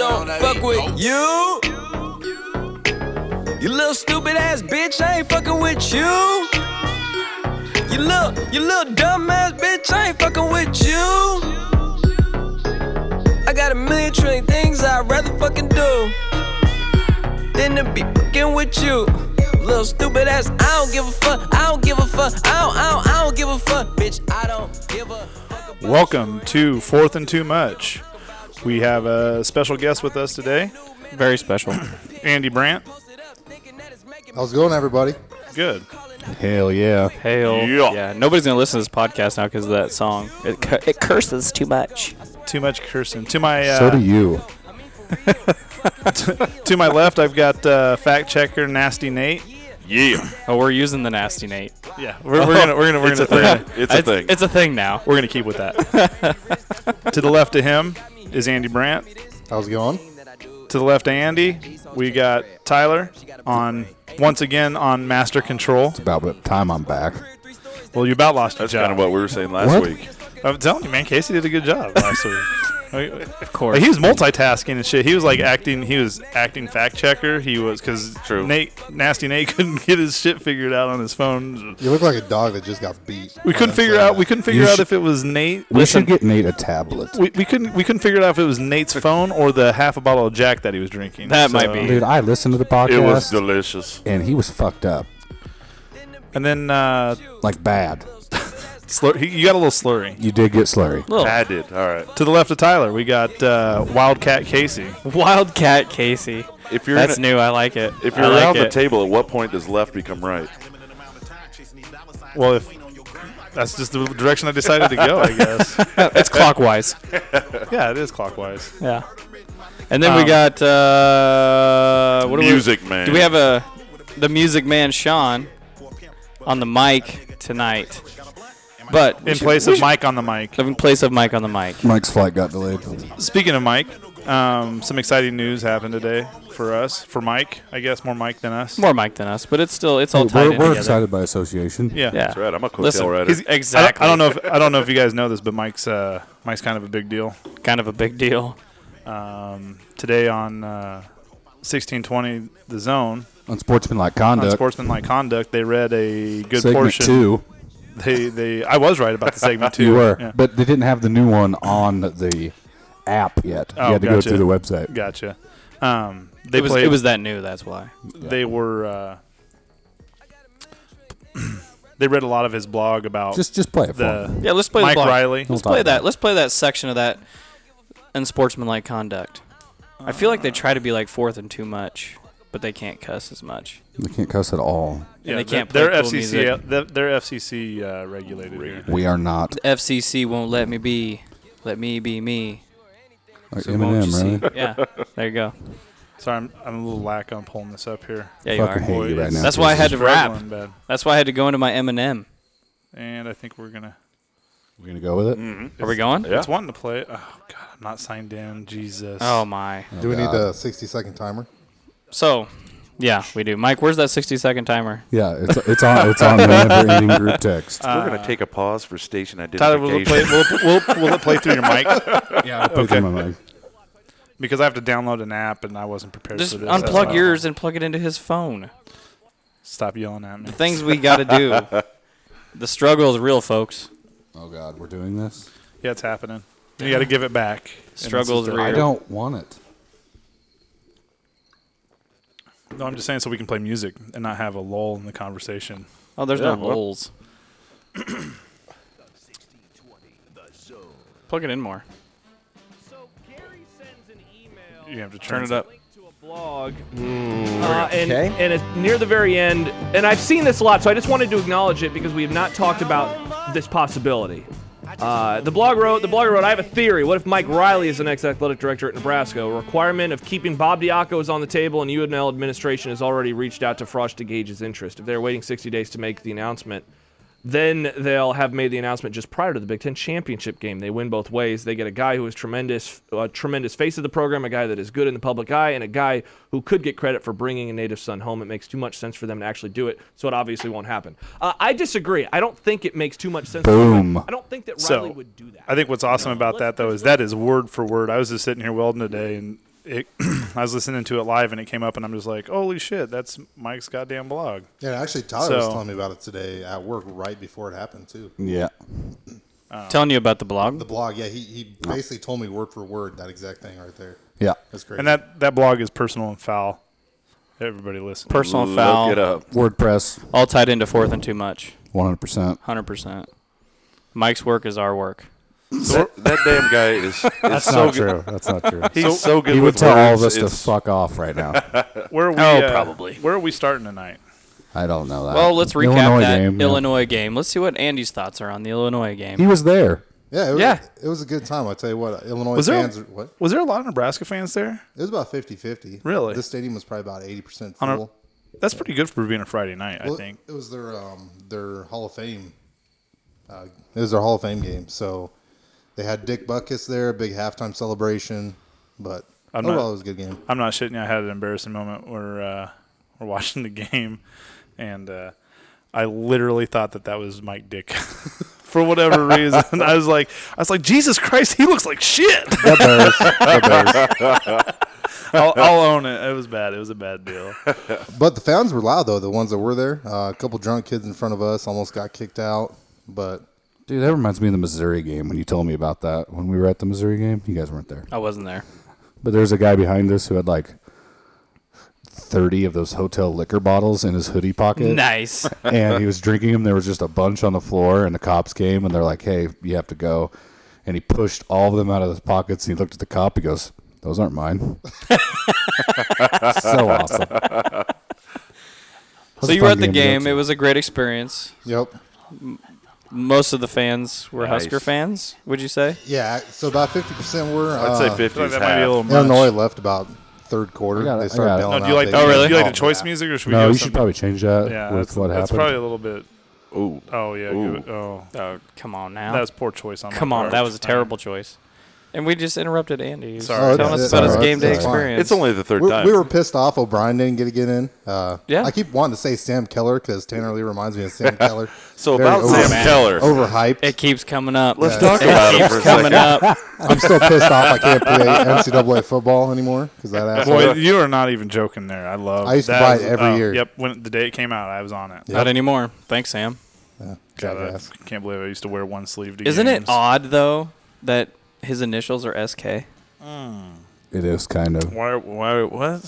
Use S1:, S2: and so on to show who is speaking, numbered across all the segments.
S1: fuck with you. You little stupid ass bitch, I ain't fucking with you. You little, you little dumb ass bitch, I ain't fucking with you. I got a million trillion things I'd rather fucking do than to be fucking with you. Little stupid ass, I don't give a fuck, I don't give a fuck, I don't, I don't, I don't give a fuck, bitch, I don't give a fuck. about
S2: Welcome to Fourth and Too Much. We have a special guest with us today,
S3: Very special.
S2: Andy Brandt.
S4: How's it going, everybody?
S2: Good.
S4: Hell yeah.
S3: Hell
S2: Yeah.
S3: yeah. Nobody's gonna listen to this podcast now because of that song. It, cu- it curses too much.
S2: Too much cursing. To my
S4: So do
S2: uh,
S4: you.
S2: to my left, I've got uh, fact checker Nasty Nate.
S5: Yeah,
S3: Oh, we're using the nasty Nate.
S2: Yeah, we're, we're gonna we're gonna we're
S5: it's a
S2: gonna, we're
S5: thing.
S2: gonna
S5: It's a thing.
S3: It's a thing now.
S2: we're gonna keep with that. to the left of him is Andy Brandt.
S4: How's it going?
S2: To the left of Andy, we got Tyler on once again on master control.
S4: About what time I'm back.
S2: Well, you about lost your
S5: That's kind
S2: job.
S5: of what we were saying last
S4: What?
S5: week.
S2: I'm telling you, man. Casey did a good job last week.
S3: Of course.
S2: Like, he was multitasking and shit. He was like acting. He was acting fact checker. He was because
S5: True.
S2: Nate, nasty Nate, couldn't get his shit figured out on his phone.
S4: You look like a dog that just got beat.
S2: We couldn't figure out. We couldn't figure
S4: You
S2: out
S4: should-
S2: if it was Nate.
S4: We
S2: Listen,
S4: should get Nate a tablet.
S2: we, we couldn't. We couldn't figure out if it was Nate's phone or the half a bottle of Jack that he was drinking.
S3: That might be.
S4: Dude, I listened to the
S5: It was
S4: podcast
S5: delicious.
S4: and he was fucked up.
S2: And then uh,
S4: Like bad.
S2: slur, he, you got a little slurry.
S4: You did get slurry.
S3: Little
S5: I did. All right.
S2: To the left of Tyler, we got uh, Wildcat Casey.
S3: Wildcat Casey.
S5: If you're
S3: That's
S5: in a-
S3: new. I like it.
S5: If you're
S3: I like
S5: around the
S3: it.
S5: table, at what point does left become right?
S2: Well, if that's just the direction I decided to go, I guess.
S3: it's clockwise.
S2: Yeah, it is clockwise.
S3: Yeah. And then
S2: Um,
S3: we got uh, what do
S5: Music
S3: We,
S5: man.
S3: do we have a the music man Sean on the mic tonight? But we
S2: In
S3: should-
S2: place
S3: we
S2: of
S3: should-
S2: Mike on the mic.
S3: in place of Mike on the mic.
S4: Mike's flight got delayed.
S2: Speaking of Mike, um, some exciting news happened today for us. For Mike, I guess more Mike than us.
S3: More Mike than us, but it's still it's all tied
S4: Oh, We're,
S3: in
S4: we're
S3: together.
S4: excited by association.
S2: Yeah.
S3: Yeah.
S5: That's right. I'm a cocktail
S3: Listen,
S5: writer.
S3: he's- exactly.
S2: I don't, I don't know. If, I don't know if you guys know this, but Mike's uh, Mike's kind of a big deal.
S3: kind of a big deal.
S2: Um, today on uh, 1620 the zone
S4: Unsportsmanlike
S2: on
S4: conduct.
S2: sportsmanlike conduct, they read a good
S4: segment
S2: portion.
S4: two.
S2: They they I was right about the segment two.
S4: You were,
S2: Yeah.
S4: but they didn't have the new one on the app yet.
S2: Oh,
S4: you had to
S2: gotcha.
S4: go through the website.
S2: Gotcha. Um, they
S3: it was
S2: played.
S3: it was that new. That's why.
S2: They were. Uh, they read a lot of his blog about
S4: Just, just play it for me.
S2: the
S3: Yeah, let's play
S2: Mike
S3: blog.
S2: Riley.
S3: Let's
S4: We'll
S3: play
S4: talk
S3: that.
S4: about it.
S3: Let's play that section of that unsportsmanlike conduct. I feel like they
S2: Uh,
S3: try to be like fourth and too much, but they can't cuss as much.
S4: They can't cuss at all.
S3: and they
S2: they're-
S3: can't play
S2: they're
S3: cool
S2: FCC.
S3: music.
S2: They're, they're FCC uh, regulated. here.
S4: We are not
S3: The FCC won't let me be. Let me be me.
S4: like
S3: So won't you
S4: Eminem, really.
S3: see? Yeah. There you go.
S2: Sorry, I'm, I'm a little lack on pulling this up here.
S3: Yeah, you
S4: Fucking
S3: are.
S4: hate you right
S2: Boys.
S4: now.
S3: That's why I had to rap.
S2: Struggling bad.
S3: That's why I had to go into my Eminem.
S2: And I think we're gonna.
S4: We're gonna go with it.
S3: Are we going?
S5: Yeah.
S2: It's wanting to play. Oh God, I'm not signed in. Jesus.
S3: Oh my.
S4: Do we need
S6: the 60 second timer.
S3: So, yeah, we do. Mike, where's that 60 second timer?
S4: Yeah, it's it's on it's on the never-ending group text.
S5: We're
S3: uh,
S5: gonna take a pause for station
S2: Tyler,
S5: identification.
S2: will it play? Will, it- will, it- will it play through your mic?
S4: yeah, okay.
S2: Because I have to download an app, and I wasn't prepared
S3: Just
S2: for this. That's
S3: unplug
S2: why.
S3: yours and plug it into his phone.
S2: Stop yelling at me.
S3: The things we got to do. The struggle is real, folks.
S4: Oh God, we're doing this.
S2: Yeah, it's happening. You got to give it back. And this
S3: Struggles
S2: is the-
S3: real.
S4: I don't want it.
S2: No, I'm just saying so we can play music and not have a lull in the conversation.
S3: Oh, there's
S5: Yeah,
S3: no
S5: well-
S3: holes. Plug it in more.
S7: So Gary sends an email.
S2: You have to turn,
S3: Turn it up.
S7: Link to a blog. Uh, and and it's near the very end, and I've seen this a lot, so I just wanted to acknowledge it because we have not talked about this possibility. Uh, the blog wrote. The blogger wrote. I have a theory. What if Mike Riley is the next athletic director at Nebraska? A requirement of keeping Bob Diaco is on the table, and UNL administration has already reached out to Frost to gauge his interest. If they're waiting 60 days to make the announcement, then they'll have made the announcement just prior to the Big Ten championship game. They win both ways. They get a guy who is tremendous, a tremendous face of the program, a guy that is good in the public eye, and a guy who could get credit for bringing a native son home. It makes too much sense for them to actually do it, so it obviously won't happen. Uh, I disagree. I don't think it makes too much sense.
S4: Boom.
S7: I don't think that Riley
S2: So
S7: would do that.
S2: I think what's awesome about that though is that is word for word. I was just sitting here welding today, and it, I was listening to it live and it came up and I'm just like, holy shit, that's Mike's goddamn blog.
S6: Yeah, actually, Tyler was
S2: So-
S6: telling me about it today at work right before it happened, too.
S4: Yeah.
S3: Telling you about the blog.
S6: The blog, yeah, he, he basically told me word for word that exact thing right there.
S4: Yeah.
S6: That's great.
S2: And that that blog is personal and foul. Everybody listen.
S3: personal
S5: Look
S3: foul.
S5: it up.
S4: WordPress,
S3: All tied into fourth and too much.
S4: 100%.
S3: Hundred percent. Mike's work is our work.
S5: That, that damn guy is, is
S4: That's
S5: so
S4: not
S5: good.
S4: true. That's not true.
S5: He's so, good
S4: He
S5: with
S4: would tell all of
S5: words,
S4: us to
S5: it's-
S4: fuck off right now.
S2: Where are we?
S3: Oh,
S2: uh,
S3: probably.
S2: Where are we starting tonight?
S4: I don't know that.
S3: Well, let's
S4: The
S3: recap
S4: Illinois
S3: that
S4: game, yeah.
S3: Illinois game. Let's see what Andy's thoughts are on the Illinois
S4: He
S3: game.
S4: was there.
S6: yeah, it was,
S3: Yeah.
S6: it was a good time. I tell you what, Illinois
S2: Was there-
S6: fans, are- what?
S2: Was there a lot of Nebraska fans there?
S6: It was about 50 50.
S2: Really?
S6: This stadium was probably about 80%
S2: On a-
S6: full.
S2: That's pretty good for being a Friday night, I
S6: Well,
S2: think.
S6: It was their um, their Hall of Fame. Uh, it was their Hall of Fame game, so they had Dick Buckus there, a big halftime celebration. But
S2: I'm not-
S6: overall, it was a good game.
S2: I'm not shitting you. I had an embarrassing moment where uh, we're watching the game, and uh, I literally thought that that was Mike Dick. For whatever reason, I was like, I was like, Jesus Christ, he looks like shit.
S4: That bears. That bears.
S2: I'll, I'll own it. It was bad. It was a bad deal.
S6: But the fans were loud though. The ones that were there, uh, a couple drunk kids in front of us almost got kicked out. But
S4: Dude, that reminds me of the Missouri game when you told me about that when we were at the Missouri game. You guys weren't there.
S3: I wasn't there.
S4: But there's a guy behind us who had like 30 of those hotel liquor bottles in his hoodie pocket.
S3: Nice.
S4: and he was drinking them. There was just a bunch on the floor, and the cops came and they're like, "Hey, you have to go." And he pushed all of them out of his pockets. And he looked at the cop. He goes, "Those aren't mine." so awesome.
S3: so you were at the game. It was a great experience.
S6: yep,
S3: Most of the fans were
S5: Nice.
S3: Husker fans. Would you say?
S6: yeah. So about fifty percent were.
S5: I'd
S6: uh,
S5: say 50
S2: I feel like
S5: is
S2: that might be a
S5: half.
S2: little much.
S6: Illinois left about third quarter.
S4: I got it,
S6: They
S4: I
S6: started
S4: got it.
S6: bailing
S2: No,
S6: out.
S2: do you like?
S6: They-
S2: The,
S3: Oh, really?
S2: Do you like
S6: Oh,
S2: the choice
S6: yeah.
S2: music, or should we?
S4: no.
S2: go
S4: You
S2: with
S4: should
S2: something-
S4: probably change that
S2: Yeah,
S4: with
S2: that's,
S4: what
S2: that's
S4: happened.
S2: probably a little bit.
S5: Ooh.
S2: Oh yeah.
S5: Ooh.
S2: give it- oh,
S3: Oh, come on now.
S2: that was poor choice on. my
S3: come on,
S2: part.
S3: that was a terrible choice. And we just interrupted Andy. He's
S2: Sorry.
S3: telling
S6: Oh,
S3: us
S6: that's-
S3: about
S6: that's
S3: his
S6: all right.
S3: game day
S6: That's fine.
S3: experience.
S5: It's only the 3rd
S6: We,
S5: time.
S6: we were pissed off. O'Brien didn't get to get in. Uh,
S3: Yeah.
S6: I keep wanting to say Sam Keller because Tanner Lee reminds me of Sam Keller.
S5: so
S6: Very
S5: about Sam Keller.
S6: overhyped.
S3: It keeps coming up.
S5: Let's talk
S3: it
S5: about it
S3: keeps
S5: for a
S3: coming
S5: second.
S3: up.
S6: I'm still pissed off. I can't play NCAA football anymore because that asshole.
S2: Boy, you are not even joking there. I love.
S6: I used to
S2: that
S6: buy
S2: was-
S6: it every
S2: oh,
S6: year.
S2: Yep, when the day it came out, I was on it.
S3: Not anymore. Thanks, Sam.
S6: Yeah,
S2: God, I
S6: jackass.
S2: can't believe I used to wear one sleeve. To
S3: Isn't it
S2: games.
S3: odd though that his initials are SK?
S4: It is kind of
S2: Why? Why? What?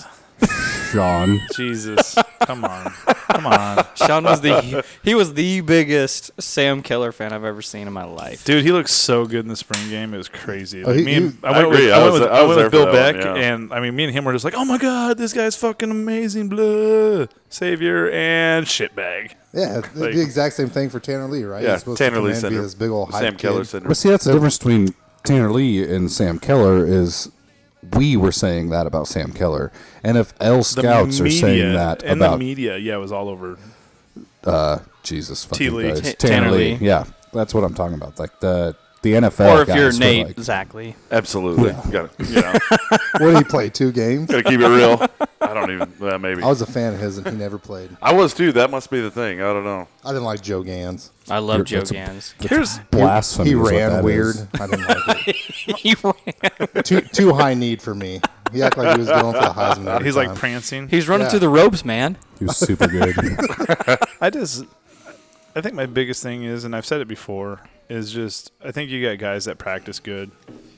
S4: Sean.
S2: Jesus! Come on! Come on!
S3: Sean was the he was the biggest Sam Keller fan I've ever seen in my life.
S2: Dude, he looks so good in the spring game. It was crazy. Like,
S6: he-
S2: me and,
S6: he-
S2: I went
S5: I
S2: with
S5: agree.
S2: I
S5: I
S2: went
S5: was-
S2: with,
S5: I
S2: I
S5: was
S2: went
S5: there
S2: with
S5: for
S2: Bill
S5: that
S2: Beck,
S5: one, yeah.
S2: and I mean, me and him were just like, "Oh my god, this guy's fucking amazing!" Blah, savior and shitbag.
S6: Yeah, it'd be
S2: Like-
S6: the exact same thing for Tanner Lee, right?
S5: Yeah,
S6: He's supposed to
S5: Tanner
S6: come
S5: Lee
S6: in and be
S5: Center.
S6: this big old hype
S5: Sam Keller
S6: kid.
S5: Center.
S4: But see, that's the difference between Tanner Lee and Sam Keller is we were saying that about Sam Keller. NFL scouts are saying that
S2: and
S4: about
S2: the media. Yeah, it was all over.
S4: uh, Jesus fucking
S2: Lee.
S4: Christ.
S3: T-
S4: Tanner,
S3: Tanner
S4: Lee.
S3: Lee.
S4: Yeah, that's what I'm talking about. Like the the NFL.
S3: or if you're
S4: guys were
S3: Nate,
S4: like-
S3: exactly.
S5: Absolutely. Got to, you know,
S6: What did he play? Two games.
S5: got to keep it real. I don't even. Uh, maybe.
S6: I was a fan of his, and he never played.
S5: I was too. That must be the thing. I don't know.
S6: I didn't like Joe Gans.
S3: I love Joe
S4: That's a-
S3: Gans.
S2: Here's
S4: blasphemy.
S6: He
S4: is what
S6: ran
S4: that
S6: weird.
S4: is.
S6: I didn't like it.
S3: he ran.
S6: too too high need for me. He acted like he was going for the Heisman. every
S2: he's like
S6: time.
S2: prancing.
S3: He's running
S6: Yeah.
S3: through the ropes, man.
S4: He was super good.
S2: I just, I think my biggest thing is, and I've said it before, is just I think you got guys that practice good.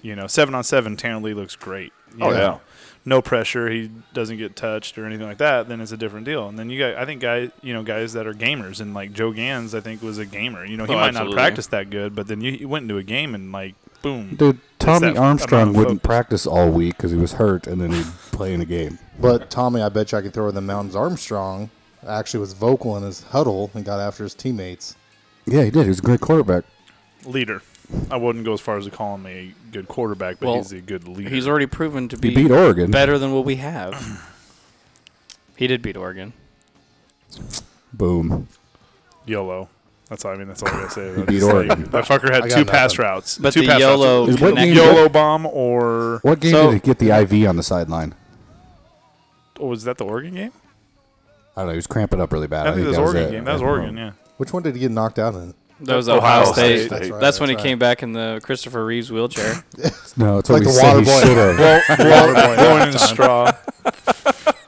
S2: You know, seven on seven, Tanner Lee looks great. you
S5: Oh,
S2: know.
S5: yeah.
S2: no pressure, he doesn't get touched or anything like that. Then it's a different deal. And then you got, I think guys, you know, guys that are gamers and like Joe Gans, I think was a gamer. You know, he
S3: Oh,
S2: might
S3: absolutely.
S2: not practice that good, but then you, you went into a game and like boom,
S4: Dude, Tommy
S2: that amount
S4: Armstrong
S2: of
S4: wouldn't
S2: focus.
S4: practice all week because he was hurt, and then he'd play in a game.
S6: But Tommy, I bet you I can throw in the mountains. Armstrong actually was vocal in his huddle and got after his teammates.
S4: Yeah, he did. He was a great quarterback.
S2: leader. I wouldn't go as far as to call him a good quarterback, but
S3: Well,
S2: he's a good leader.
S3: He's already proven to
S4: He
S3: be
S4: beat Oregon.
S3: better than what we have. he did beat Oregon.
S4: Boom.
S2: YOLO. That's all I mean. That's all I gotta say.
S4: beat Oregon.
S2: That fucker had
S6: I
S2: two
S6: got
S2: pass
S6: nothing.
S2: routes.
S3: But
S2: two
S3: the
S2: pass routes.
S3: YOLO
S4: Is what
S3: connect-
S4: game-
S2: YOLO bomb or
S4: What game
S3: So-
S4: did he get the IV on the sideline?
S2: oh, was that the Oregon game?
S4: I don't know. He was cramping up really bad.
S2: I, think it was
S4: that
S2: Oregon
S4: it.
S2: game. That was Oregon. Yeah.
S6: Which one did he get knocked out in?
S3: That was
S5: Ohio State.
S3: Ohio, State.
S5: That's
S3: That's,
S6: right, that's
S3: when
S6: right.
S3: he came back in the Christopher Reeves wheelchair.
S4: No, it's what
S6: Like the
S4: we said
S6: water
S4: he
S6: boy.
S4: should have.
S2: Blowing in a straw.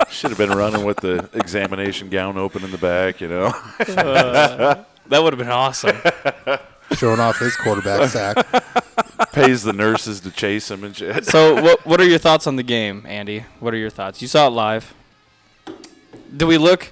S5: Should have been running with the examination gown open in the back, you know.
S3: that would have been awesome.
S6: showing off his quarterback sack.
S5: Pays the nurses to chase him and shit.
S3: so, what what are your thoughts on the game, Andy? What are your thoughts? You saw it live. Do we look,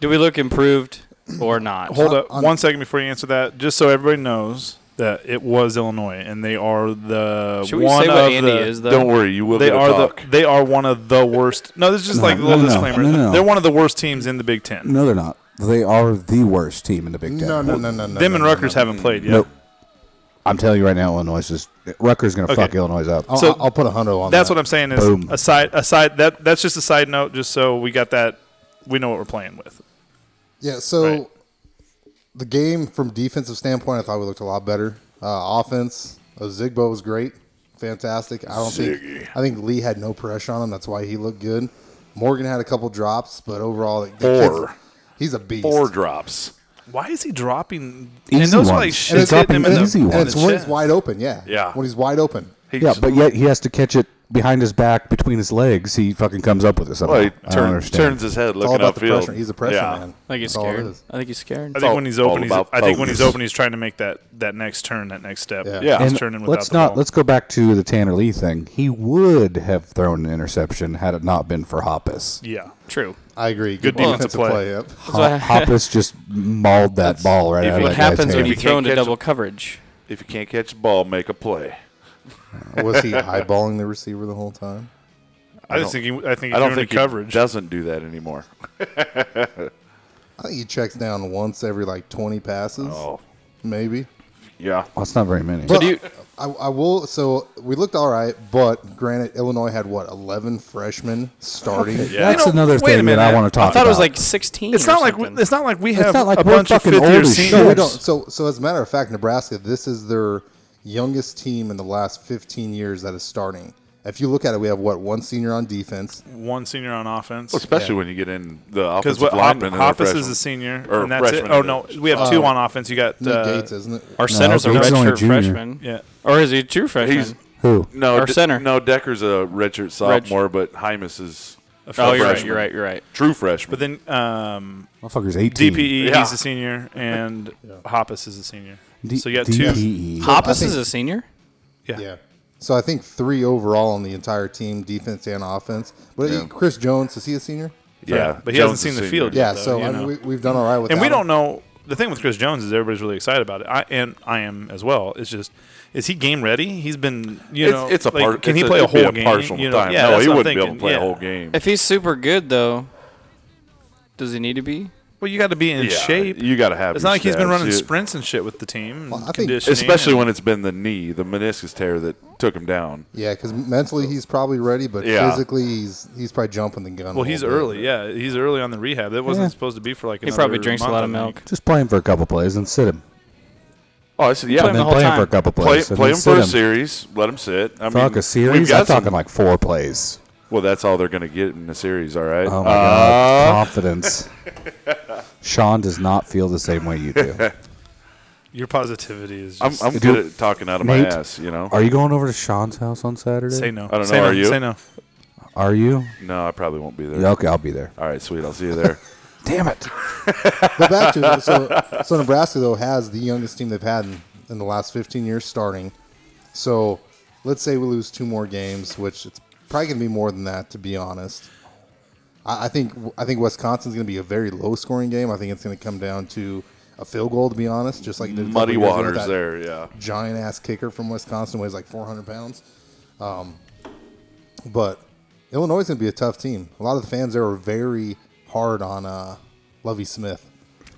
S3: do we look improved or not?
S2: Hold up one second before you answer that, just so everybody knows that it was Illinois, and they are the
S3: Should we
S2: one
S3: say what
S2: of
S3: Andy
S2: the.
S3: is though?
S5: Don't worry, you will
S2: They
S5: get a
S2: are
S5: talk.
S2: the they are one of the worst. No, this is just
S4: No,
S2: like a little
S4: no, no,
S2: disclaimer.
S4: no, no.
S2: They're one of the worst teams in the Big Ten.
S4: No, they're not. They are the worst team in the Big Ten.
S6: No, no, no, no, no.
S2: Them
S6: no,
S2: and
S6: no,
S2: Rutgers
S6: no.
S2: haven't played yet.
S4: Nope. I'm telling you right now, Illinois is just Rutgers going to fuck
S2: Okay.
S4: Illinois up.
S6: I'll,
S2: So-
S6: I'll- I'll put a hundred on
S2: That's
S6: that.
S2: what I'm saying is
S4: Boom.
S2: aside aside that that's just a side note, just so we got that we know what we're playing with.
S6: Yeah, so
S2: Right.
S6: the game from defensive standpoint, I thought we looked a lot better. Uh, offense, uh, Zigbo was great, fantastic. I don't think I think Lee had no pressure on him. That's why he looked good. Morgan had a couple drops, but overall, the kid's-
S5: Four.
S6: He's a beast.
S5: Four drops.
S2: Why is he dropping and
S4: Easy
S2: those Like
S4: ones.
S2: shit
S4: And
S2: hit
S4: it's dropping
S2: him in the,
S4: easy
S2: in
S6: and
S2: the
S4: ones.
S6: it's when he's
S2: chest.
S6: wide open. Yeah,
S5: Yeah.
S6: When he's wide open,
S5: He's,
S4: Yeah, but yet he has to catch it behind his back between his legs. He fucking comes up with it. Somehow.
S5: well, he
S4: I don't
S5: turn,
S4: understand.
S5: turns his head
S6: it's all
S5: looking
S6: about the
S5: upfield.
S6: pressure. He's a pressure
S5: yeah.
S6: man.
S3: I think he's
S6: That's all it
S3: scared.
S6: is.
S3: I think he's scared.
S2: I think
S5: all-
S2: when he's
S5: all
S2: open, he's.
S5: about
S2: I think when he's
S5: focus.
S2: open, he's trying to make that that next turn, that next step.
S6: Yeah.
S5: Yeah.
S2: he's
S5: And
S2: turning without
S4: let's
S2: the
S4: not
S2: ball.
S4: let's go back to the Tanner Lee thing. He would have thrown an interception had it not been for Hoppus.
S2: yeah.
S3: True.
S6: I agree.
S2: Good defensive play.
S6: Yep.
S4: Ho- Hoppus just mauled that ball right out of
S3: What
S4: that guy's
S3: happens when
S4: hand.
S3: you
S5: If you
S3: throw
S5: can't
S3: into
S5: catch
S3: double coverage?
S5: If you can't catch the ball, make a play.
S6: Was he eyeballing the receiver the whole time?
S2: I, just think he. I think
S5: I
S2: he's
S5: don't
S2: doing the
S5: think he
S2: coverage.
S5: doesn't do that anymore.
S6: I think he checks down once every like twenty passes,
S5: Oh,
S6: maybe.
S5: yeah.
S4: Well, it's not very many.
S6: But
S3: do you-
S6: I, I will. So we looked all right, but granted, Illinois had what eleven freshmen starting.
S5: Yeah.
S4: That's
S2: You know,
S4: another
S2: wait a
S4: thing that
S2: minute.
S4: I want to talk
S3: I thought
S4: about.
S3: it was like 16.
S2: it's
S3: or
S2: not like we-
S3: something.
S2: it's not like we
S4: It's
S2: have
S4: not like
S2: a
S4: we're
S2: bunch of
S4: fucking
S2: fifth year
S4: old as
S2: seniors.
S4: shit.
S6: No, we don't. So, so as a matter of fact, Nebraska. This is their youngest team in the last fifteen years that is starting. If you look at it, we have what one senior on defense.
S2: One senior on offense.
S5: Well, especially when you get in the
S2: because
S5: offensive
S2: what Hop-
S5: lineman. and they're
S2: Hoppus is
S5: freshmen.
S2: a senior,
S5: or
S2: and that's it.
S5: freshman
S2: Oh
S5: and
S2: no,
S5: then-
S2: we have two on offense. You got
S6: Nick
S2: uh,
S6: Gates, isn't it?
S3: Our center's a
S4: he's only
S3: redshirt
S4: junior.
S3: freshman.
S2: yeah.
S3: Or is he a true freshman?
S5: He's-
S4: who?
S5: No,
S3: Our
S5: De-
S3: center.
S5: No, Decker's a redshirt sophomore, but Hymus is a
S3: oh, you're right.
S5: freshman.
S3: You're right. You're right.
S5: True freshman.
S2: But then um,
S4: Motherfucker's 18.
S2: DPE,
S5: E, Yeah.
S2: he's a senior, and Hoppus is a senior.
S4: D- E.
S2: so you got
S3: E.
S2: two.
S4: DPE.
S3: Hoppus is a senior.
S6: Yeah. So I think three overall on the entire team, defense and offense. But Chris Jones, is he a senior?
S5: yeah,
S2: but he hasn't
S5: Jones
S2: seen
S5: is
S2: the
S5: senior.
S2: field
S6: Yeah.
S2: So,
S6: so
S2: you
S6: I
S2: know.
S6: mean, we, we've done all right with.
S2: and we don't know. The thing with Chris Jones is everybody's really excited about it. I and I am as well. It's just, is he game ready? He's been, you
S5: It's,
S2: know,
S5: it's a
S2: like,
S5: part.
S2: Can
S5: it's
S2: he play a,
S5: it'd be
S2: whole game?
S5: Partial
S2: you know?
S5: time.
S2: Yeah,
S5: no,
S2: that's
S5: he
S2: what I'm
S5: wouldn't be able
S2: thinking.
S5: to play
S2: Yeah.
S5: a whole game.
S3: If he's super good though, does he need to be?
S2: Well, you got to be in
S5: Yeah,
S2: shape.
S5: You got to have.
S2: It's
S5: your
S2: not like he's been
S5: stats.
S2: running
S5: You-
S2: sprints and shit with the team.
S6: Well, I
S2: and
S6: think-
S2: conditioning
S5: especially
S2: and-
S5: when it's been the knee, the meniscus tear that took him down.
S6: Yeah, because mentally he's probably ready, but
S5: Yeah.
S6: physically he's he's probably jumping the gun. a
S2: Well, he's
S6: little bit.
S2: early. Yeah, he's early on the rehab. That wasn't
S4: Yeah.
S2: supposed to be for like.
S3: He probably
S2: another
S3: drinks a
S2: month,
S3: lot of
S2: I
S3: milk.
S2: think.
S4: Just play him for a couple plays and sit him.
S5: Oh, I said,
S3: Put
S5: yeah,
S3: him
S4: And
S3: the
S4: then
S3: whole
S4: play him
S3: time.
S4: for a couple
S5: play,
S4: plays. and
S5: play
S4: then
S5: him
S4: sit
S5: for a
S4: him.
S5: series. Let him sit. I mean,
S4: Fuck a
S5: We've
S4: series? I'm
S5: got some-
S4: talking like four plays.
S5: Well, that's all they're going to get in the series. All right.
S4: Oh my
S5: Uh,
S4: god, confidence. Sean does not feel the same way you do.
S2: Your positivity is.
S5: I'm,
S2: Just,
S5: I'm
S4: Dude,
S5: good at talking out of
S4: Nate,
S5: my ass. You know.
S4: Are you going over to Sean's house on Saturday?
S2: say no. I
S5: don't know,
S2: Say no.
S5: are you?
S2: Say no.
S4: Are you?
S5: no, I probably won't be there.
S4: Yeah, okay, I'll be there.
S5: All right, sweet. I'll see you there.
S4: Damn it.
S6: But back to it. So, so Nebraska though has the youngest team they've had in, in the last 15 years starting. So let's say we lose two more games, which it's probably gonna be more than that to be honest. I, I think I think Wisconsin's gonna be a very low scoring game. I think it's gonna come down to a field goal to be honest, just like it did a couple
S5: Muddy
S6: years ago with
S5: waters
S6: that
S5: there. Yeah.
S6: giant ass kicker from Wisconsin weighs like 400 pounds. Um, but Illinois is going to be a tough team. A lot of the fans there were very hard on uh, Lovey Smith.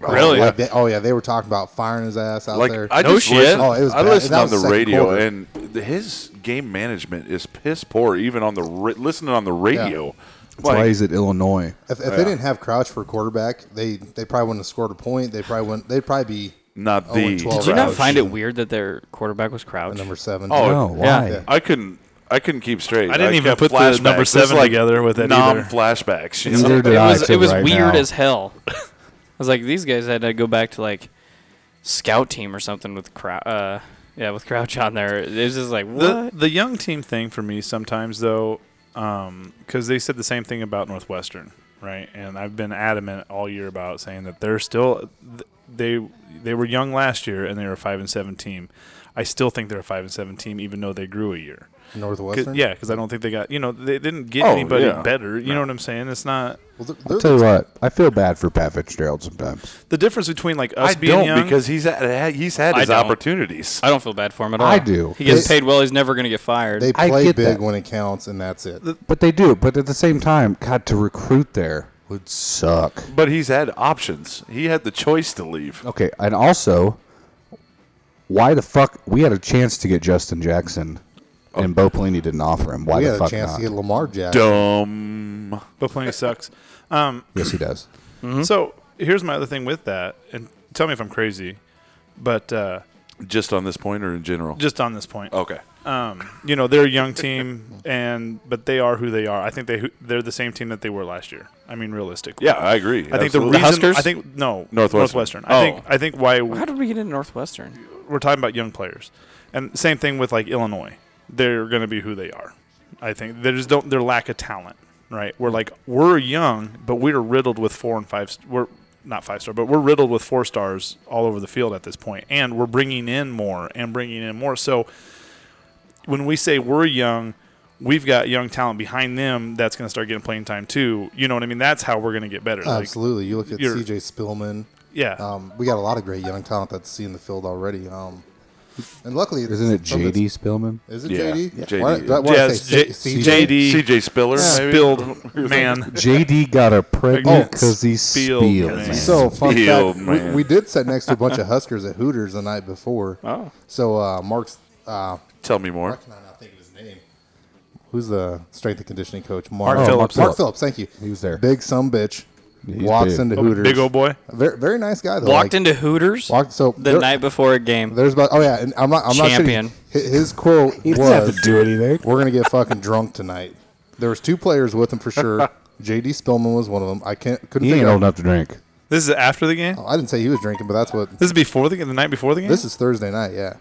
S5: Really?
S6: Like they- oh yeah, they were talking about firing his ass out
S5: Like
S6: there.
S5: I
S3: No
S5: just
S3: shit.
S5: listened,
S6: Oh, it was
S5: I
S6: bad.
S5: listened
S6: That
S5: on
S6: was
S5: the
S6: second
S5: radio,
S6: quarter.
S5: and th- his game management is piss poor. Even on the ra- listening on the radio,
S4: Why
S5: Like,
S4: is it Illinois?
S6: if if they didn't have Crouch for quarterback, they they probably wouldn't have scored a point. They probably wouldn't. They'd probably be
S5: not
S6: 0
S5: the.
S6: Oh, and 12
S3: Did you not
S6: Crouch.
S3: find it weird that their quarterback was Crouch?
S6: number seven.
S5: Oh,
S4: no,
S3: yeah.
S4: why?
S6: Yeah.
S5: I couldn't. I couldn't keep straight.
S2: I didn't even
S5: kept
S2: put the
S5: flashbacks.
S2: number
S5: This is
S2: seven together with it either.
S5: nom flashbacks. you know?
S4: Neither did
S3: it
S4: I
S3: was
S4: till
S3: it was
S4: right
S3: weird
S4: now.
S3: as hell. I was like, these guys had to go back to like scout team or something with Crow. Uh, yeah, with Crouch on there. It was just like
S2: The
S3: what?
S2: the young team thing for me sometimes though, because they said the same thing about Northwestern, right? And I've been adamant all year about saying that they're still th- they they were young last year and they were a five and seven team. I still think they're a five and seven team, even though they grew a year. Cause,
S6: Northwestern.
S2: yeah, because I don't think they got you know they didn't get
S5: Oh,
S2: anybody
S5: yeah.
S2: better. You know what I'm saying? It's not
S6: Well, they're-
S4: I'll
S6: they're
S4: tell you
S6: the-
S4: what, I feel bad for Pat Fitzgerald sometimes.
S2: the difference between like us
S5: I
S2: being
S5: don't
S2: young
S5: because he's had, he's had
S3: I
S5: his
S3: don't.
S5: opportunities.
S3: I don't feel bad for him at all.
S4: I do.
S3: He gets
S6: They-
S3: paid well. He's never gonna get fired.
S6: They
S4: I
S6: play
S4: get
S6: big
S4: that.
S6: when it counts, and that's it.
S4: But they do. But at the same time, God, to recruit there would suck.
S5: But he's had options. He had the choice to leave.
S4: Okay, and also, why the fuck we had a chance to get Justin Jackson, and Bo Pelini didn't offer him. Why
S6: we
S4: the
S6: had a
S4: fuck
S6: chance
S4: not?
S6: to get Lamar Jackson.
S5: Dumb.
S2: but playing sucks.
S4: yes, he does.
S5: Mm-hmm.
S2: So here's my other thing with that, and tell me if I'm crazy, but uh,
S5: Just on this point or in general?
S2: just on this point,
S5: okay.
S2: you know they're a young team, and but they are who they are. I think they they're the same team that they were last year. I mean, realistically,
S5: Yeah, I agree.
S2: I think the
S5: Absolutely.
S2: reason
S3: Huskers?
S2: I think no
S5: Northwestern.
S2: I
S3: Oh.
S2: think I think why
S3: How did we get into Northwestern?
S2: we're talking about young players, and same thing with like Illinois. They're going to be who they are. I think they just don't. Their lack of talent, right? We're like we're young, but we're riddled with four and five. st- We're not five star, but we're riddled with four stars all over the field at this point, and we're bringing in more and bringing in more. So when we say we're young. We've got young talent behind them that's going to start getting playing time too. You know what I mean? That's how we're going to get better. Like,
S6: Absolutely. You look at
S2: you're-
S6: C.J. Spillman.
S2: yeah.
S6: Um, we got a lot of great young talent that's seen the field already. Um, and luckily,
S4: Isn't it
S6: some of it's-
S4: JD Spillman?
S6: Is it
S5: Yeah,
S6: JD?
S5: JD.
S6: Why- that- why
S2: Yeah,
S6: I
S2: it's
S6: say
S2: J-
S6: C-
S2: JD.
S5: CJ Spiller. maybe?
S2: Spilled man.
S4: JD got her pregnant
S2: Oh,
S4: because he
S2: Spiel, man.
S4: spilled.
S6: So fun
S5: Yo,
S6: fact: we,
S5: man.
S6: we did sit next to a bunch of Huskers at Hooters the night before.
S3: Oh.
S6: So uh, Mark's. Uh,
S5: Tell me more.
S6: why can I not think of his name? Who's the strength and conditioning coach? Mark,
S4: Mark Phillips.
S6: Mark Phillips. Thank you.
S4: He was there.
S6: Big some bitch.
S4: He's
S6: walks
S4: big.
S6: into
S2: Oh,
S6: Hooters.
S2: big old boy.
S6: Very, very nice guy though.
S3: Walked
S6: like,
S3: into Hooters
S6: Walked, so
S3: the
S6: there-
S3: night before a game.
S6: There's about. Oh yeah, and I'm not. I'm
S3: Champion.
S6: not shitting. Hi- His quote
S4: He didn't have
S6: was,
S4: to do anything.
S6: "We're gonna get fucking drunk tonight." There was two players with him for sure. J.D. Spillman was one of them. I can't couldn't
S4: He
S6: think
S4: ain't
S6: of.
S4: old enough to drink.
S2: This is after the game.
S6: I didn't say he was drinking, but that's what.
S2: This is before the game, the night before the game.
S6: This is Thursday night, yeah.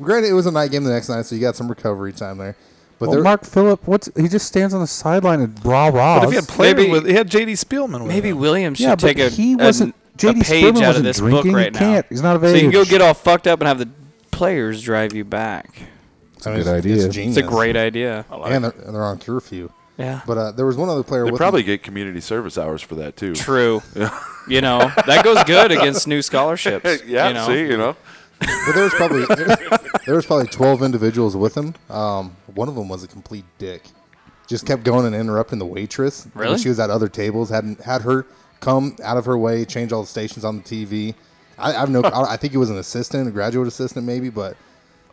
S6: Granted, it was a night game the next night, so you got some recovery time there. But
S4: Well,
S6: there,
S4: Mark Phillip, what's he just stands on the sideline and rah rah.
S2: But if he had played
S3: Maybe-
S2: with, he had J.D. Spielman. With
S3: Maybe
S2: him.
S3: Williams should
S4: Yeah, but
S3: take a,
S4: he
S3: a-
S4: wasn't-
S3: a
S4: J.D.
S3: page
S4: Spillman
S3: out of
S4: wasn't
S3: this
S4: drinking.
S3: book
S4: He
S3: right now.
S4: can't. He's not of
S3: So you can go
S4: age.
S3: get all fucked up and have the players drive you back.
S6: it's a
S4: good idea. It's a
S6: It's genius.
S3: It's a great idea.
S6: and they're, and they're on curfew.
S3: Yeah.
S6: But uh, there was one other player.
S5: They
S6: with
S5: probably
S6: him.
S5: get community service hours for that too.
S3: True. you know that goes good against new scholarships.
S5: yeah,
S3: You know?
S5: see, you know.
S6: But there was probably there was probably twelve individuals with him. Um, one of them was a complete dick. Just kept going and interrupting the waitress. when
S3: Really?
S6: She was at other tables. Hadn't had her come out of her way, change all the stations on the TV. I, I have no. I I think he was an assistant, a graduate assistant, maybe, but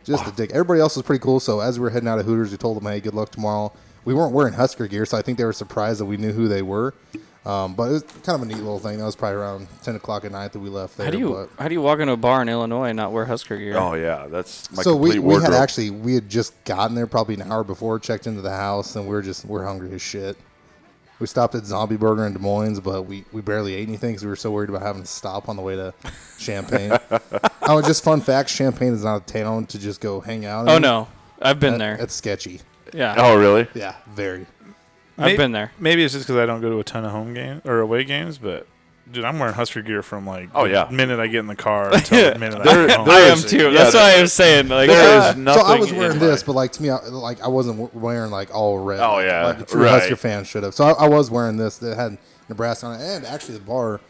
S6: just a dick. Everybody else was pretty cool. So as we were heading out of Hooters, we told them, "Hey, good luck tomorrow." We weren't wearing Husker gear, so I think they were surprised that we knew who they were. Um, but it was kind of a neat little thing. That was probably around ten o'clock at night that we left there.
S3: How do you
S6: but-
S3: how do you walk into a bar in Illinois and not wear Husker gear?
S5: Oh yeah, that's my
S6: so we,
S5: complete
S6: we
S5: wardrobe.
S6: had actually we had just gotten there probably an hour before checked into the house and we were just we're hungry as shit we stopped at zombie burger in des moines but we, we barely ate anything because we were so worried about having to stop on the way to champagne oh just fun fact champagne is not a town to just go hang out
S3: Oh
S6: in.
S3: no, I've been there.
S6: that's sketchy
S3: yeah,
S5: oh really?
S6: yeah very
S3: I've
S2: May-
S3: been there.
S2: Maybe it's just because I don't go to a ton of home games or away games, but. Dude, I'm wearing Husker gear from like
S5: Oh, yeah.
S2: the minute I get in the car until the minute I
S5: There-
S2: get home.
S5: there
S3: I am
S5: is- yeah,
S3: too. That's
S5: there-
S3: what I was saying. Like,
S5: There
S3: uh,
S5: is nothing.
S6: so i was wearing
S5: in
S6: this
S5: life.
S6: but like to me I, like i wasn't w- wearing like all red
S5: Oh, yeah,
S6: like a true
S5: right.
S6: husker fan should have so I, I was wearing this that had nebraska on it and actually the bar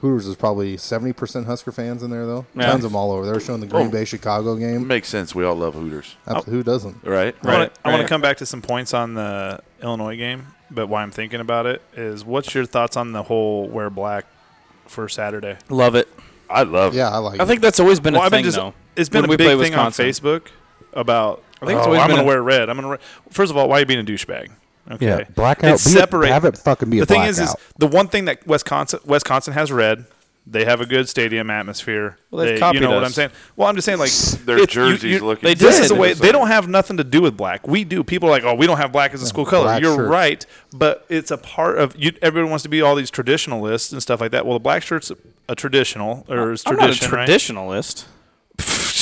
S6: hooters was probably 70% husker fans in there though
S3: Yeah.
S6: tons of them all over they were showing the green
S5: Oh.
S6: bay chicago game
S5: makes sense. We all love Hooters,
S6: Absolutely, who doesn't
S5: right?
S2: I wanna-
S3: Right,
S2: I want
S3: right.
S2: to come back to some points on the Illinois game, but why I'm thinking about it is, what's your thoughts on the whole wear black for Saturday?
S3: love it.
S5: I love.
S6: yeah i like
S3: I think that's always been a
S2: I've
S3: thing
S2: been just-
S3: though.
S2: It's been
S3: When
S2: a
S3: we
S2: big
S3: play
S2: thing
S3: Wisconsin.
S2: on Facebook about. I
S3: think
S2: think
S3: it's
S2: oh,
S3: always
S2: I'm
S3: been
S2: going to
S3: a-
S2: wear red. I'm going to. Wear, first of all, why are you being a douchebag? Okay.
S4: Yeah, blackout.
S2: It's
S4: Be a-
S2: separate.
S4: have it fucking be a
S2: the thing is, is
S4: blackout.
S2: the one thing that Wisconsin Wisconsin has red. They have a good stadium atmosphere.
S3: Well, they've
S2: they,
S3: copied
S2: you know what
S3: us.
S2: I'm saying? Well, I'm just saying like
S5: Their
S2: you-
S5: jerseys look
S2: They
S5: exactly
S2: this is the
S3: the
S2: way
S5: same.
S2: they don't have nothing to do with black. We do. People are like, oh, we don't have black as a school color.
S6: black
S2: You're
S6: shirts.
S2: right, but it's a part of you. Everyone wants to be all these traditionalists and stuff like that. Well, the black shirts a traditional or is
S3: I'm
S2: tradition,
S3: not a
S2: right?
S3: traditionalist.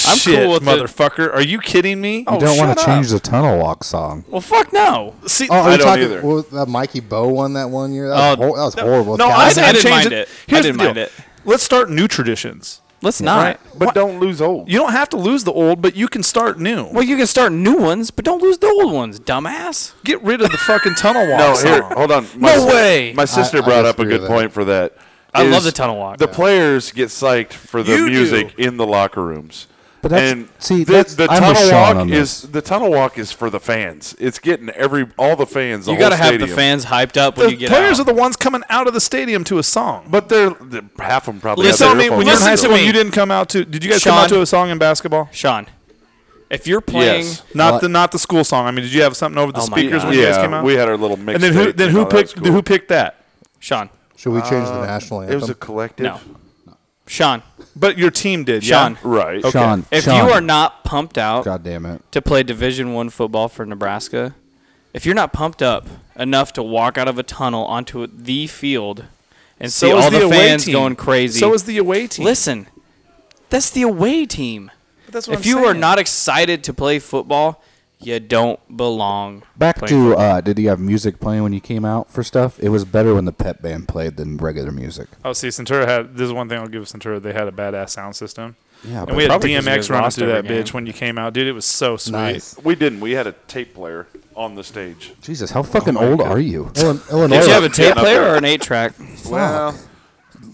S3: I'm
S2: Shit,
S3: cool with it.
S2: motherfucker. Are you kidding me?
S3: Oh,
S4: you don't want
S3: shut
S4: to
S3: up.
S4: change the tunnel walk song.
S3: Well, fuck no.
S2: See,
S6: Oh, are
S5: I
S6: you
S5: don't
S6: talking,
S5: either. Uh,
S6: What was that Mikey Bow one that one year? That was,
S3: Oh,
S6: hor- that was horrible.
S2: no,
S6: Cow-
S2: I,
S3: I
S2: said
S3: didn't
S2: change
S3: mind
S2: it.
S3: it. I
S2: Here's
S3: didn't
S2: the deal.
S3: mind it.
S2: Let's start new traditions.
S3: Let's not.
S5: But don't lose old.
S2: You don't have to lose the old, but you can start new.
S3: Well, you can start new ones, but don't lose the old ones, dumbass.
S2: Get rid of the fucking tunnel walk.
S5: no,
S2: song.
S5: here, hold on. My
S3: No way.
S5: My sister
S6: I
S5: brought up a
S6: disagree
S5: good
S6: with that.
S5: point for that.
S3: I love
S5: is
S3: the tunnel walk.
S5: The players get psyched for the
S2: You do.
S5: music in the locker rooms.
S4: But that's-
S5: and
S4: see,
S5: the,
S4: that's-
S5: the
S4: I'm with
S5: tunnel
S4: Sean
S5: walk
S4: on
S5: is
S4: this.
S5: the tunnel walk is for the fans. It's getting every all the fans. The
S3: you
S5: got to
S3: gotta have the fans hyped up when
S2: the
S3: you get
S2: players
S3: out.
S2: are the ones coming out of the stadium to a song.
S5: but they're, they're half of them probably.
S3: Listen
S5: have
S2: Tell
S5: their
S2: me, when you're
S5: earphones
S2: in high
S5: in.
S3: Listen to
S2: school,
S3: me.
S2: you didn't come out to. Did you guys come
S3: Sean.
S2: out to a song in basketball?
S3: Sean, if you're playing,
S5: Yes.
S2: Not
S4: Well,
S2: the not the school song. I mean, did you have something over the
S3: Oh my
S2: speakers
S3: God.
S2: when you guys came
S5: Yeah,
S2: out?
S5: we had our little mix.
S2: and then who then who picked who picked that?
S3: Sean,
S6: Should we change the national anthem?
S5: Uh, It was a collective.
S3: no, Sean,
S2: But your team did,
S3: Sean,
S2: Yeah?
S5: Right.
S4: Sean,
S3: if
S4: Sean.
S3: you are not pumped out
S4: God damn it.
S3: to play Division One football for Nebraska, if you're not pumped up enough to walk out of a tunnel onto the field and see
S2: So is
S3: all
S2: the,
S3: the,
S2: away
S3: fans
S2: team.
S3: going crazy,
S2: So is the away team.
S3: listen, that's the away team.
S2: But that's what
S3: If
S2: I'm
S3: you are
S2: saying.
S3: not excited to play football, you don't belong.
S4: Back
S3: playing
S4: to uh, did you have music playing when you came out for stuff? It was better when the pep band played than regular music.
S2: Oh, see, Centura had. This is one thing I'll give Centura. They had a badass sound system.
S4: Yeah,
S2: and
S4: but
S2: we had
S3: probably 'cause you guys
S2: DMX running
S3: lost
S2: through that
S3: every game.
S2: bitch when you came out, dude. It was so sweet.
S6: nice.
S5: We didn't. We had a tape player on the stage.
S4: Jesus, how fucking old are you?
S6: Illinois,
S3: Did
S6: Illinois,
S3: you have a
S5: Getting
S3: tape
S5: up
S3: player
S5: there.
S3: or an eight track?
S5: Well,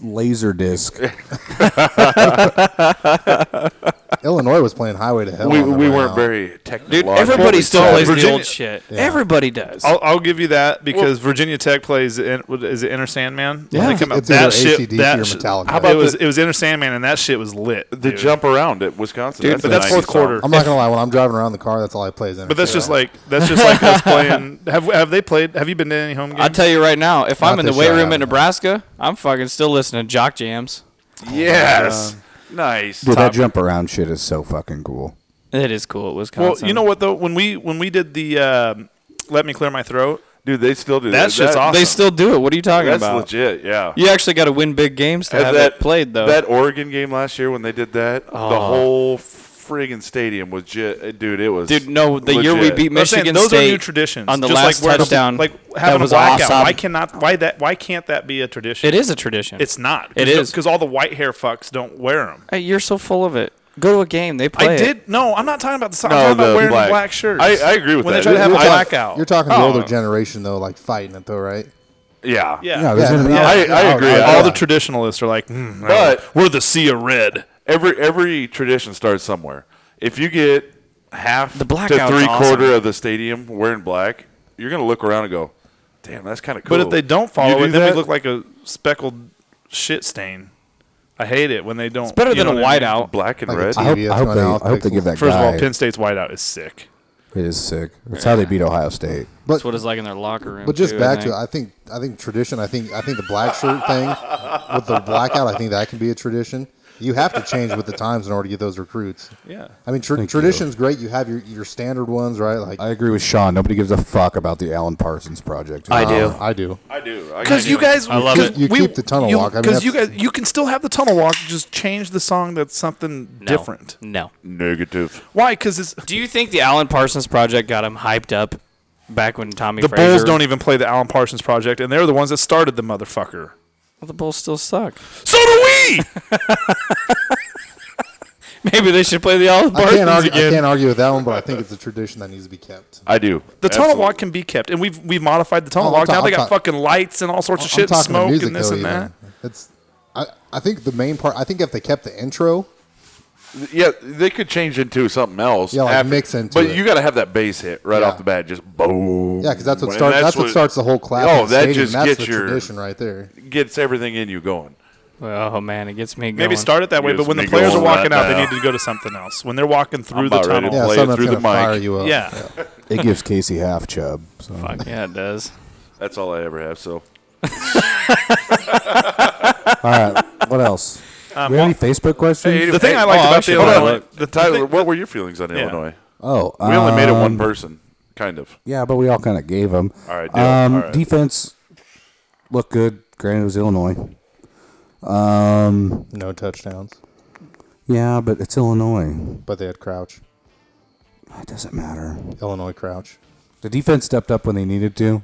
S4: Laser disc.
S6: Illinois was playing Highway to Hell.
S5: we,
S6: on the
S5: we
S6: way
S5: weren't
S6: out.
S5: very technical.
S3: Dude, everybody still plays the
S2: Virginia- Oh,
S3: old shit. Everybody does.
S2: I'll, I'll give you that because Virginia Tech plays in, what is it Inner Sandman? When
S6: Yeah.
S2: they come out,
S6: It's
S2: that
S6: either
S2: shit.
S6: AC/DC
S2: that
S6: or
S2: shit-
S6: Metallica.
S2: How about it was it was Inner Sandman and that shit was lit.
S5: the
S2: dude.
S5: jump around at Wisconsin.
S2: Dude,
S5: a
S2: but that's
S5: 90
S2: fourth
S5: song.
S2: quarter.
S6: I'm not gonna lie. When I'm driving around the car, that's all I play. Is
S2: But that's just like that's just like us playing. Have have they played? Have you been to any home games?
S3: I tell you right now, if I'm in the
S6: this
S3: weight
S6: year I
S3: room in
S6: haven't.
S3: Nebraska, I'm fucking still listening to jock jams.
S5: Yes. Nice.
S4: Dude,
S5: Top-
S4: that jump around shit is so fucking cool.
S3: It is cool at Wisconsin.
S2: well, you know what though, when we when we did the um, let me clear my throat.
S5: Dude, they still do
S2: That
S5: that.
S2: shit's
S5: that,
S2: awesome.
S3: they still do it. What are you talking
S5: That's
S3: about?
S5: legit. Yeah.
S3: You actually got to win big games to
S5: And
S3: have it played, though.
S5: That Oregon game last year when they did that,
S2: Oh.
S5: the whole friggin' stadium was just, dude. It was
S3: Dude, no, the year we
S5: legit.
S3: beat
S2: But I'm saying
S3: Michigan
S2: those
S3: State
S2: are new traditions.
S3: on the
S2: Just
S3: last
S2: like wearing a-
S3: touchdown,
S2: like
S3: that
S2: having
S3: was
S2: a blackout.
S3: awesome.
S2: Why cannot why that why can't that be a tradition?
S3: it is a tradition.
S2: It's not.
S3: It is.
S2: because all the white hair fucks don't wear them.
S3: Hey, you're so full of it. Go to a game. They play
S2: I
S3: it.
S2: did. No, I'm not talking about the song.
S5: No,
S2: I'm talking
S5: the
S2: about wearing
S5: black.
S2: black, shirts.
S5: I- I agree with
S2: when
S5: that.
S2: When they try to have
S5: You're
S2: a
S5: talking-
S2: blackout.
S6: You're talking the
S2: Oh,
S6: older generation though, like fighting it though, right?
S5: Yeah.
S2: Yeah.
S4: No, there's
S6: Yeah,
S4: gonna be
S6: no,
S5: I, I
S6: Yeah.
S5: agree.
S6: Yeah.
S5: I-
S2: All the traditionalists are like, "Hmm,
S5: But-
S2: we're the sea of red.
S5: every every tradition starts somewhere. If you get half to
S3: The
S5: three
S3: blackout's
S5: quarter
S3: awesome.
S5: of the stadium wearing black, you're gonna look around and go, "Damn, that's kind of cool."
S2: But if they don't
S5: You
S2: follow
S5: do
S2: it, then
S5: that?
S2: we look like a speckled shit stain. I hate it when they don't. It's
S3: better than a whiteout.
S5: black and
S6: Like a
S5: red.
S4: I hope,
S6: TV
S4: I
S6: that's
S4: hope
S6: going
S4: they,
S6: off
S4: I hope they
S6: pixels.
S4: give that
S2: First
S4: guy.
S2: of all, Penn State's whiteout is sick.
S4: it is sick. That's how they beat Ohio State.
S3: That's what it's like in their locker room.
S6: But just
S3: too, I
S6: back to
S3: think.
S6: it, I think I think tradition. I think I think the black shirt thing with the blackout. I think that can be a tradition. You have to change with the times in order to get those recruits.
S2: Yeah.
S6: I mean, tra- tradition's great. You have your, your standard ones, right? Like
S4: I agree with Sean. Nobody gives a fuck about the Alan Parsons project.
S6: I do. um, I do.
S5: I do. I
S2: Because you guys, I
S3: love it.
S6: You keep the tunnel walk. I mean,
S2: Because you
S6: that's-
S2: guys, you can still have the tunnel walk. Just change the song. That's something
S3: No.
S2: different.
S3: No.
S5: negative.
S2: Why? Because it's
S3: Do you think the Alan Parsons project got him hyped up back when Tommy
S2: the
S3: Frazier?
S2: Bulls don't even play the Alan Parsons Project, and they're the ones that started the motherfucker.
S3: Well, the Bulls still suck.
S2: So do we.
S3: Maybe they should play the Alan
S6: I
S3: Parsons
S6: can't, argue, I
S3: again.
S6: can't argue with that one, but I think it's a tradition that needs to be kept.
S5: I do.
S2: The tunnel
S5: Absolutely.
S2: walk can be kept, and we've we've modified the tunnel
S6: Oh, I'm
S2: walk.
S6: ta-
S2: now they
S6: I'm
S2: got
S6: ta-
S2: fucking lights and all sorts of shit, and
S6: I'm talking the
S2: smoke
S6: music,
S2: and this
S6: though,
S2: and
S6: even.
S2: that.
S6: It's. I, I think the main part. I think if they kept the intro,
S5: Yeah, they could change into something else.
S6: Yeah, like mix into
S5: But
S6: it.
S5: you got to have that bass hit right off the bat, just boom.
S6: yeah, because that's what
S5: And
S6: starts. That's, what, starts the whole clap.
S5: Oh,
S6: in the
S5: that
S6: stadium.
S5: just
S6: that's
S5: gets
S6: the
S5: your-
S6: tradition right there.
S5: gets everything in you going.
S3: Oh man, it gets me going.
S2: Maybe start it that way,
S5: Yes,
S2: but when the
S5: make it
S2: players are
S5: all
S2: walking
S5: right
S2: out, they
S5: now.
S2: need to go to something else. When they're walking through the
S5: about ready
S2: tunnel,
S5: to
S6: Yeah,
S5: play it
S6: something that's
S5: through
S6: gonna
S5: the mic.
S6: fire you up.
S2: yeah,
S4: It gives Casey half chub. So.
S3: Yeah, it does.
S5: That's all I ever have. So
S4: All right. What else? we have any Facebook questions?
S5: Hey,
S2: the thing I liked
S3: oh, I
S2: about the
S3: should
S5: hold
S3: Illinois-
S5: on.
S2: Illinois,
S5: The uh, Tyler, what were your feelings on Illinois?
S4: oh,
S5: We only made it one
S4: um,
S5: person, kind of.
S4: Yeah, but we all kind of gave them.
S5: All right, deal.
S4: Um,
S5: All right.
S4: Defense looked good. Granted, it was Illinois. Um,
S6: No touchdowns,
S4: yeah, but it's Illinois.
S6: but they had Crouch.
S4: It doesn't matter.
S6: Illinois Crouch.
S4: The defense stepped up when they needed to.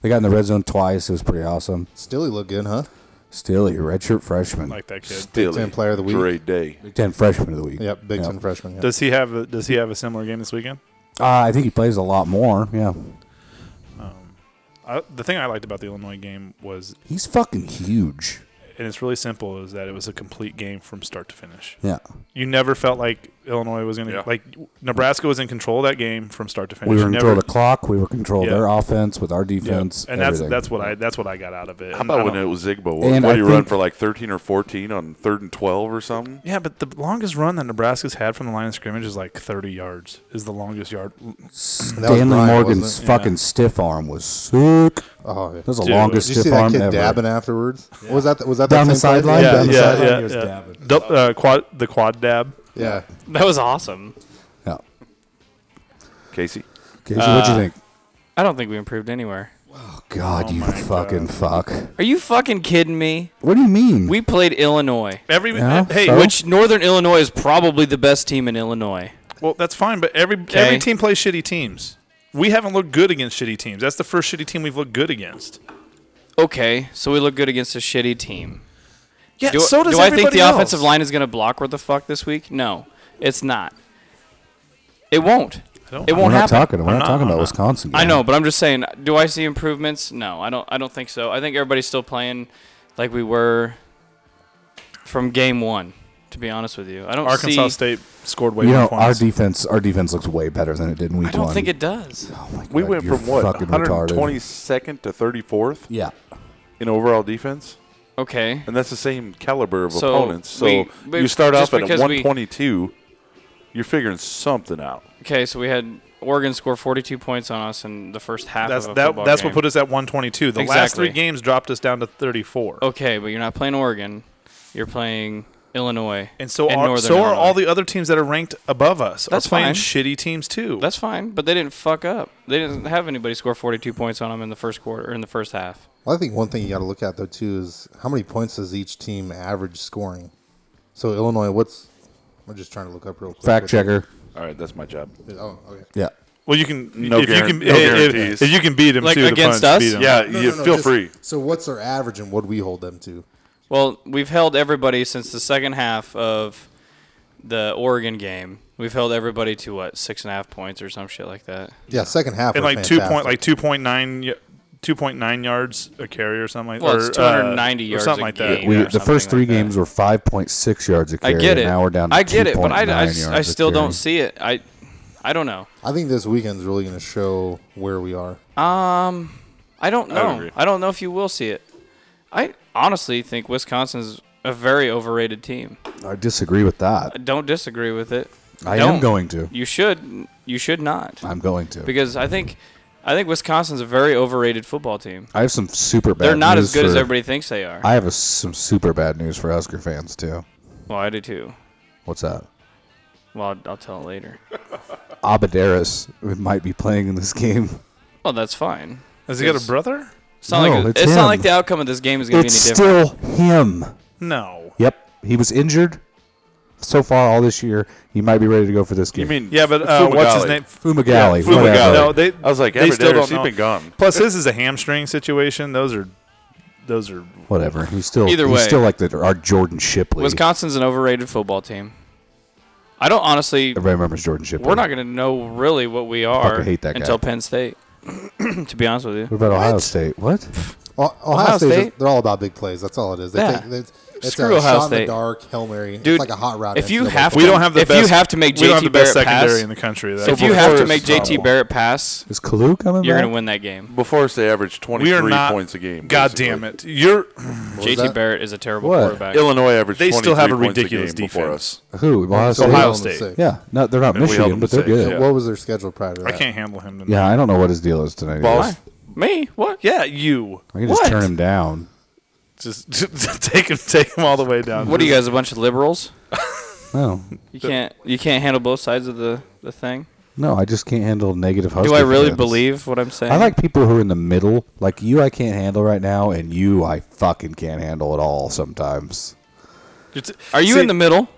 S4: They got in the red zone twice. It was pretty awesome.
S6: Still, he looked good, huh?
S4: Still, your redshirt freshman,
S2: like that kid.
S5: Still,
S6: Ten player of the week.
S5: great day.
S4: Big Ten freshman of the week.
S6: Yep, Big
S4: Yeah.
S6: Ten freshman. Yep.
S2: Does he have a, Does he have a similar game this weekend?
S4: Uh, I think he plays a lot more. Yeah,
S2: I, the thing I liked about the Illinois game was,
S4: he's fucking huge.
S2: and it's really simple, is that it was a complete game from start to finish.
S4: Yeah,
S2: You never felt like Illinois was going to
S5: Yeah.
S2: like Nebraska was in control of that game from start to finish.
S4: we were
S2: You
S4: in
S2: never-
S4: control of the clock. We were control of
S2: Yeah.
S4: their offense with our
S2: Yeah.
S4: defense.
S2: and that's
S4: everything.
S2: that's what I that's what I got out of it.
S5: How
S2: And I
S5: about when
S2: don't-
S5: it was Zigba?
S4: And
S5: What, what
S4: I
S5: do you run
S4: think-
S5: for like 13 or 14 on third and 12 or something?
S2: Yeah, but the longest run that Nebraska's had from the line of scrimmage is like 30 yards. Is the longest yard.
S6: That was
S4: Stanley
S6: Brian,
S4: Morgan's
S6: wasn't
S4: fucking stiff arm was sick. That
S6: Oh, yeah.
S4: was the
S2: Dude,
S4: longest
S6: Did you see
S4: stiff
S6: that
S4: arm
S6: kid
S4: ever.
S6: dabbing afterwards? Was that the, was that
S4: Down
S6: that
S4: the
S6: same play?
S4: sideline?
S6: Yeah,
S4: Down the
S6: yeah,
S4: sideline?
S2: yeah,
S4: he was
S2: yeah.
S4: dabbing.
S2: Du- uh, quad the quad dab.
S6: yeah.
S3: That was awesome.
S4: Yeah.
S5: Casey?
S4: Casey, what'd
S3: Uh,
S4: you think?
S3: I don't think we improved anywhere.
S4: God,
S3: oh
S4: you fucking fuck.
S3: Are you fucking kidding me?
S4: What do you mean?
S3: We played Illinois,
S2: Every eh,
S4: Yeah,
S2: hey,
S4: so?
S2: which
S3: which Northern Illinois is probably the best team in Illinois.
S2: well that's fine, but every every team plays shitty teams. We haven't looked good against shitty teams. That's the first shitty team we've looked good against.
S3: Okay, so we look good against a shitty team.
S2: Yeah,
S3: Do,
S2: so does
S3: do I think the
S2: everybody else.
S3: offensive line is going to block where the fuck this week? No, it's not. It won't.
S2: don't-
S3: It
S4: we're
S3: won't
S4: not
S3: happen.
S4: talking. We're
S2: I'm
S4: not,
S2: not-
S4: talking
S2: I'm
S4: about
S2: not.
S4: Wisconsin.
S3: I
S4: game.
S3: know, but I'm just saying. Do I see improvements? No, I don't. I don't think so. I think everybody's still playing like we were from game one. To be honest with you, I don't
S2: Arkansas
S3: see.
S2: State scored way
S4: You
S2: more
S4: know, our
S2: points.
S4: defense, our defense looks way better than it did in week
S3: I don't
S4: one.
S3: think it does.
S4: Oh my God,
S5: We went
S4: you're
S5: from what,
S4: Fucking retarded.
S5: 122nd to 34th
S4: Yeah.
S5: in overall defense?
S3: Okay.
S5: And that's the same caliber of
S3: So,
S5: opponents. So
S3: we- we-
S5: you start
S3: just
S5: off at a
S3: because we-
S5: 122, you're figuring something out.
S3: Okay. So we had Oregon score 42 points on us in the first half
S2: That's
S3: of a
S2: that,
S3: football
S2: that's what
S3: game.
S2: put us at 122. The last three
S3: Exactly.
S2: games dropped us down to 34.
S3: Okay, but you're not playing Oregon. You're playing Illinois.
S2: And so
S3: and
S2: are
S3: Northern
S2: so are
S3: Illinois.
S2: all the other teams that are ranked above us
S3: That's
S2: are playing
S3: fine.
S2: shitty teams too.
S3: That's fine, but they didn't fuck up. They didn't have anybody score 42 points on them in the first quarter or in the first half.
S6: Well, I think one thing you got to look at though too is how many points does each team average scoring? So Illinois, what's? I'm just trying to look up real quick.
S4: Fact checker.
S5: All right, that's my job.
S6: Oh, okay.
S4: Yeah.
S2: well, you can
S5: No
S2: if you can
S5: guaran- no
S2: if, if,
S5: guarantees.
S2: you can beat them
S3: Like,
S2: too, the
S3: against
S2: punch,
S3: us?
S2: beat 'em.
S5: Yeah,
S6: No,
S5: you
S6: no, no,
S5: feel
S6: just-
S5: free.
S6: So what's their average and what we hold them to?
S3: Well, we've held everybody since the second half of the Oregon game. We've held everybody to what six and a half points or some shit like that.
S6: Yeah, second half.
S2: and
S6: were
S2: like two point
S6: fantastic.
S2: like 2.9 y- 2.9 yards a carry or something like
S3: Well,
S2: or,
S3: it's 290
S2: uh,
S3: yards
S2: or something
S3: a
S2: like
S3: game.
S2: that.
S4: We,
S3: or
S4: the
S3: something
S4: first three
S3: like that.
S4: games were 5.6 yards a
S3: I
S4: carry.
S3: get it.
S4: Now we're down to
S3: I get it, but I,
S4: 2.9
S3: I, I
S4: yards a
S3: still
S4: carry.
S3: don't see it. I I don't know.
S6: I think this weekend's really going to show where we are.
S3: Um, I don't
S5: I would
S3: know.
S5: agree.
S3: I, don't know if you will see it. I honestly think Wisconsin's a very overrated team.
S4: I disagree with that.
S3: I don't disagree with it.
S4: I
S3: don't.
S4: am going to.
S3: You should. You should not.
S4: I'm going to.
S3: Because I think, I think Wisconsin's a very overrated football team.
S4: I have some super bad.
S3: They're not
S4: news
S3: as good as
S4: for-
S3: everybody thinks they are.
S4: I have a, some super bad news for Husker fans too.
S3: well, I do too.
S4: What's that?
S3: Well, I'll, I'll tell it later.
S4: Abadaris might be playing in this game.
S3: Well, that's fine.
S2: Has he got a brother?
S3: It's not
S4: No,
S3: like
S4: it's
S3: it's, not
S4: him.
S3: like the outcome of this game is going to be
S4: It's
S3: any different.
S4: still him.
S2: No.
S4: Yep, he was injured so far all this year. He might be ready to go for this game.
S5: You mean
S2: Yeah, but uh, what's his
S5: Fumagalli.
S2: name?
S4: Fumagalli?
S5: Fumagalli.
S4: whatever.
S2: No, they,
S5: I was like,
S2: they still
S5: Abadares,
S2: don't
S5: he's
S2: know.
S5: been gone.
S2: Plus, his is a hamstring situation. Those are those are
S4: Whatever. He's still
S3: Either
S4: he's
S3: way.
S4: still like the, our Jordan Shipley.
S3: Wisconsin's an overrated football team. I don't honestly.
S4: Everybody remembers Jordan Shipley.
S3: We're not going to know really what we are
S4: Fucker hate that guy.
S3: until Penn State. to be honest with you,
S4: What about Ohio State? What?
S6: O- Oh-, Ohio,
S3: Ohio
S6: State's-
S3: State?
S6: they're all about big plays. That's all it is. They
S3: Yeah.
S6: take, it's it's
S3: Screw
S6: a
S3: Ohio
S6: shot in the
S3: State.
S6: dark, hail mary.
S3: dude,
S6: it's like a hot route.
S3: If
S6: It's
S3: you
S6: nobody-
S3: have,
S2: We
S3: to,
S2: don't have the
S3: if
S2: best.
S3: you have to make JT
S2: we don't have the
S3: Barrett
S2: best secondary
S3: pass,
S2: in the country. That's
S3: if you
S5: before
S3: have to
S5: this
S3: make JT
S5: problem.
S3: Barrett pass,
S4: Is Kalu coming?
S3: you're
S4: back?
S3: going to win that game.
S5: Before us, they averaged
S2: we
S5: 23
S2: are not
S5: points a game.
S2: God
S5: basically.
S2: damn it! You're
S3: JT
S6: that?
S3: Barrett is a terrible
S4: What?
S3: quarterback.
S5: Illinois averaged
S2: they still have a
S5: 23 points
S2: ridiculous
S5: game before us.
S2: defense.
S4: Who? Ohio State.
S2: Ohio
S6: Hell in the
S2: State.
S6: six.
S4: Yeah. No, they're not
S5: And we held
S4: Michigan,
S5: them
S4: but they're
S5: six,
S4: good.
S5: yeah.
S4: Yeah.
S6: What was their schedule prior to
S2: I
S6: that?
S2: can't handle him. Tonight.
S4: I don't know what his deal is tonight. either.
S5: Balls-
S3: Me? What?
S2: Yeah, you
S4: I can just
S3: What?
S4: turn him down.
S2: just, take him, take him all the way down.
S3: What are you guys, a bunch of liberals?
S4: No.
S3: You can't you can't handle both sides of the, the thing.
S4: No, I just can't handle negative Husky
S3: Do I really
S4: fans.
S3: believe what I'm saying?
S4: I like people who are in the middle. Like you, I can't handle right now, and you, I fucking can't handle at all sometimes.
S2: It's-
S3: Are you
S2: see-
S3: in the middle?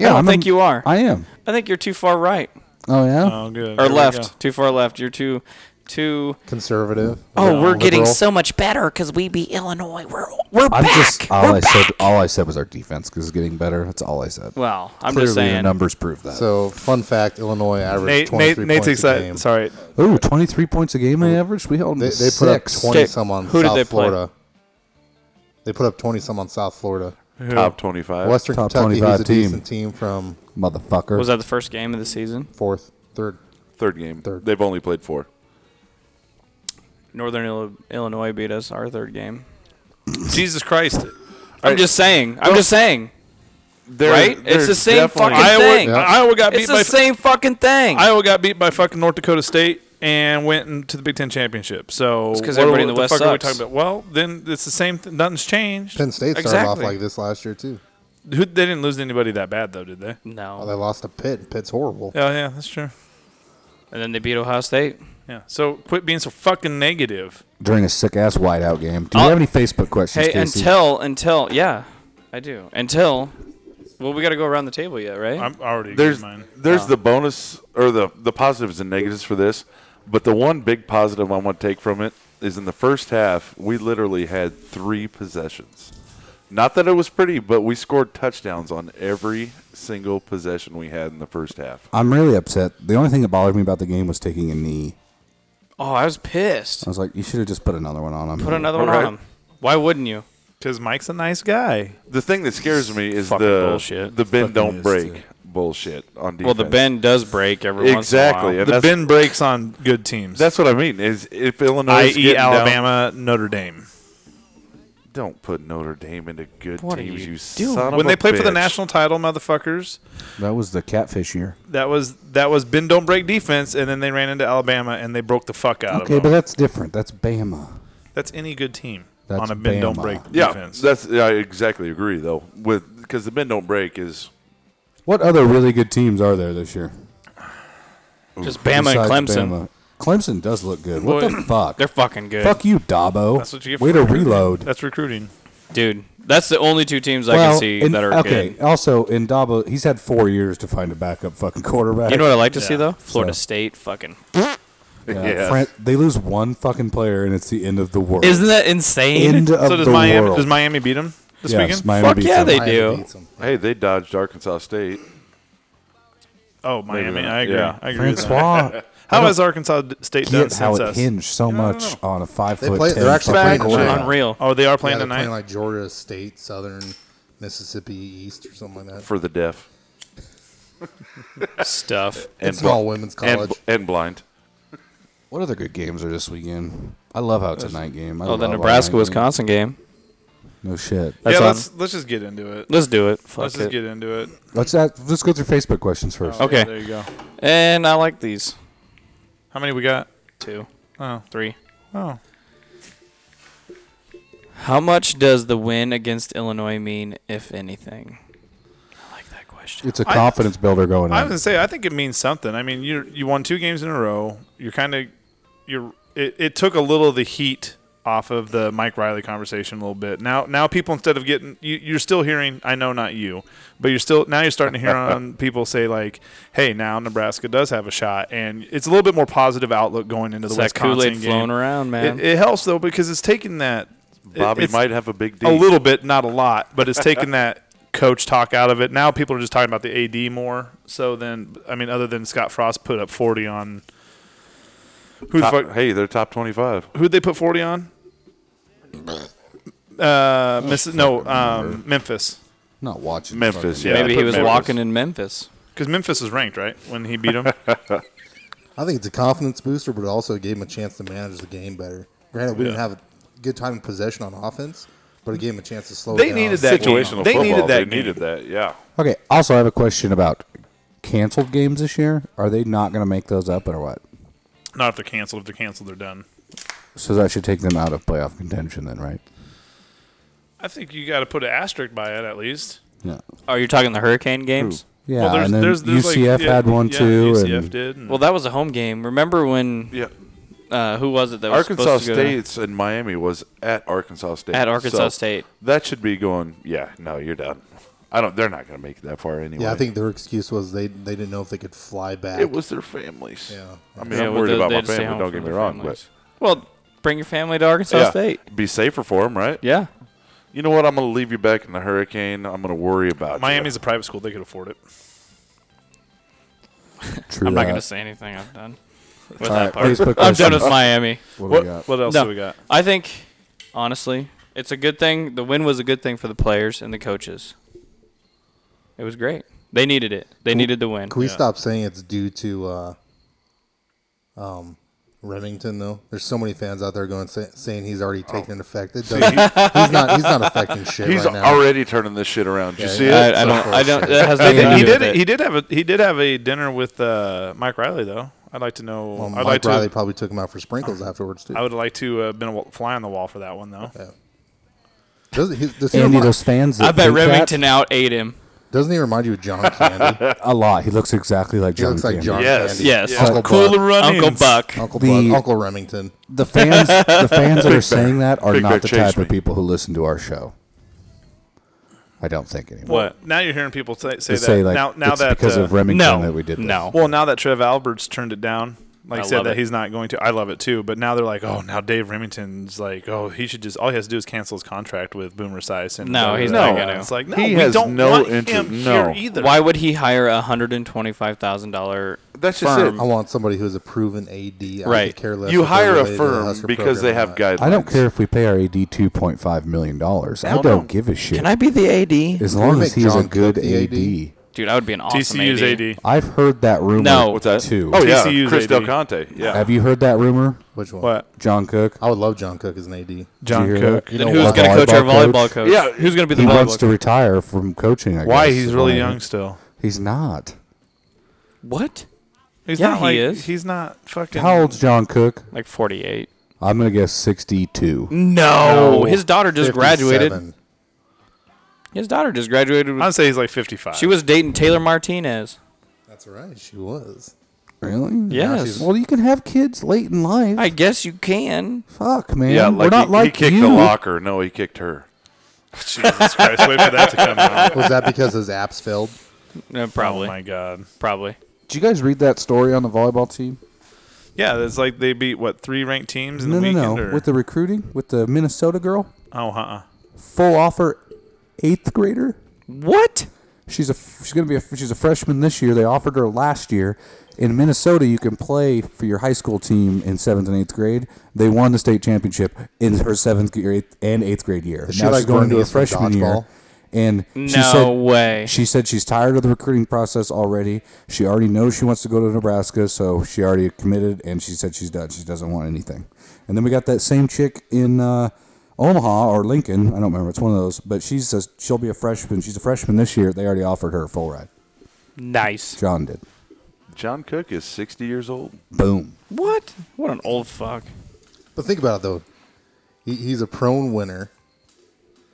S3: I don't
S4: I'm
S3: think
S4: a-
S3: you are. Um, I,
S4: I am.
S3: think you're too far right
S4: Oh yeah.
S2: Oh, good.
S3: or
S2: There we go.
S3: left. Too far left. You're too too.
S6: Conservative.
S8: Oh, we're getting
S6: liberal.
S8: so much better because we beat Illinois. We're we're
S4: I'm
S8: back.
S4: just all
S8: we're
S4: I
S8: back.
S4: said. All I said was our defense is getting better. That's all I said.
S3: Well, I'm
S4: Clearly,
S3: just
S4: the
S3: saying.
S4: numbers prove that.
S6: So, fun fact: Illinois averaged
S2: Nate,
S6: 23
S2: Nate, Nate's
S6: points a game.
S2: excited. Sorry,
S4: Ooh, 23 points a game on average. We held them
S6: They,
S4: to
S6: they put up
S4: six.
S6: 20
S3: Okay,
S6: some on
S3: who did
S6: South
S3: they play?
S6: Florida. They put up 20 some on South Florida.
S5: Top 25.
S6: Western
S4: Top
S6: Kentucky, who's
S4: 25
S6: a
S4: team.
S6: decent team from
S4: motherfucker.
S3: Was that the first game of the season?
S6: fourth, third.
S5: Third game.
S6: Third.
S5: They've only played four.
S3: Northern Ill- Illinois beat us our third game.
S2: Jesus Christ.
S3: I'm just saying. I'm just saying.
S5: They're,
S3: Right? It's
S5: they're
S3: the same
S5: definitely-
S3: fucking
S2: Iowa,
S3: thing.
S2: Iowa got beat
S3: It's
S2: by
S3: the same fucking thing.
S2: Iowa got beat by fucking North Dakota State and went into the Big Ten championship. So
S3: 'cause
S2: what-
S3: everybody
S2: what
S3: in the West
S2: fuck are we
S3: sucks.
S2: talking about? Well, then it's the same. thing. Nothing's changed.
S6: Penn State started off
S2: Exactly.
S6: like this last year too.
S2: Who, they didn't lose to anybody that bad though, did they?
S6: Oh,
S3: no.
S6: they lost to Pitt. Pitt's horrible.
S2: Oh yeah, that's true.
S3: And then they beat Ohio State.
S2: Yeah. So quit being so fucking negative.
S4: During a sick ass whiteout game. Do you
S3: I'll-
S4: have any Facebook questions,
S3: Uh, Hey,
S4: Casey?
S3: until until yeah, I do. Until well, we got to go around the table yet, right?
S2: I'm already
S5: There's,
S2: mine. Oh.
S5: there's the bonus or the, the positives and negatives for this. But the one big positive I want to take from it is in the first half, we literally had three possessions. Not that it was pretty, but we scored touchdowns on every single possession we had in the first half.
S4: I'm really upset. The only thing that bothered me about the game was taking a knee.
S3: oh, I was pissed.
S4: I was like, you should have just put another one on him.
S3: Put another one
S5: Alright.
S3: on him. Why wouldn't you?
S2: Because Mike's a nice guy.
S5: The thing that scares me is
S2: Fucking
S5: the
S2: bullshit.
S5: the bend don't
S4: is,
S5: break
S4: too.
S5: bullshit on defense.
S3: Well, the bend does break every once in a
S5: exactly,
S3: while.
S5: and
S2: The
S5: that's,
S2: bin breaks on good teams.
S5: that's what I mean. Is if Illinois, is
S2: i.e.
S5: getting down-
S2: E Alabama, Notre Dame.
S5: don't put Notre Dame into good
S3: What are
S5: teams.
S3: you
S5: You,
S3: doing?
S5: son of
S2: When
S5: a
S2: they played for the
S5: bitch.
S2: national title, motherfuckers,
S4: That was the catfish year.
S2: that was that was bin don't break defense, and then they ran into Alabama and they broke the fuck out
S4: Okay,
S2: of
S4: but
S2: them.
S4: that's different. That's Bama.
S2: that's any good team
S4: That's
S2: on a bin don't
S4: Bama.
S2: break
S5: yeah,
S2: defense.
S5: that's yeah, I exactly agree though with because the bend don't break is
S4: What other really good teams are there this year?
S3: Just Bama
S4: Besides
S3: and Clemson.
S4: Bama? Clemson does look good. What the
S2: Boy,
S4: fuck?
S3: They're fucking good,
S4: Fuck you, Dabo.
S2: That's what you get
S4: Way
S2: for
S4: to
S2: recruiting.
S4: reload.
S2: That's recruiting.
S3: dude. That's the only two teams I can see
S4: in-
S3: that are
S4: okay.
S3: good.
S4: Also, in Dabo, he's had four years to find a backup fucking quarterback.
S3: You know what I like to see
S2: Yeah.
S3: though? Florida
S4: So.
S3: State, fucking.
S5: yeah.
S4: Fran- they lose one fucking player, and it's the end of the world.
S3: Isn't that insane?
S4: end of
S2: So does
S4: the
S2: Miami
S4: world?
S2: does Miami beat them this
S4: Yes,
S2: weekend?
S4: Miami
S3: Fuck
S4: beats
S3: yeah,
S4: them.
S3: they
S6: Miami
S3: do.
S6: beats 'em.
S5: Hey, they dodged Arkansas State.
S2: oh, Miami.
S5: Maybe not.
S2: I agree.
S5: Yeah.
S2: I agree. with that.
S4: Francois.
S2: How has Arkansas d- State done
S4: Get
S2: since
S4: how it
S2: us?
S4: hinged so much on a five
S6: They
S4: foot.
S6: play-
S4: 10
S6: they're actually playing
S4: fucking
S6: tonight.
S4: quarterback.
S3: Unreal.
S2: Oh, they are
S6: Yeah,
S2: playing
S6: they're
S2: tonight.
S6: playing like Georgia State, Southern Mississippi East, or something like that.
S5: for the deaf
S3: Stuff.
S5: and
S6: it's an all
S5: bl-
S6: women's
S5: and,
S6: college.
S5: bl- and blind.
S4: What other good games are this weekend? I love how it's a night game. I
S3: Oh,
S4: love
S3: the
S4: all night
S3: Nebraska
S4: games.
S3: Wisconsin game.
S4: No shit.
S2: yeah,
S3: That's on.
S2: let's let's just get into it.
S3: Let's do it. Fuck
S2: Let's just
S3: it.
S2: get into it.
S4: Let's ask, let's go through Facebook questions first.
S2: Oh, yeah,
S3: Okay.
S2: there you go.
S3: And I like these
S2: How many we got?
S3: two,
S2: Oh,
S3: three.
S2: oh.
S3: How much does the win against Illinois mean, if anything? I like that question.
S4: It's a confidence builder going
S2: I was
S4: on.
S2: gonna say, I think it means something. I mean, you you won two games in a row. You're kind of you're. It, it took a little of the heat off of the Mike Riley conversation a little bit. Now now people instead of getting you, you're still hearing. I know not you, but you're still now you're starting to hear on people say like, hey, now Nebraska does have a shot, and it's a little bit more positive outlook going into the
S3: It's that
S2: Wisconsin
S3: Kool-Aid
S2: game.
S3: flowing around, man.
S2: It, it helps though because it's taking that. it-
S5: Bobby
S2: it's-
S5: might have a big D.
S2: a little bit, not a lot, but it's taken that coach talk out of it. Now people are just talking about the AD more. So then, I mean, other than Scott Frost put up forty on who the
S5: Top-
S2: fuck,
S5: hey, they're top twenty-five.
S2: who'd they put forty on? Uh, miss, no, um, Memphis
S4: Not watching
S5: Memphis,
S4: fucking-
S5: yeah. I
S3: Maybe he
S5: put
S3: was
S5: Memphis.
S3: walking in Memphis.
S2: because Memphis was ranked right when he beat him.
S6: I think it's a confidence booster, but it also gave him a chance to manage the game better. Granted, we didn't have a good time in possession on offense, but it gave him a chance to slow
S2: They
S6: down.
S2: needed that game.
S5: Situational
S2: They
S5: football.
S2: needed
S5: they
S2: that
S5: needed that. Yeah.
S4: Okay. Also, I have a question about canceled games this year. Are they not going to make those up or what?
S2: not if they're canceled. If they're canceled, they're done.
S4: So that should take them out of playoff contention then, right?
S2: I think you got to put an asterisk by it at least.
S4: Yeah.
S3: Oh, you're talking the Hurricane games?
S4: Yeah,
S2: well, there's,
S4: and then
S2: there's, there's like-
S4: UCF
S2: yeah,
S4: had one
S2: yeah,
S4: too.
S2: UCF
S4: and
S2: did. and-
S3: Well, that was a home game. Remember when?
S5: Yeah.
S3: Uh, who was it that was
S5: Arkansas
S3: supposed to go to-
S5: State's and Miami was at Arkansas State.
S3: At Arkansas
S5: So
S3: State.
S5: That should be going. Yeah, no, you're done. I don't. They're not going to make it that far anyway.
S6: Yeah, I think their excuse was they they didn't know if they could fly back.
S5: it was their families.
S6: Yeah.
S5: I mean,
S3: Yeah,
S5: I'm
S3: well,
S5: worried
S3: they-
S5: about
S3: they
S5: my
S3: had to stay
S5: family.
S3: home
S5: Don't
S3: for
S5: get me
S3: their
S5: wrong,
S3: families. Well, bring your family to Arkansas
S5: but yeah,
S3: State.
S5: be safer for them, right?
S3: Yeah.
S5: You know what? I'm going to leave you back in the hurricane. I'm going to worry about you.
S2: Miami's a private school; they could afford it.
S4: True
S3: I'm not
S4: that.
S3: going to say anything. I'm done. With
S4: All right,
S3: that part.
S4: Facebook
S3: I'm done
S4: questions.
S3: with Miami.
S4: What, do
S2: What,
S4: we got?
S2: what else
S3: No.
S2: do we got?
S3: I think, honestly, it's a good thing. The win was a good thing for the players and the coaches. It was great. They needed it. They needed the win.
S6: Can we stop saying it's due to uh, um, Remington though? There's so many fans out there going say, saying he's already taken an effect. It doesn't, he's not. He's not affecting shit
S5: Oh. He's
S6: right now.
S5: already turning this shit around. Did you see
S3: I,
S5: it?
S3: I don't. I don't. That has
S2: He
S3: nothing to
S2: did, he
S3: do with
S2: did.
S3: it.
S2: He did have a he did have a dinner with uh, Mike Riley, though. I'd like to know.
S6: Well,
S2: I'd
S6: Mike
S2: like
S6: Riley
S2: to.
S6: probably took him out for sprinkles afterwards too.
S2: I would like to have been a wa- fly on the wall for that one, though.
S6: Doesn't he, does he
S4: Andy,
S6: remind,
S4: those fans. that
S3: I bet
S4: think that,
S3: Remington out ate him.
S6: doesn't he remind you of John Candy?
S4: a lot. He looks exactly like
S6: He
S4: John.
S6: looks like
S4: Candy.
S6: John
S5: Yes,
S6: Candy.
S3: Yes.
S5: Yeah.
S6: Uncle
S2: Cooler
S6: Buck,
S2: running,
S3: Uncle Buck.
S6: Uncle
S4: The-
S6: Buck, Uncle Remington.
S4: The fans, the fans that are saying that are
S5: Big Bear
S4: not the type
S5: chased me.
S4: of people who listen to our show. I don't think anymore.
S2: What now? You're hearing people say, say
S4: They
S2: that
S4: say like
S2: now. Now
S4: it's
S2: that
S4: because
S2: uh,
S4: of Remington
S3: No.
S4: that we did. This.
S3: No.
S2: Well, now that Trev Alberts turned it down, like
S3: I
S2: said
S3: love
S2: that
S3: it.
S2: he's not going to. I love it too. But now they're like, oh, now Dave Remington's like, oh, he should just all he has to do is cancel his contract with Boomer Size. And
S3: No, he's
S2: da- da-
S3: not
S2: da-
S3: gonna.
S2: It's like no,
S5: He
S2: we
S5: has
S2: don't
S5: no
S2: want
S5: interest-
S2: him
S5: no.
S2: here either.
S3: Why would he hire a hundred and twenty-five thousand dollar?
S5: That's just
S3: firm.
S6: I want somebody who's a proven AD. I
S3: Right.
S6: could care less
S5: You
S6: if they're
S5: hire a
S6: related to the
S5: firm
S6: Husker
S5: because
S6: program
S5: they
S6: or
S5: have
S6: not.
S5: guidelines.
S4: I don't care if we pay our AD two point five million dollars. I
S5: Hell
S4: don't
S5: no.
S4: give a shit.
S8: Can I be the AD?
S4: as long
S6: we
S4: as
S6: make
S4: he's a
S6: John
S4: good
S6: Cook the
S4: AD.
S6: AD?
S3: Dude, I would be an awesome
S2: TCU's
S3: AD.
S2: AD?
S4: I've heard that rumor.
S3: No.
S5: What's that?
S4: Too.
S5: Oh yeah,
S2: TCU's
S5: Chris
S2: AD.
S5: Del Conte. Yeah.
S4: Have you heard that rumor,
S6: Which one?
S2: What?
S4: John Cook?
S6: I would love John Cook as an AD.
S2: John
S4: hear
S2: Cook.
S4: that?
S6: You
S3: Then
S6: know
S3: who's
S6: what?
S3: going to
S4: Volleyball
S3: coach our volleyball
S4: coach?
S3: coach?
S5: Yeah.
S3: Who's going to be
S4: He
S3: the
S4: wants
S3: volleyball
S4: to
S3: coach?
S4: retire from coaching. I
S2: Why
S4: guess,
S2: he's
S4: is
S2: really
S4: what I
S2: young
S4: heard.
S2: still.
S4: He's not.
S3: What?
S2: He's
S3: Yeah,
S2: not
S3: he
S2: like
S3: is.
S2: he's not fucking.
S4: How old's John Cook?
S3: Like forty-eight.
S4: I'm gonna guess sixty-two.
S3: No, his daughter just
S6: 57.
S3: graduated. His daughter just graduated. with-
S2: I'd say he's like 55.
S3: She was dating Taylor Martinez.
S6: That's right. She was.
S4: Really?
S3: Yes.
S4: Well, you can have kids late in life.
S3: I guess you can.
S4: Fuck, man.
S5: Yeah, like
S4: We're not
S5: he,
S4: like
S5: he kicked
S4: you.
S5: the locker. No, he kicked her.
S2: Jesus Christ, wait for that to come out.
S6: Was that because his apps failed?
S3: No,
S2: Oh
S3: probably.
S2: my god.
S3: probably.
S4: Did you guys read that story on the volleyball team?
S2: Yeah, it's like they beat what three ranked teams in the
S4: No, no,
S2: weekend
S4: no.
S2: or
S4: With the recruiting, with the Minnesota girl,
S2: oh, uh-uh.
S4: full offer, eighth grader.
S3: What?
S4: She's a she's gonna be a she's a freshman this year. They offered her last year. In Minnesota, you can play for your high school team in seventh and eighth grade. They won the state championship in her seventh gr- eighth, and eighth grade year.
S6: Is she
S4: now
S6: like
S4: she's going to a
S6: Bernice from
S4: freshman
S6: dodgeball?
S4: year, and she
S3: No
S4: said
S3: way.
S4: she said she's tired of the recruiting process already. She already knows she wants to go to Nebraska, so she already committed, and she said she's done. She doesn't want anything. And then we got that same chick in uh, Omaha or Lincoln. I don't remember. It's one of those. But she's a, she'll be a freshman. She's a freshman this year. They already offered her a full ride.
S3: Nice.
S4: John did.
S5: John Cook is 60 years old.
S4: Boom.
S3: What? What an old fuck.
S6: But think about it though. He, he's a prone winner.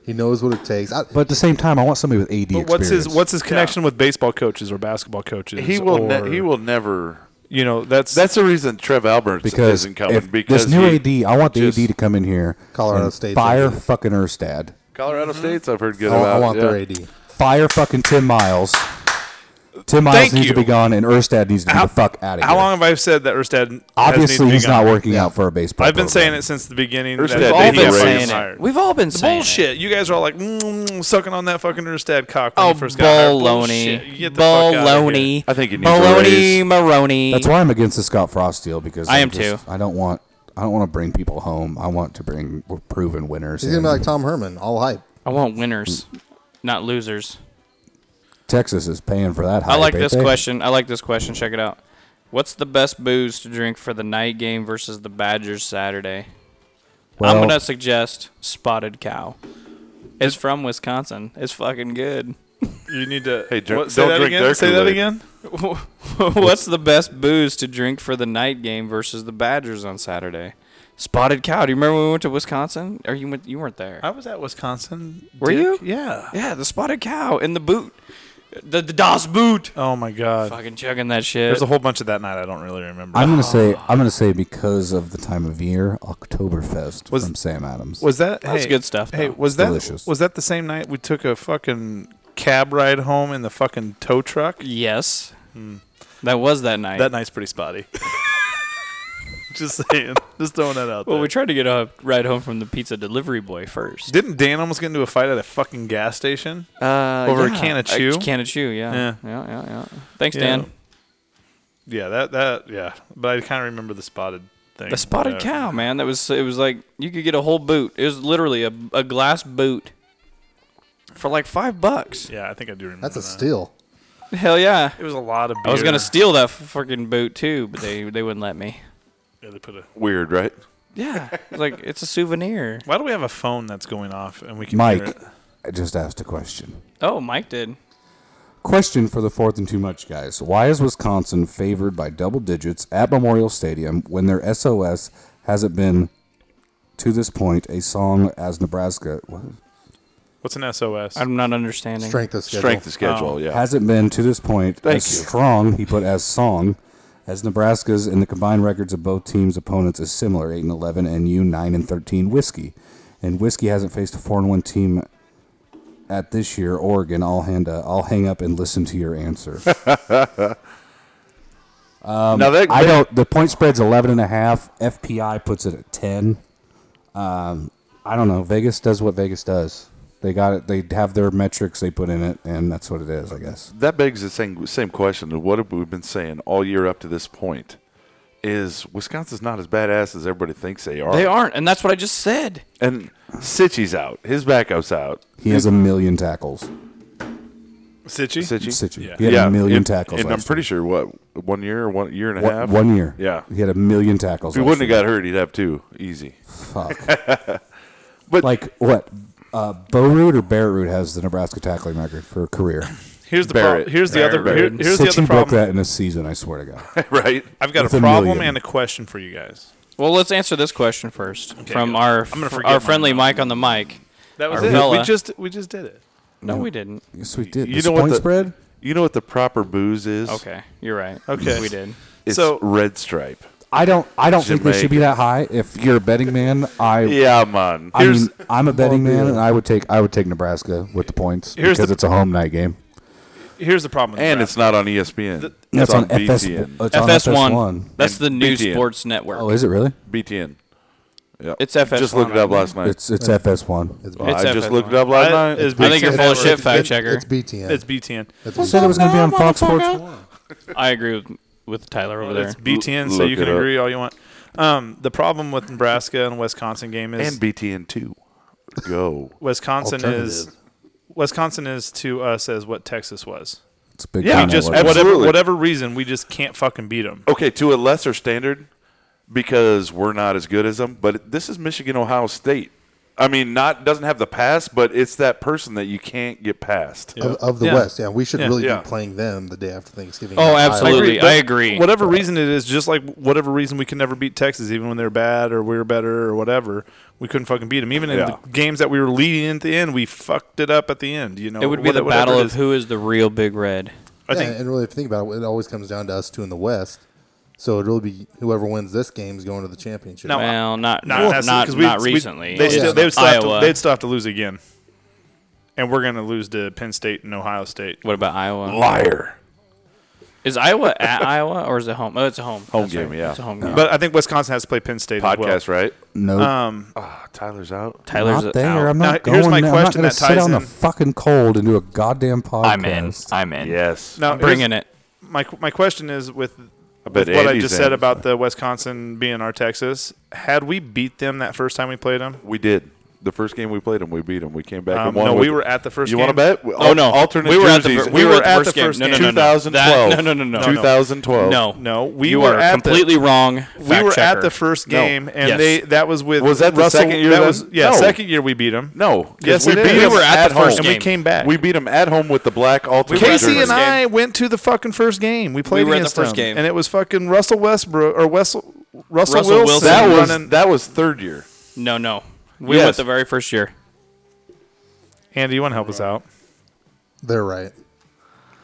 S6: He knows what it takes. I,
S4: But at the same time, I want somebody with AD
S2: But what's his
S4: experience.
S2: what's his connection with baseball coaches or basketball coaches?
S5: He will.
S2: Or,
S5: Ne- he will never.
S2: You know that's
S5: That's the reason Trev Alberts
S4: because
S5: isn't coming.
S4: if
S5: because
S4: this new
S5: he-
S4: AD, I want the
S5: just-
S4: AD to come in here.
S6: Colorado
S4: and
S6: State's
S4: fire
S6: AD.
S4: fucking Erstad.
S5: Colorado State's. I've heard good
S6: I want-
S5: about.
S6: I want
S5: yeah.
S6: their AD.
S4: Fire fucking Tim Miles. Tim Miles
S2: Thank
S4: needs
S2: you.
S4: to be gone, and Erstad needs to be the fuck out of here.
S2: How long have I said that Erstad?
S4: Obviously, he's not working
S6: Yeah.
S4: out for a baseball.
S2: I've been
S4: program.
S2: saying it since the beginning.
S5: Erstad
S2: that
S5: We've
S3: We've
S5: all
S2: he
S3: all
S5: been
S3: been
S2: was
S5: saying
S3: saying
S5: it.
S2: fired.
S3: it. We've all been saying
S2: Bullshit! You guys are all like mm, sucking on that fucking Erstad cock. When
S3: Oh,
S2: you first got hired. Bullshit.
S3: baloney.
S2: You get the fuck outta here.
S3: Baloney.
S5: I think he needs a
S3: Baloney
S5: raise.
S3: Maroney.
S4: That's why I'm against the Scott Frost deal because
S3: I
S4: I'm
S3: am
S4: just-
S3: too.
S4: I don't want. I don't want to bring people home. I want to bring proven winners.
S6: He's gonna be
S4: in.
S6: like Tom Herman, all hype.
S3: I want winners, not losers.
S4: Texas is paying for that.
S3: I
S4: hype,
S3: like
S4: ain't
S3: this
S4: they?
S3: question. I like this question. Check it out. What's the best booze to drink for the night game versus the Badgers Saturday? I'm
S4: Well-
S3: gonna suggest Spotted Cow. It's from Wisconsin. It's fucking good.
S2: You need to.
S5: Hey, drink-
S2: what, say
S5: don't
S2: that
S5: drink
S2: again.
S5: their
S2: Say that
S5: Kool-Aid.
S2: again.
S3: What's the best booze to drink for the night game versus the Badgers on Saturday? Spotted Cow. Do you remember when we went to Wisconsin? Or you went? You weren't there.
S2: I was at Wisconsin.
S3: Were
S2: Dick.
S3: you?
S2: Yeah.
S3: yeah, the Spotted Cow in the boot. The, the Das Boot.
S2: Oh my god.
S3: Fucking chugging that shit.
S2: There's a whole bunch of that night I don't really remember.
S4: I'm gonna say I'm gonna say because of the time of year, Oktoberfest
S2: Was-
S4: from Sam Adams.
S2: was that
S3: That's
S2: hey,
S3: good stuff,
S2: Hey,
S3: though.
S2: was that
S4: Delicious.
S2: was that the same night we took a fucking cab ride home in the fucking tow truck?
S3: yes. That was that night.
S2: Hmm. That night's pretty spotty. Just saying. Just throwing that out
S3: well,
S2: there.
S3: we tried to get a ride home from the pizza delivery boy first.
S2: Didn't Dan almost get into a fight at a fucking gas station?
S3: Uh,
S2: Over a can of chew?
S3: A can of chew, yeah.
S2: Yeah.
S3: Yeah, yeah, yeah. Thanks,
S2: Yeah.
S3: Dan.
S2: Yeah, that that yeah. But I kind of remember the spotted thing.
S3: The spotted
S2: Uh,
S3: cow, man. That was it was like you could get a whole boot. It was literally a, a glass boot for like five bucks.
S2: Yeah, I think I do remember.
S6: That's a
S2: that.
S6: steal.
S3: Hell yeah.
S2: It was a lot of. Beer.
S3: I was gonna steal that fucking boot too, but they they wouldn't let me.
S2: Yeah, they put a.
S5: Weird, right?
S3: Yeah, it's like it's a souvenir.
S2: Why do we have a phone that's going off and we can hear
S4: Mike,
S2: it?
S4: I just asked a question.
S3: Oh, Mike did.
S4: Question for the fourth and too much guys. Why is Wisconsin favored by double digits at Memorial Stadium when their SOS hasn't been to this point a song as Nebraska what?
S2: What's an SOS?
S3: I'm not understanding.
S6: Strength of schedule.
S5: Strength of schedule, yeah.
S4: hasn't been to this point
S5: Thank
S4: as
S5: you.
S4: strong he put as song as Nebraska's and the combined records of both teams opponents is similar 8 and 11 and you 9 and 13 whiskey and whiskey hasn't faced a 4 and 1 team at this year Oregon I'll hand uh, I'll hang up and listen to your answer
S5: now that
S4: I don't. The point spread's 11 and a half. FPI puts it at 10. Um, I don't know. Vegas does what Vegas does. They got it. They have their metrics they put in it, and that's what it is, I guess.
S5: that begs the same same question of what have we been saying all year up to this point? Is Wisconsin's not as badass as everybody thinks they are?
S3: They aren't, and that's what I just said.
S5: And Sitchy's out. His backup's out.
S4: He has a million tackles.
S2: Sitchy.
S5: Sitchy.
S4: Sitchy.
S2: Yeah.
S4: He had a million
S5: and-
S4: tackles.
S5: And I'm
S4: last
S5: pretty
S4: year.
S5: sure what one year, or one year and a
S4: One-
S5: half.
S4: One year.
S5: Yeah.
S4: He had a million tackles.
S5: If he
S4: last
S5: wouldn't have
S4: year.
S5: got hurt, he'd have two easy.
S4: Fuck.
S5: But-
S4: like what? Uh, Bo Root or Barrett Root has the Nebraska tackling record for a career.
S2: Here's the
S5: Barrett.
S2: problem. Here's the other.
S5: Barrett.
S2: here- here's the
S4: Sitchin
S2: other
S4: broke
S2: problem.
S4: that in a season. I swear to God.
S5: right?
S2: I've got
S4: with
S2: a
S4: a
S2: problem
S4: million.
S2: and a question for you guys.
S3: Well, let's answer this question first from
S2: go.
S3: our
S2: I'm gonna
S3: fr-
S2: forget mine
S3: our friendly
S2: now.
S3: Mike on the mic.
S2: That was
S3: Our
S2: it.
S3: fella.
S2: We just we just did it.
S3: No, we didn't.
S4: Yes, we did.
S5: You
S4: This
S5: know what
S4: point
S5: the-
S4: spread?
S5: You know what the proper booze is?
S3: Okay, you're right.
S2: Okay.
S3: we did.
S5: It's
S2: So-
S5: red stripe.
S4: I don't. I don't think they
S5: Jamaica.
S4: should be that high. If you're a betting man, I.
S5: Yeah, man.
S4: I
S2: Here's-
S4: mean, I'm a betting man, and I would take I would take Nebraska with the points
S2: Here's
S4: because
S2: the-
S4: it's a home night game.
S2: Here's the problem. with
S5: and
S2: the
S5: it's not on E ESPN.
S4: That's
S5: it's
S4: on,
S5: on,
S4: FS.
S5: BTN.
S4: Oh, It's on
S3: FS1.
S4: FS1.
S3: That's
S5: And
S3: the new
S5: BTN.
S3: sports network.
S4: Oh, is it really?
S5: BTN. Yeah.
S3: It's FS1,
S5: Just looked it up
S3: I
S5: last night.
S4: It's it's FS1.
S3: It's
S5: I just
S3: FS1.
S5: looked it up last
S2: I-
S5: night.
S2: it's
S3: I
S2: BTN.
S3: think you're full of shit,
S6: It's-
S3: fact
S6: it's-
S3: checker.
S6: It's BTN.
S2: It's BTN.
S6: It's
S4: Said it was going to be on Fox Sports.
S3: I agree with, with Tyler over there.
S2: Oh, It's BTN.
S5: L-
S2: So
S5: look
S2: you can
S5: it up.
S2: agree all you want. Um, the problem with Nebraska and Wisconsin game is
S5: and BTN two. Go.
S2: Wisconsin is Wisconsin is to us as what Texas was.
S4: It's a big.
S5: Yeah,
S4: game
S5: No,
S2: Just
S4: that was.
S2: whatever
S5: Absolutely.
S2: whatever reason, we just can't fucking beat them.
S5: Okay, to a lesser standard, because we're not as good as them. But this is Michigan, Ohio State. I mean, not doesn't have the pass, but it's that person that you can't get past.
S6: of, of the
S2: Yeah.
S6: West. Yeah, we should really
S5: Yeah.
S6: be playing them the day after Thanksgiving.
S3: Oh,
S6: Not Iowa.
S3: absolutely. I agree.
S2: Whatever reason it is, just like whatever reason we could never beat Texas, even when they're bad or we were better or whatever, we couldn't fucking beat them. Even in
S5: Yeah.
S2: the games that we were leading at the end, we fucked it up at the end. You know,
S3: It would be
S2: whate-
S3: the
S2: whatever
S3: battle
S2: it
S3: of
S2: is.
S3: who is the real Big Red.
S2: I
S6: Yeah,
S2: think
S6: and really, if you think about it, it always comes down to us two in the West. So it'd really be whoever wins this game is going to the championship.
S2: Now,
S3: Well, not
S2: No,
S3: not,
S2: that's-
S3: not,
S2: 'cause we-
S3: not
S2: we-
S3: recently.
S2: they,
S3: It's
S2: still, they would still have to,
S3: Iowa.
S2: they'd still have to lose again, and we're gonna lose to Penn State and Ohio State.
S3: What about Iowa?
S5: Liar.
S3: Is Iowa at Iowa or is it home? Oh, it's a home.
S5: Home
S3: That's
S5: game,
S3: right.
S5: yeah.
S3: It's a home game.
S2: But I think Wisconsin has to play Penn State.
S5: Podcast, right?
S4: no.
S5: Ah, Tyler's out.
S3: Tyler's
S4: not there.
S3: out.
S4: I'm not
S2: Now,
S4: going.
S2: here's my
S4: there.
S2: question
S4: I'm
S2: that
S4: not going to sit
S2: ties
S4: on the
S2: in.
S4: fucking cold and do a goddamn podcast.
S3: I'm in. I'm in.
S5: Yes.
S2: Now,
S3: I'm bringing it.
S2: My my question is with,
S5: bet
S2: with what I
S5: Andy's
S2: just said
S5: in.
S2: about the Wisconsin being our Texas. Had we beat them that first time we played them?
S5: We did. The first game we played them, we beat them. We came back
S2: Um,
S5: and won.
S2: no,
S5: with-
S2: we were at the first.
S5: You
S2: game.
S5: want to bet?
S3: Oh no!
S5: Alternate
S3: we were at the
S5: jerseys.
S3: fir- we were at the first game. No, no, no, no.
S5: 2012.
S3: That- No, no, no, no.
S5: 2012.
S3: No,
S2: No, we
S3: you
S2: were
S3: are
S2: at the-
S3: completely wrong.
S2: We were
S3: Fact-checker.
S2: at the first
S5: No.
S2: game, and
S3: Yes.
S2: they that was with
S5: Was that the
S2: Russell-
S5: second year
S2: That
S5: then?
S2: was yeah,
S5: No.
S2: second year we beat them.
S5: No, 'cause
S2: yes,
S5: we
S2: we,
S5: did.
S2: did.
S5: We were at the first
S2: home, and we
S3: game.
S2: came back.
S5: We beat them at home with the black alternate.
S3: were at the
S2: Casey
S5: jerseys.
S2: and I went to the fucking first game. We played
S3: were at the
S2: against
S3: first
S2: them,
S3: game.
S2: and it was fucking Russell Westbrook or Wessel, Russell,
S3: Russell
S2: Wilson.
S3: Wilson.
S5: That was
S2: running-
S5: that was third year.
S3: No, no. We
S5: Yes.
S3: went the very first year.
S2: Andy, you want to help us out?
S6: They're right.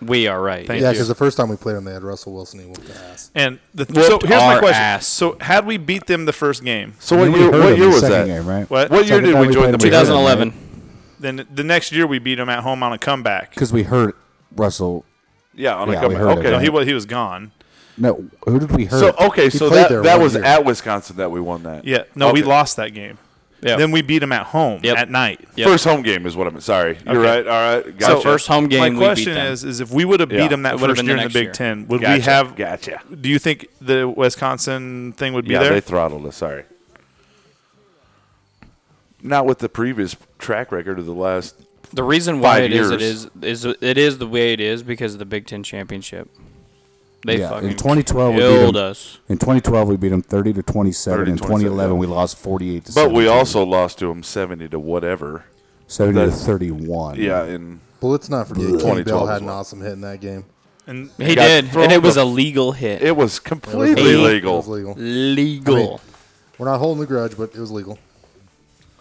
S3: We are right.
S2: Thank
S6: Yeah,
S2: you.
S6: because the first time we played them, they had Russell Wilson. He whooped the ass.
S2: And the, so
S3: Whooped
S2: here's my
S3: our
S2: question.
S3: ass.
S2: So had we beat them the first game,
S5: So what
S4: And then we
S5: year?
S4: heard
S5: What
S4: him
S5: year
S4: the
S5: was that?
S4: second game, right?
S2: What?
S5: What year
S4: Second
S5: did
S4: time
S5: we
S4: we
S5: join
S4: played
S5: the
S4: them,
S5: big?
S3: 2011.
S2: then the next year we beat them at home on a comeback.
S4: Because we hurt Russell.
S5: Yeah, on a
S4: Yeah, we
S5: comeback.
S4: heard it,
S5: Okay,
S2: No, he
S4: right?
S2: was he was gone.
S4: No, who did we hurt?
S5: so okay, so
S6: played
S5: that
S6: there
S5: that
S6: one
S5: was
S6: year.
S5: at Wisconsin that we won that.
S2: Yeah, no, we
S5: Okay.
S2: lost that game.
S3: Yeah.
S2: Then we beat them at home
S3: Yep.
S2: at night.
S3: Yep.
S5: First home game is what I'm. Sorry, you're
S2: Okay.
S5: right. All right,
S3: So
S5: gotcha.
S3: first home game.
S2: My
S3: we beat
S2: question
S3: them.
S2: is, is if we would have beat
S5: Yeah,
S2: them that
S3: it would've
S2: first
S3: been
S2: year
S3: the
S2: in the
S3: next
S2: Big
S3: year.
S2: Ten, would we
S5: Gotcha,
S2: have?
S5: Gotcha.
S2: Do you think the Wisconsin thing would be
S5: yeah,
S2: there?
S5: they throttled us. Sorry. Not with the previous track record of the last.
S3: the reason why
S5: five
S3: it is
S5: years.
S3: it is is it is the way it is because of the Big Ten championship. They
S4: Yeah,
S3: fucking
S4: in 2012 we beat
S3: killed
S4: them.
S3: us.
S4: in 2012, we beat them 30 to 27.
S5: 30
S4: in 2011,
S5: yeah.
S4: we lost 48 to.
S5: But we
S4: 17,
S5: also lost to them seventy to whatever.
S4: 70 to
S5: that's-
S4: 31.
S5: Yeah, and
S6: But let's not forget, Kenny
S5: 2012
S6: Bell
S5: as
S6: had an
S5: well.
S6: awesome hit in that game.
S2: and
S3: He
S5: got
S3: did,
S5: thrown
S3: and it was
S5: the-
S3: a legal hit.
S5: it was completely
S3: Eight.
S6: It was
S5: legal.
S6: legal.
S3: legal.
S6: I mean, We're not holding the grudge, but it was legal.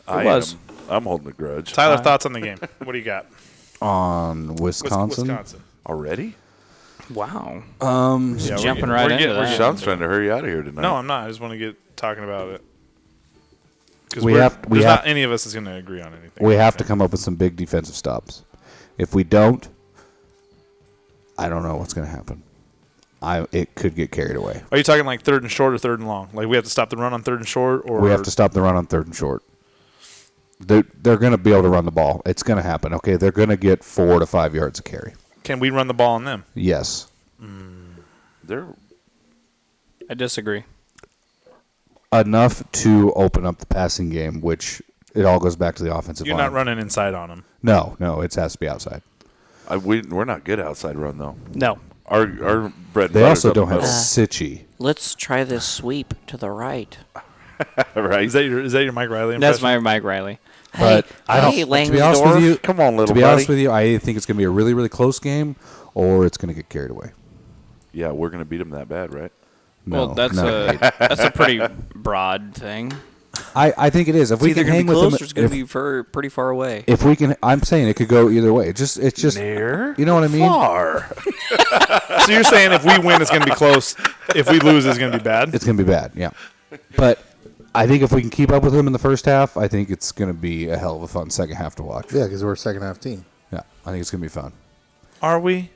S5: I
S3: It was.
S5: Am, I'm holding a grudge
S2: Tyler,
S3: Uh-huh.
S2: thoughts on the game? What do you got?
S4: On
S2: Wis-
S4: Wisconsin.
S2: Wisconsin.
S5: already.
S3: wow.
S4: Um,
S2: Yeah, we're
S3: Jumping
S2: getting-
S3: right
S2: we're
S3: into
S2: getting- we're
S3: that.
S2: getting-
S5: Sean's trying to hurry out of here tonight.
S2: No, I'm not. I just want to get talking about it. 'Cause
S4: We
S2: we're-
S4: have- we
S2: there's
S4: have-
S2: not any of us is going to agree on anything.
S4: we have to come up with some big defensive stops. If we don't, I don't know what's going to happen. I it could get carried away.
S2: Are you talking like third and short or third and long? Like we have to stop the run on third and short, or
S4: We have to stop the run on third and short. They're, they're going to be able to run the ball. It's going to happen. Okay, they're going to get four to five yards of carry.
S2: can we run the ball on them?
S4: Yes.
S5: They're
S3: I disagree.
S4: enough to open up the passing game, which it all goes back to the offensive
S2: You're
S4: line.
S2: not running inside on them.
S4: No, no, it has to be outside.
S5: I, we, we're not good outside run though.
S3: No.
S5: Our our bread. and
S4: They
S5: butter's
S4: also
S5: up
S4: don't have
S5: middle.
S4: Sitchy.
S8: Let's try this sweep to the right.
S5: right.
S2: Is that your is that your Mike Riley? Impression?
S3: That's my Mike Riley.
S4: But
S8: hey,
S4: I don't.
S8: hey,
S4: to be honest with
S8: Langsdorff.
S4: you,
S5: Come on,
S4: to
S5: little
S4: be honest
S5: buddy.
S4: with you, I either think it's going to be a really, really close game, or it's going to get carried away.
S5: Yeah, we're gonna beat them that bad, right?
S4: No,
S3: well, that's
S4: no.
S3: a that's a pretty broad thing.
S4: I, I think it is. If we
S8: It's either going
S4: can
S8: to
S4: hang
S8: be
S4: with
S8: close
S4: them,
S8: or it's going
S4: if,
S8: to be fur, pretty far away.
S4: if we can, I'm saying it could go either way. It just it's just you know what I mean.
S5: Far.
S2: so you're saying if we win, it's going to be close. If we lose, it's going to be bad.
S4: It's going to be bad. Yeah, but. I think if we can keep up with them in the first half, I think it's going to be a hell of a fun second half to watch.
S6: Yeah, because we're a second half team.
S4: yeah I think it's going to be fun.
S2: Are we?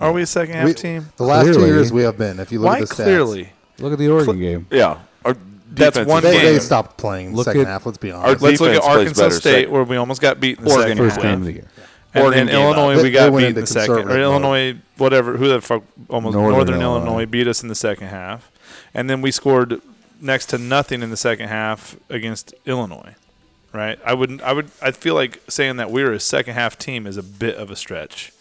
S2: Are we a second half
S6: We-
S2: team?
S6: The last two
S4: Clearly.
S6: years we have been. If you look
S2: Why
S6: at the stats,
S2: clearly?
S4: Look at the Oregon game.
S5: Yeah. Our
S2: That's
S5: defense
S2: one
S5: is
S6: they, they
S2: game.
S6: stopped playing
S4: Look
S6: second
S4: at-
S6: half. Let's be honest.
S5: Our
S2: Let's look at
S5: defense plays
S2: Arkansas
S5: better
S2: State,
S5: second.
S2: where we almost got beat in the
S3: Oregon
S2: second
S4: First
S3: half.
S4: game of
S2: half.
S4: the year.
S2: And
S5: Oregon
S2: then
S5: gave up.
S2: Illinois, we
S6: They- they
S2: got
S6: went
S2: beat in
S6: into
S2: the second.
S6: conservative
S2: Or
S6: mode.
S2: Illinois, whatever, who the fuck, almost
S4: Northern
S2: Northern,
S4: Illinois.
S2: Illinois. beat us in the second half, and then we scored next to nothing in the second half against Illinois. Right? I wouldn't. I would. I feel like saying that we're a second half team is a bit of a stretch.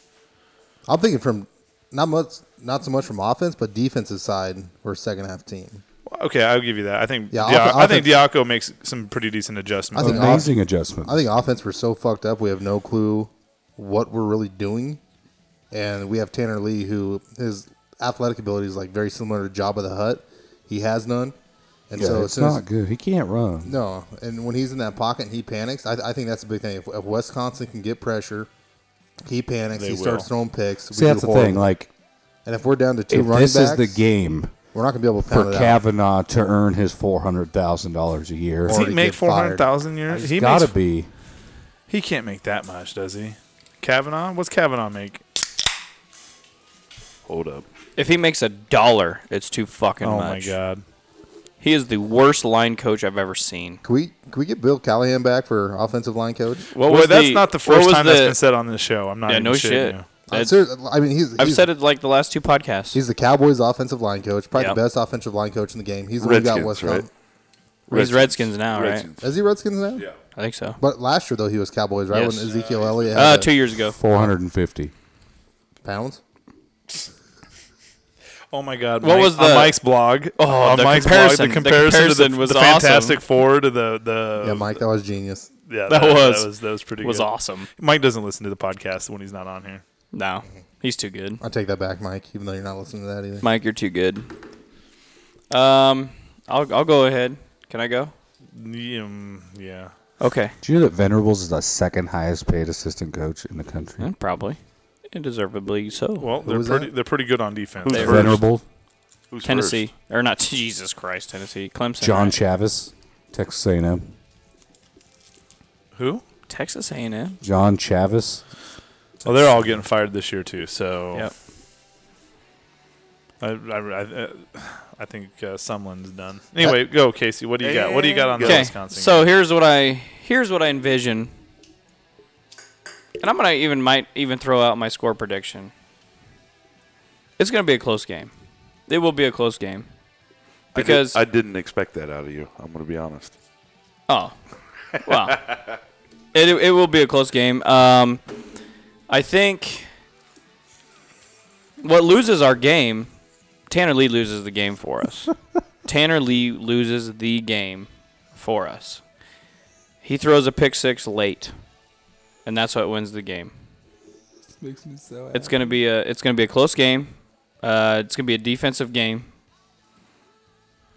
S6: I'm thinking from not much, not so much from offense, but defensive side. We're a second half team.
S2: Okay, I'll give you that. I think.
S6: Yeah,
S2: Yeah,
S6: off-
S2: I think
S6: offense-
S2: Diaco makes some pretty decent adjustments.
S6: I think
S4: Amazing adjustment.
S6: I think offense we're so fucked up. We have no clue what we're really doing, and we have Tanner Lee, who his athletic ability is like very similar to Jabba the Hutt. He has none, and
S4: yeah,
S6: so as
S4: it's
S6: soon as-
S4: not good. He can't run.
S6: No, and when he's in that pocket and he panics, I, I think that's a big thing. If, if Wisconsin can get pressure, he panics.
S2: They
S6: he
S2: will.
S6: starts throwing picks. we
S4: See, that's
S6: do
S4: the thing.
S6: horrible.
S4: Like,
S6: and if we're down to two
S4: if
S6: running
S4: this
S6: backs,
S4: is the game
S6: we're not going to be able to
S4: for
S6: pound it out.
S4: Kavanaugh to earn his four hundred thousand dollars a year,
S2: Does
S6: Or-
S2: he
S6: already
S2: make
S6: get fired.
S2: four hundred thousand years?
S4: he
S2: He
S4: gotta
S2: makes.
S4: be.
S2: He can't make that much, does he? Kavanaugh, what's Kavanaugh make?
S5: Hold up.
S3: If he makes a dollar, it's too fucking
S2: Oh my
S3: much.
S2: god!
S3: He is the worst line coach I've ever seen.
S6: Can we can we get Bill Callahan back for offensive line coach?
S3: What
S2: Boy,
S3: was
S2: that's
S3: the-
S2: not the
S3: what
S2: first
S3: was
S2: time
S3: the-
S2: that's been said on this show. I'm not.
S3: Yeah,
S2: even
S3: no
S2: shitting
S3: shit.
S2: you.
S6: I'm
S3: That's-
S6: serious- I mean, he's,
S3: I've
S6: he's-
S3: said it like the last two podcasts.
S6: He's the Cowboys' offensive line coach, probably
S3: Yeah.
S6: the best offensive line coach in the game. He's the one who got
S5: Redskins,
S6: Wisconsin.
S5: right?
S3: He's Redskins now, right?
S5: Redskins.
S6: Is he Redskins now?
S5: Yeah.
S3: I think so.
S6: But last year though, he was Cowboys, right?
S3: Yes.
S6: When Ezekiel Elliott had
S3: Uh,
S6: the
S3: two years ago.
S4: Four hundred and fifty.
S6: pounds.
S2: Oh my God!
S3: What
S2: Mike-
S3: was
S2: on
S3: the-
S2: Mike's blog?
S3: Oh,
S2: on
S3: the
S2: Mike's blog,
S3: comparison- the
S2: the comparison,
S3: comparison
S2: to the,
S3: was
S2: the
S3: awesome.
S2: Fantastic Four to the the
S6: Yeah, Mike, that was genius.
S2: yeah,
S3: That was-
S2: that was that was pretty
S3: Was
S2: good.
S3: awesome.
S2: Mike doesn't listen to the podcast when he's not on here.
S3: No, he's too good.
S6: I take that back, Mike. Even though you're not listening to that either.
S3: Mike, you're too good. Um, I'll I'll go ahead. Can I go?
S2: Um, yeah,
S3: Okay.
S2: Hmm.
S4: Do you know that Venerables is the second highest paid assistant coach in the country?
S3: Yeah, probably. and deservedly so.
S2: Well, they're
S6: was
S2: pretty.
S6: that?
S2: They're pretty good on defense.
S5: Who's
S2: They're-
S5: first?
S4: Venerable
S5: Who's
S3: Tennessee,
S5: first?
S3: or not Jesus Christ, Tennessee, Clemson,
S4: John
S3: right?
S4: Chavis, Texas A&M.
S2: Who?
S3: Texas A&M.
S4: John Chavis.
S2: Well, they're all getting fired this year too. So
S3: Yep.
S2: I, I, I, I think uh, someone's done. Anyway, go Casey. What do you got? What do you got on the
S3: Okay,
S2: Wisconsin?
S3: so here's what I here's what I envision, and I'm gonna even might even throw out my score prediction. It's gonna be a close game. It will be a close
S5: I
S3: game
S5: did-
S3: because
S5: I, didn't expect that out of you. I'm going to be honest.
S3: Oh, well, it it will be a close game. Um, I think what loses our game, Tanner Lee loses the game for us. Tanner Lee loses the game for us. He throws a pick six late, and that's what wins the game.
S4: Makes me so
S3: It's gonna be a it's gonna be a close game. Uh, it's gonna be a defensive game.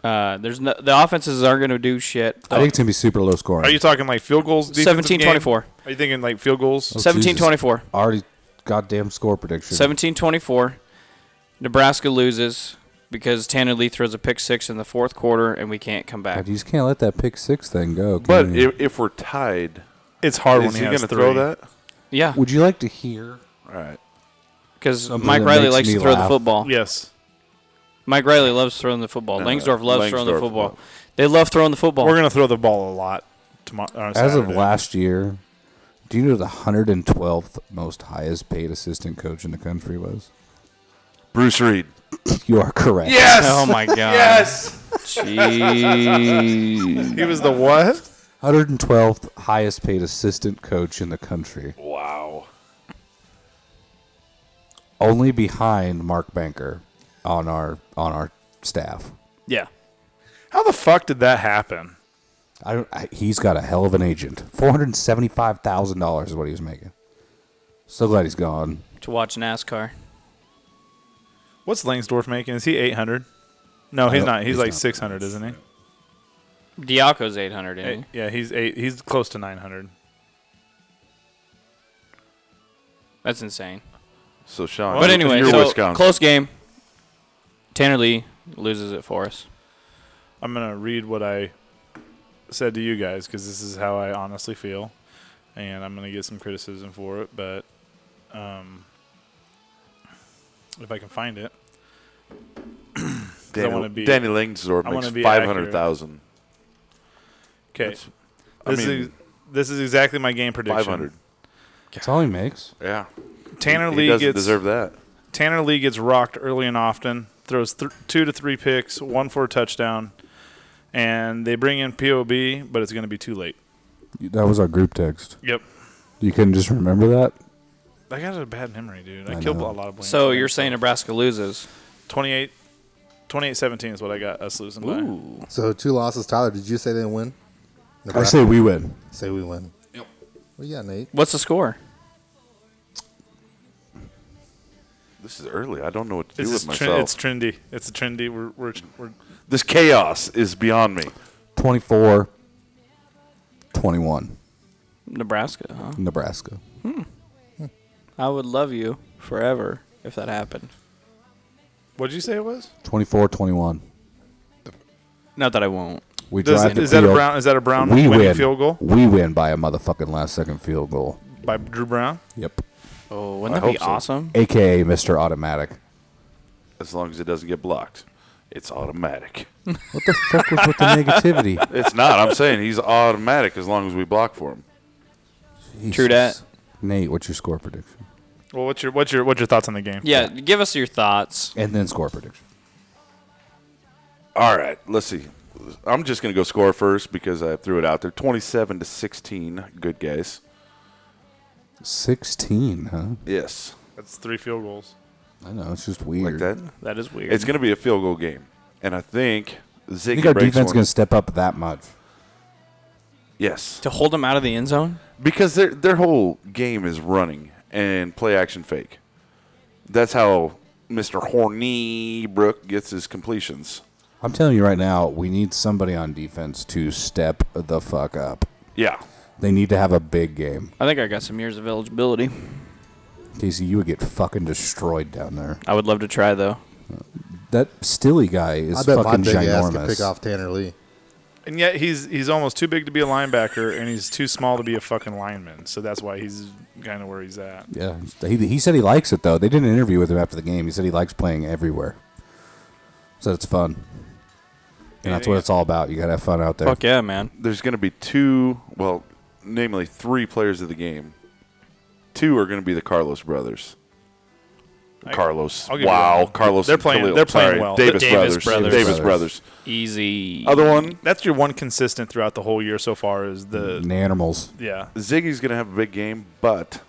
S3: Uh, there's no, the offenses aren't gonna do shit.
S4: I think it's gonna be super low scoring.
S2: Are you talking like field goals? defensive
S3: 17-24.
S2: game? Are you thinking like field goals?
S4: Oh,
S3: Seventeen
S4: Jesus.
S3: twenty four.
S4: already goddamn score prediction?
S3: 17 24. Nebraska loses because Tanner Lee throws a pick six in the fourth quarter and we can't come back.
S4: God, you just can't let that pick six thing go. can
S5: But
S4: you?
S5: if, if we're tied,
S2: It's hard
S5: is
S2: when
S5: he
S2: he,
S5: going
S2: has
S5: to
S2: three.
S5: throw that?
S3: Yeah,
S4: would you like to hear?
S5: All right.
S3: because
S4: Something
S3: Mike
S4: that
S3: Riley
S4: makes
S3: likes
S4: me
S3: to throw the
S4: laugh.
S3: football.
S2: Yes,
S3: Mike Riley loves throwing the football. Langsdorf loves throwing the
S5: Langsdorff,
S3: football.
S5: yeah.
S3: They love throwing the football.
S2: we're gonna throw the ball a lot tomorrow. on
S4: As of
S2: Saturday.
S4: last year, do you know who the 112th most highest paid assistant coach in the country was?
S5: Bruce Reed.
S4: You are correct.
S5: Yes.
S3: oh my God.
S5: Yes.
S3: Jeez.
S2: he was the what?
S4: 112th highest paid assistant coach in the country,
S5: Wow.
S4: only behind Mark Banker on our on our staff.
S3: Yeah.
S2: How the fuck did that happen?
S4: I don't. I, he's got a hell of an agent. Four hundred seventy-five thousand dollars is what he was making. So glad he's gone.
S3: To watch NASCAR.
S2: What's Langsdorf making? Is he eight hundred? No, he's
S4: don't-
S2: not. He's,
S4: he's
S2: like
S4: not.
S2: six hundred, isn't he?
S3: Diaco's 800, ain't
S2: Eight- yeah, he's eight. He's close to nine hundred.
S3: he? That's insane.
S5: So Sean.
S3: But
S5: you-
S3: anyway,
S5: you're
S3: so
S5: Wisconsin.
S3: close game. Tanner Lee loses it for us.
S2: I'm going to read what I said to you guys because this is how I honestly feel. And I'm going to get some criticism for it, but um, if I can find it.
S5: Danny,
S2: wanna be-
S5: Danny Langsdorff
S2: I wanna
S5: makes
S2: be
S5: five hundred thousand.
S2: Okay. This,
S5: That's- I
S2: is,
S5: mean,
S2: this is exactly my game prediction.
S5: five hundred.
S4: That's all he makes.
S5: Yeah.
S2: Tanner
S5: he
S2: Lee
S5: doesn't
S2: gets
S5: deserve that.
S2: Tanner Lee gets rocked early and often, throws th- two to three picks, one for a touchdown, and they bring in POB, but it's going to be too late.
S4: That was our group text.
S2: Yep.
S4: You couldn't just remember that.
S2: I got a bad memory, dude. I,
S4: I
S2: killed
S4: know.
S2: a lot of blame.
S3: So
S2: for
S3: you're
S2: myself.
S3: saying Nebraska loses?
S2: 28 17 is what I got us losing by.
S6: So two losses. Tyler, did you say they win?
S4: I
S6: Nebraska,
S4: say we win.
S6: say we win. Yep. Well, yeah, Nate.
S3: What's the score?
S5: This is early. I don't know what to
S2: It's,
S5: do with
S2: just tren-
S5: myself.
S2: it's trendy. It's a trendy. We're, we're, we're
S5: this chaos is beyond me.
S4: 24 21
S3: Nebraska, huh?
S4: Nebraska.
S3: I would love you forever if that happened.
S2: what'd you say it was?
S4: 24 21.
S3: Not that I won't.
S4: We
S2: Does-
S4: drive the
S2: is that a
S4: field.
S2: brown? Is that a brown
S4: we
S2: winning
S4: win.
S2: field goal
S4: We win by a motherfucking last second field goal.
S2: by Drew Brown?
S4: Yep.
S3: Oh, wouldn't
S5: I
S3: that be
S5: hope so.
S3: awesome?
S4: AKA Mr. Automatic.
S5: As long as it doesn't get blocked, it's automatic.
S4: What the fuck was with the negativity?
S5: it's not. I'm saying he's automatic as long as we block for him.
S3: True
S4: Jesus.
S3: dat.
S4: Nate, what's your score prediction?
S2: Well, what's your what's your what's your thoughts on the game?
S3: Yeah, give us your thoughts.
S4: And then score prediction.
S5: All right, let's see. I'm just gonna go score first because I threw it out there. 27 to 16. Good guess.
S4: 16, huh?
S5: Yes,
S2: that's three field goals.
S4: I know, it's just weird.
S5: like that.
S3: That is weird.
S5: It's gonna be a field goal game, and I think
S4: I
S5: Ziggy
S4: think our
S5: breaks
S4: defense is
S5: one.
S4: going to step up that much.
S5: Yes,
S3: to hold them out of the end zone.
S5: because their their whole game is running and play action fake. That's how Mr. Horny Brook gets his completions.
S4: I'm telling you right now, we need somebody on defense to step the fuck up.
S5: Yeah,
S4: They need to have a big game.
S3: I think I got some years of eligibility.
S4: Casey, you would get fucking destroyed down there.
S3: I would love to try though.
S4: That Stilly guy is
S6: I bet my
S4: fucking
S6: big ass can pick
S4: ginormous.
S6: off Tanner Lee.
S2: And yet he's he's almost too big to be a linebacker, and he's too small to be a fucking lineman. So that's why he's kind of where he's at.
S4: Yeah, he, he said he likes it though. They did an interview with him after the game. He said he likes playing everywhere, so it's fun, and that's what it's all about. You gotta have fun out there.
S3: Fuck yeah, man.
S5: There's going to be two, well, namely three players of the game. Two are going to be the Carlos brothers. Carlos.
S2: I'll give you that
S5: Wow,
S2: one.
S5: Carlos.
S2: They're
S5: and
S2: playing-
S5: Khalil.
S2: they're playing
S5: Sorry,
S2: well. The
S5: Davis,
S3: Davis
S5: brothers.
S3: brothers.
S5: Davis brothers.
S3: Easy.
S5: Other one,
S2: That's your one consistent throughout the whole year so far is the
S4: Nanimals.
S2: yeah
S5: Ziggy's going to have a big game, but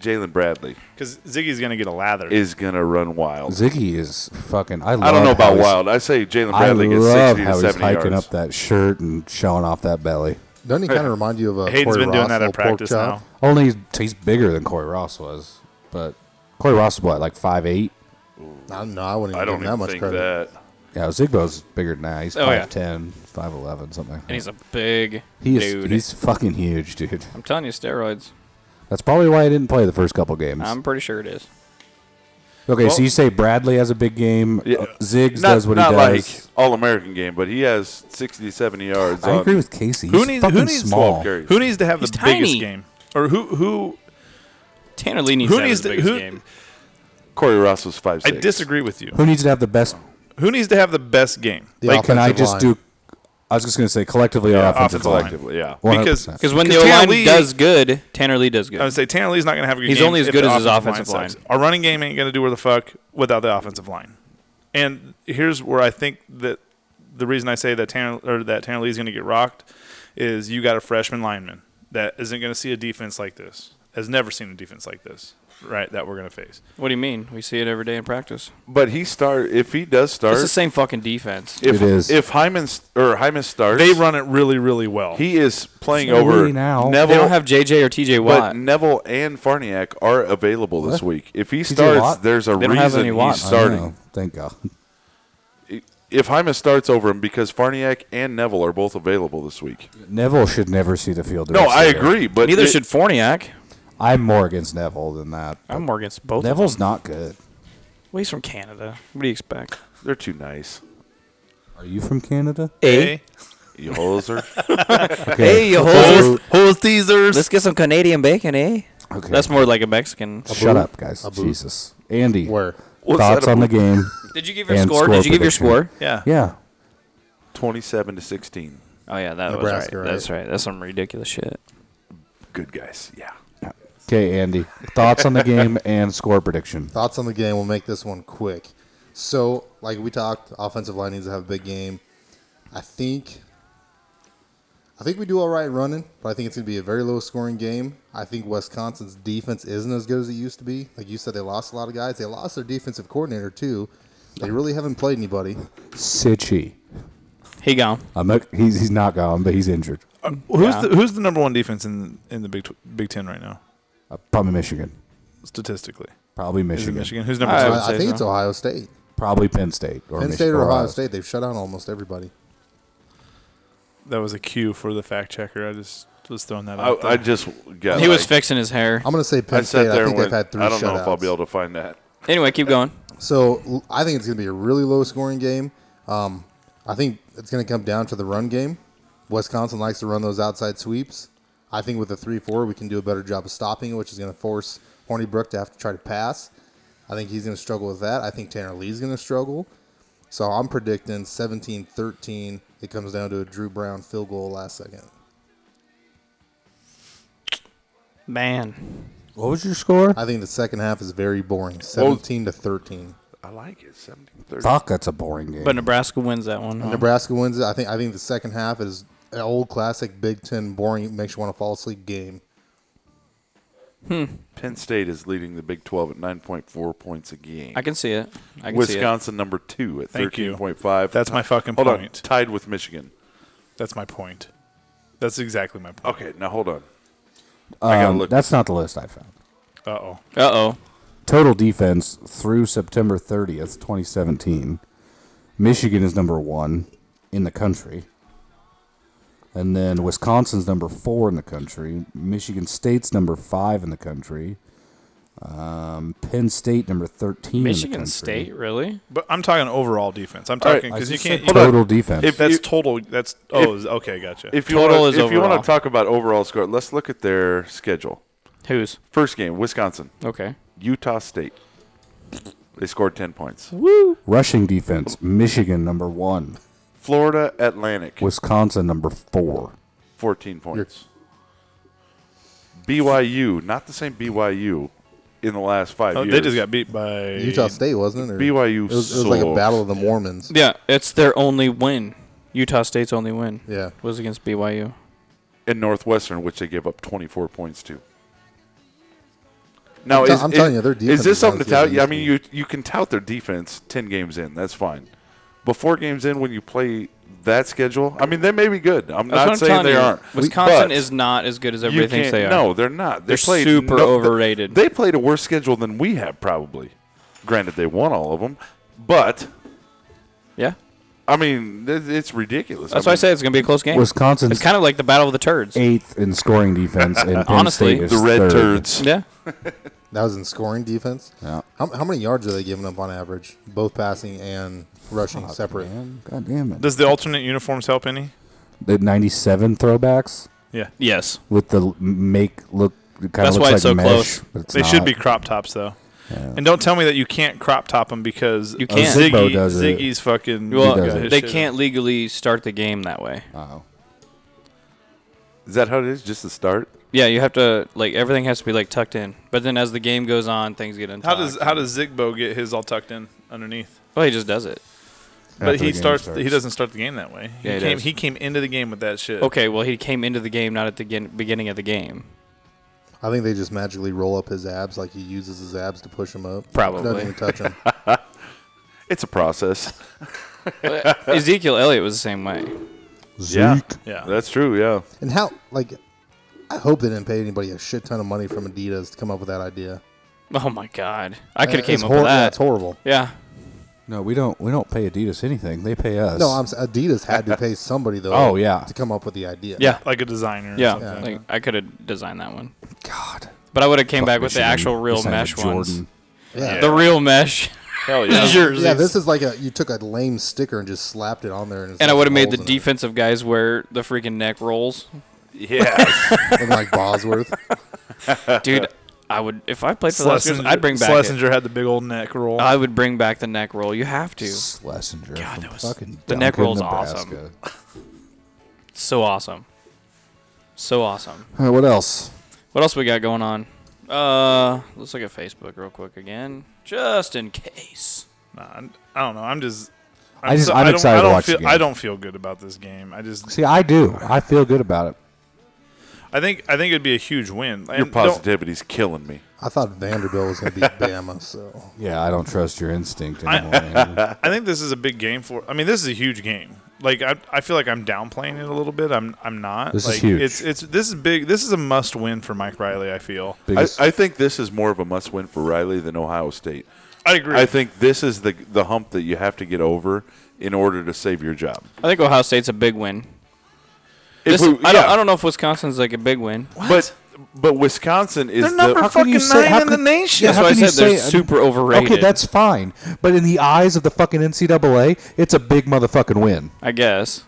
S5: Jalen Bradley
S2: because Ziggy's gonna get a lather.
S5: is going to run wild.
S4: Ziggy is fucking. I, love
S5: I don't know about
S4: how he's-
S5: wild. I say Jalen
S4: I
S5: Bradley gets
S4: love
S5: 60 to
S4: how he's
S5: 70
S4: hiking
S5: yards.
S4: up that shirt and showing off that belly.
S6: Doesn't he kind of remind you of a
S2: Hayden's
S6: Corey
S2: been doing
S6: Ross,
S2: that
S6: little
S2: at
S6: pork
S2: practice
S6: chop?
S2: now.
S4: Only he's, he's bigger than Corey Ross was, but Corey Ross was what like five eight.
S6: I don't know. I wouldn't
S5: I
S6: even
S5: don't
S6: give him that
S5: even
S6: much
S5: think
S6: credit.
S5: that.
S4: Yeah, Zigbo's bigger than that. He's
S3: Oh, yeah.
S4: 5'10", 5'11", something. Like that.
S3: And he's a big
S4: he is
S3: dude.
S4: he's fucking huge, dude.
S3: I'm telling you, steroids.
S4: That's probably why I didn't play the first couple games.
S3: I'm pretty sure it is.
S4: okay,
S5: well-
S4: so you say Bradley has a big game.
S5: Yeah.
S4: uh, Ziggs
S5: Not,
S4: does what
S5: not
S4: he
S5: like
S4: does.
S5: All American game, but he has 60 to 70 yards.
S4: I
S5: on
S4: agree with Casey. He's
S2: Who needs
S4: fucking
S2: who needs
S4: small.
S5: carries.
S2: Who needs to have
S3: He's
S2: the
S3: tiny.
S2: biggest game or who who
S3: Tanner Lee needs
S2: Who
S3: to have
S2: needs
S3: his
S2: to-
S3: biggest
S2: who-
S3: game.
S5: Corey Ross was five.
S2: I
S5: Six.
S2: disagree with you.
S4: Who needs to have the best?
S2: Who needs to have the best game?
S6: The
S4: Like, can I
S6: offensive
S4: just
S6: line.
S4: do? I was just gonna say collectively our
S2: Yeah,
S4: offensive,
S2: offensive
S4: line.
S5: Collectively, yeah.
S2: Because
S4: 100%.
S3: Because when the O
S2: Tanner
S3: line
S2: Lee-
S3: does good, Tanner Lee does good.
S2: I would say Tanner Lee's not going to have a good
S3: He's
S2: game
S3: only as
S2: if
S3: good
S2: the
S3: as his offensive
S2: sucks.
S3: line.
S2: Our running game ain't going to do where the fuck without the offensive line. And here's where I think that the reason I say that Tanner or that Tanner Lee's going to get rocked is you got a freshman lineman that isn't going to see a defense like this. Has never seen a defense like this, right? That we're going to face.
S3: what do you mean? We see it every day in practice.
S5: But he start if he does start.
S3: It's the same fucking defense.
S5: if,
S4: It is.
S5: If Hyman st- or Hyman starts,
S2: They run it really, really well.
S5: He is playing
S4: So
S5: over
S4: we now-
S5: Neville.
S3: They don't have JJ or TJ
S5: but
S3: Watt.
S5: Neville and Farniak are available this week. If he starts,
S4: Watt?
S5: there's a
S3: They
S5: reason
S3: don't have any
S5: he's
S3: Watt.
S4: I
S5: starting.
S4: know. Thank God.
S5: If Hyman starts over him, because Farniak and Neville are both available this week.
S4: Neville should never see the field. the
S5: No,
S4: rest of
S5: I
S4: the year.
S5: agree, but
S3: Neither
S5: it-
S3: should Forniak.
S4: I'm more against Neville than that.
S3: I'm more against both. of
S4: Neville's not good.
S3: them. Well, he's from Canada. What do you expect?
S5: they're too nice.
S4: Are you from Canada?
S8: Eh?
S2: Okay?
S5: You hoser.
S4: Okay.
S8: yo,
S4: So-
S8: Let's get some Canadian bacon, eh?
S4: okay.
S3: That's more like a Mexican.
S4: Shut up, guys. Jesus. Andy,
S6: Where?
S4: thoughts on the game?
S3: Did you give your
S4: And
S3: score?
S4: score
S3: Did you give your
S4: prediction.
S3: score?
S2: yeah.
S4: yeah.
S5: Twenty-seven to sixteen.
S3: Oh yeah, that was
S6: Nebraska,
S3: right.
S6: right?
S3: That's right. That's some ridiculous shit.
S5: Good guys. Yeah.
S4: Okay, Andy. Thoughts on the game and score prediction.
S6: Thoughts on the game? We'll make this one quick. So, like we talked, offensive line needs to have a big game. I think, I think we do all right running, but I think it's going to be a very low scoring game. I think Wisconsin's defense isn't as good as it used to be. Like you said, they lost a lot of guys. They lost their defensive coordinator too. They really haven't played anybody.
S4: Sitchy.
S3: He gone.
S4: I'm not, he's, he's not gone, but he's injured.
S2: Uh, Who's
S3: Yeah.
S2: the Who's the number one defense in in the Big Tw- Big Ten right now?
S4: Uh, probably Michigan.
S2: Statistically,
S4: Probably
S2: is it
S4: Michigan.
S2: Michigan? Who's number
S3: I
S2: two?
S3: would
S6: I,
S3: say
S6: I think
S3: so.
S6: it's Ohio State,
S4: Probably Penn State. Or
S6: Penn
S4: Michi-
S6: State, or Ohio State. They've shut out almost everybody.
S2: That was a cue for the fact checker. I just was throwing that
S5: I,
S2: out. there.
S5: I just got.
S3: He was
S5: like-
S3: fixing his hair.
S6: I'm going to say
S5: I
S6: Penn
S5: sat
S6: State.
S5: there
S6: I
S5: and
S6: think
S5: went.
S6: they've had three.
S5: I don't know if I'll
S6: shutouts.
S5: be able to find that.
S3: Anyway, keep going.
S6: So l- I think it's going to be a really low scoring game. Um, I think it's going to come down to the run game. Wisconsin likes to run those outside sweeps. I think with the 3 4, we can do a better job of stopping it, which is going to force Hornibrook to have to try to pass. I think he's going to struggle with that. I think Tanner Lee's going to struggle. So I'm predicting 17 13. It comes down to a Drew Brown field goal last second.
S3: Man,
S4: What was your score?
S6: I think the second half is very boring 17 to 13.
S5: I like it. 17
S4: Fuck, that's a boring game.
S3: but Nebraska wins that one. huh?
S6: Nebraska wins it. I think I think the second half is an old classic Big Ten boring makes you want to fall asleep game.
S5: Penn State is leading the Big 12 at 9.4 points a game.
S3: I can see it. I can see
S5: Wisconsin number two at
S2: Thank you.
S5: 13.5.
S2: That's my fucking
S5: hold on,
S2: point.
S5: tied with Michigan.
S2: That's my point. That's exactly my point.
S5: Okay, now hold on.
S4: Um,
S5: gotta look.
S4: That's not the list I found.
S2: Uh oh.
S3: it. Uh oh.
S4: Total defense through September 30th, 2017. Michigan is number one in the country. And then Wisconsin's number four in the country. Michigan State's number five in the country. Um, Penn State number thirteen. in the
S3: Michigan
S4: country.
S3: State, really?
S2: But I'm talking overall defense. I'm
S5: All right.
S2: talking
S4: I
S2: because you
S4: just
S2: can't.
S4: said
S2: you-
S4: total defense.
S5: If
S2: that's
S5: you-
S2: total. That's oh, is- okay, gotcha.
S5: If you
S3: Total
S5: wanna,
S3: is
S5: if you want
S3: overall.
S5: to talk about overall score, let's look at their schedule.
S3: Who's?
S5: First game, Wisconsin,
S3: Okay.
S5: Utah State. They scored ten points.
S4: Rushing defense. Michigan number one.
S5: Florida Atlantic,
S4: Wisconsin number four.
S5: fourteen points. BYU, not the same BYU in the last five
S2: oh,
S5: years.
S2: they just got beat by
S6: Utah State wasn't it? Or-
S5: BYU.
S6: It was, it was like a
S5: sucks.
S6: battle of the Mormons.
S3: Yeah, it's their only win. Utah State's only win
S6: Yeah.
S3: was against BYU.
S5: and Northwestern, which they gave up 24 points to. Now,
S6: I'm t-
S5: is,
S6: I'm
S5: is-
S6: telling you, their defense
S5: is this
S6: is
S5: something to tout?
S6: honestly
S5: Yeah, I mean, you
S6: amazing.
S5: you can tout their defense 10 games in. That's fine. But four games in, when you play that schedule, I mean, they may be good. I'm
S3: That's what
S5: not
S3: I'm
S5: saying
S3: telling
S5: they
S3: you.
S5: aren't.
S3: Wisconsin
S5: But
S3: is not as good as
S5: you
S3: everybody thinks
S5: can't-
S3: they are.
S5: No, they're not. They
S3: They're
S5: played
S3: super
S5: no-
S3: overrated.
S5: They, they played a worse schedule than we have, probably. Granted, they won all of them, but
S3: yeah.
S5: I mean, th- it's ridiculous.
S3: That's
S5: I
S3: why I
S5: mean,
S3: say it's going to be a close game.
S4: Wisconsin's
S3: It's kind of like the Battle of the Turds.
S4: eighth in scoring defense, and Penn
S3: Honestly,
S4: State is
S5: the red
S4: third.
S5: turds.
S3: Yeah.
S6: That was in scoring defense.
S4: Yeah.
S6: How, how many yards are they giving up on average, both passing and rushing
S3: Oh,
S6: separate?
S4: Man, God damn it!
S2: Does the alternate uniforms help any?
S4: the '97 throwbacks
S2: Yeah,
S3: Yes.
S4: with the l- make look. Kind
S3: That's
S4: of looks
S3: why
S4: like
S3: it's so
S4: mesh,
S3: close.
S4: but it's
S2: they should
S4: not.
S2: be crop tops though. And don't tell me that you can't crop top them because
S3: You can't.
S2: Ziggy,
S4: Zippo does it.
S2: Ziggy's fucking.
S3: Well,
S4: does
S2: got
S4: it.
S2: his
S3: they
S2: shit.
S3: can't legally start the game that way.
S4: Oh.
S5: Is that how it is? Just to start?
S3: Yeah, you have to like everything has to be like tucked in. But then as the game goes on, things get untucked.
S2: How does how does Zigbo get his all tucked in underneath?
S3: Well, he just does it.
S2: But
S4: After
S2: he
S4: the game
S2: starts,
S4: starts.
S2: He doesn't start the game that way. He
S3: Yeah, he
S2: came.
S3: does.
S2: He came into the game with that shit.
S3: Okay, well he came into the game not at the begin- beginning of the game.
S6: I think they just magically roll up his abs like he uses his abs to push him up.
S3: Probably.
S6: Doesn't even touch him.
S5: It's a process.
S3: Ezekiel Elliott was the same way.
S5: Yeah.
S2: Yeah.
S5: That's true, yeah.
S6: and how, like, I hope they didn't pay anybody a shit ton of money from Adidas to come up with that idea.
S3: Oh my god, I could have
S6: Uh, It's
S3: came up
S6: hor-
S3: with
S6: yeah, it's
S3: that.
S6: horrible.
S3: Yeah,
S4: No, we don't. We don't pay Adidas anything. They pay us.
S6: No, I'm, s- Adidas had to pay somebody though.
S4: Oh, yeah.
S6: to come up with the idea.
S3: yeah,
S2: Like a designer. or
S3: yeah.
S2: something.
S3: Like I could have designed that one,
S4: God.
S3: but I would have came
S4: Fuck
S3: back with the
S4: Michigan.
S3: actual real
S4: It's not
S3: mesh
S4: even Jordan.
S3: ones.
S6: yeah.
S3: The real mesh.
S5: Hell
S3: jerseys.
S6: Yeah, this is like a you took a lame sticker and just slapped it on there, and, it's
S3: and I
S6: got
S3: would have made the
S6: holes in it,
S3: defensive guys wear the freaking neck rolls.
S5: yeah.
S6: looking like Bosworth.
S3: Dude, I would if I played for the Huskers,
S2: Schlesinger,
S3: I'd bring back. It.
S2: Schlesinger had the big old neck roll.
S3: I would bring back the neck roll. You have to. It's
S4: Schlesinger.
S3: God,
S4: from
S3: that was-
S4: fucking
S3: the neck
S4: Duncan,
S3: roll's
S4: Nebraska.
S3: so awesome. So awesome.
S4: All right, what else?
S3: What else we got going on? Uh, let's look at Facebook real quick again, just in case.
S2: Nah, I'm- I don't know. I'm just.
S4: I just- I'm
S2: don't-
S4: excited
S2: I
S4: to
S2: don't
S4: watch the
S2: feel,
S4: game.
S2: I don't feel good about this game. I just.
S4: See, I do. I feel good about it.
S2: I think. I think it'd be a huge win. And
S5: Your
S2: don't-
S5: positivity's killing me.
S6: I thought Vanderbilt was going to beat Bama, so
S4: Yeah, I don't trust your instinct anymore. Andrew.
S2: I think this is a big game for. I mean, this is a huge game. Like I, I feel like I'm downplaying it a little bit. I'm. I'm not.
S4: This is
S2: like,
S4: huge.
S2: It's. It's. This is big. This is a must win for Mike Riley. I feel.
S5: I,
S4: Biggest-
S5: I think this is more of a must win for Riley than Ohio State.
S2: I agree.
S5: I think this is the the hump that you have to get over in order to save your job.
S3: I think Ohio State's a big win.
S5: If
S3: This-
S5: we-
S3: I, don't,
S5: yeah,
S3: I don't know if Wisconsin's like a big win.
S5: But but Wisconsin is
S2: They're
S5: the,
S2: number
S4: How can
S2: fucking
S4: you say- how
S2: nine in the
S4: can-
S2: nation.
S4: Yeah,
S3: That's
S4: how
S3: why I
S4: can you
S3: said they're
S4: say-
S3: super overrated.
S4: Okay, that's fine. But in the eyes of the fucking NCAA, it's a big motherfucking win.
S3: I guess.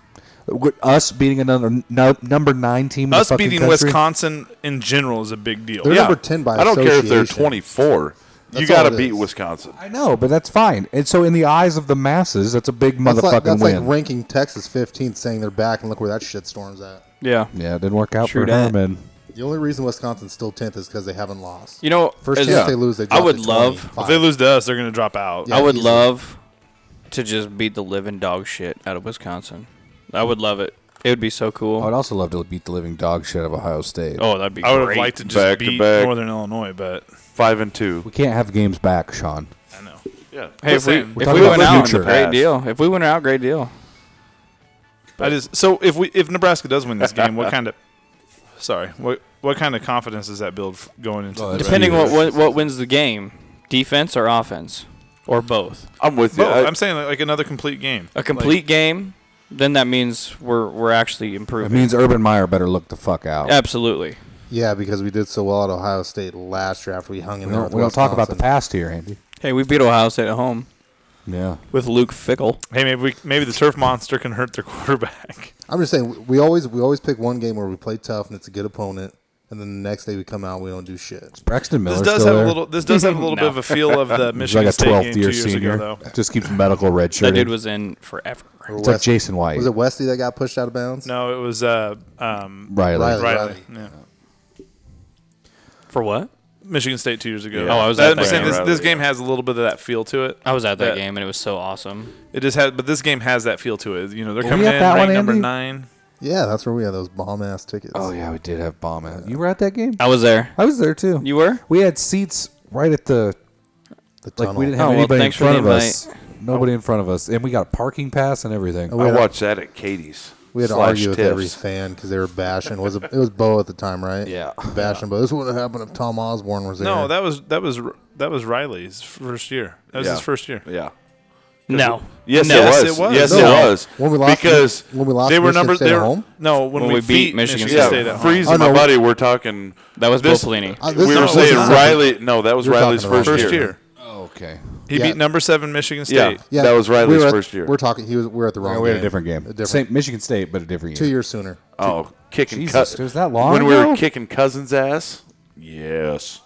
S4: With Us beating another no, number nine team. in the
S2: Us
S4: fucking
S2: beating
S4: country,
S2: Wisconsin in general is a big deal.
S6: They're
S5: yeah.
S6: number 10 by
S5: I don't care if they're
S6: association.
S5: 24. you
S6: That's
S5: got
S6: all
S5: to
S6: it
S5: beat
S6: is.
S5: Wisconsin.
S4: I know, but that's fine. And so, in the eyes of the masses, that's a big
S6: that's,
S4: motherfucking
S6: like, that's like
S4: win.
S6: ranking Texas 15th, saying they're back, and look where that shitstorm's at.
S3: Yeah.
S4: yeah, it didn't work out
S3: True
S4: for
S3: dat.
S4: Herman.
S6: The only reason Wisconsin's still 10th is because they haven't lost.
S3: You know,
S6: First
S3: as-
S6: chance they lose, they
S3: I
S6: drop
S3: would
S6: to
S3: love.
S6: 25.
S2: If they lose to us, they're gonna drop out.
S6: Yeah.
S3: I would
S6: easily.
S3: love to just beat the living dog shit out of Wisconsin. I would love it. It would be so
S4: I would
S3: cool.
S4: also love to beat the living dog shit out of Ohio State.
S3: Oh, that'd be.
S2: I would have
S3: great.
S2: liked to just
S5: Back to
S2: beat
S5: back.
S2: Northern Illinois, but
S5: Five and two.
S4: We can't have games back, Sean.
S2: I know.
S5: Yeah.
S3: Hey, if we,
S2: Listen, we're
S3: if we
S4: talking about
S3: went
S4: the
S3: out,
S4: future.
S3: great
S5: Pass.
S3: deal. If we went out, great deal.
S2: I just so if we if Nebraska does win this game, what kind of sorry what what kind of confidence does that build f- going into?
S4: Oh,
S2: the-
S4: that's
S3: Depending
S4: huge.
S3: what, what what wins the game, defense or offense, or both.
S5: I'm with you.
S2: Both.
S5: I-
S2: I'm saying like, like another complete game.
S3: A complete game, then that means we're we're actually
S4: It
S3: improving.
S4: means Urban Meyer better look the fuck out.
S3: Absolutely.
S6: Yeah, because we did so well at Ohio State last year after we hung in
S4: We
S6: there.
S4: don't,
S6: with
S4: we don't talk about the
S6: Wisconsin.
S4: past here, Andy.
S3: Hey, we beat Ohio State at home
S4: Yeah.
S3: with Luke Fickle.
S2: Hey, maybe we, maybe the turf monster can hurt their quarterback.
S6: I'm just saying we- we always we always pick one game where we play tough and it's a good opponent, and then the next day we come out we don't do shit.
S4: Braxton Miller
S2: This does
S4: still
S2: have a
S4: there.
S2: little. This does have a little bit of a feel of the
S4: He's
S2: Michigan
S4: like a
S2: State game
S4: 12th
S2: two
S4: year
S2: years
S4: senior.
S2: ago,
S4: Just keeps a medical red shirt.
S3: That dude was in forever.
S4: it's like Jason White.
S6: Was it Wesley that got pushed out of bounds?
S2: though. No, it was uh um
S4: Riley.
S6: Riley.
S2: Riley. Yeah.
S3: For what?
S2: Michigan State two years ago.
S5: Yeah. Oh, I
S3: was at
S2: I'm
S3: that
S2: saying
S5: game.
S2: This, this
S5: Riley,
S2: game has a little bit of that feel to it.
S3: I was at that
S2: That-
S3: game and it was so awesome.
S2: It just has, but this game has that feel to it. You know, they're
S4: Were
S2: coming
S4: we at
S2: in
S4: that
S2: ranked
S4: one,
S2: number
S4: Andy?
S2: nine.
S6: Yeah, that's where we had those bomb ass tickets.
S4: Oh yeah, we did have bomb at. You were at that game.
S3: I was there.
S4: I was there too.
S3: You were?
S4: We had seats right at the
S6: the tunnel.
S4: like we didn't have
S3: Oh, well,
S4: anybody in
S3: thanks for the
S4: front of us. Oh, Nobody in front of us, and we got a parking pass and everything.
S6: we
S5: I
S6: had,
S5: watched that at Katie's.
S6: we had to
S5: slash
S6: argue with every
S5: Tiff's.
S6: fan because they were bashing. Was it, it was Bo at the time, right?
S4: Yeah.
S6: bashing Bo. This would have happened if Tom Osborne was there.
S2: No, that was that was that was Riley's first year. That was
S5: Yeah.
S2: his first year.
S5: Yeah.
S3: No.
S5: Yes,
S3: No.
S5: it
S2: Yes,
S5: was.
S2: it was.
S5: Yes,
S6: No.
S5: it was.
S6: When we lost,
S5: because
S6: when we lost,
S2: They were
S6: Michigan
S2: number.
S6: State
S2: They
S6: at
S2: were
S6: home.
S2: no when, we, beat Michigan, State
S5: yeah,
S2: at home.
S5: freeze
S6: Oh,
S5: in my
S6: no.
S5: body. We're talking.
S3: That was Bo
S2: This-
S3: Pelini.
S6: Uh, this
S5: We
S6: is-
S5: were
S2: no,
S6: this
S5: saying
S6: is-
S2: not-
S5: Riley. No, that was
S6: You're
S5: Riley's
S6: talking about
S5: first,
S2: First year,
S4: Oh, okay.
S2: he
S6: Yeah.
S2: beat number seven Michigan
S5: Yeah,
S2: State.
S5: that was
S6: we
S5: Riley's
S6: were at-
S5: first year.
S6: We're talking. He was. We're at the wrong.
S4: Yeah, we had a
S6: game.
S4: different game.
S6: A different-
S4: Same Michigan State, but a different
S6: Two
S4: year.
S6: years sooner.
S5: Oh, kicking
S4: Jesus, it was that long
S5: When we were
S4: ago?
S5: kicking Cousins' ass. Yes.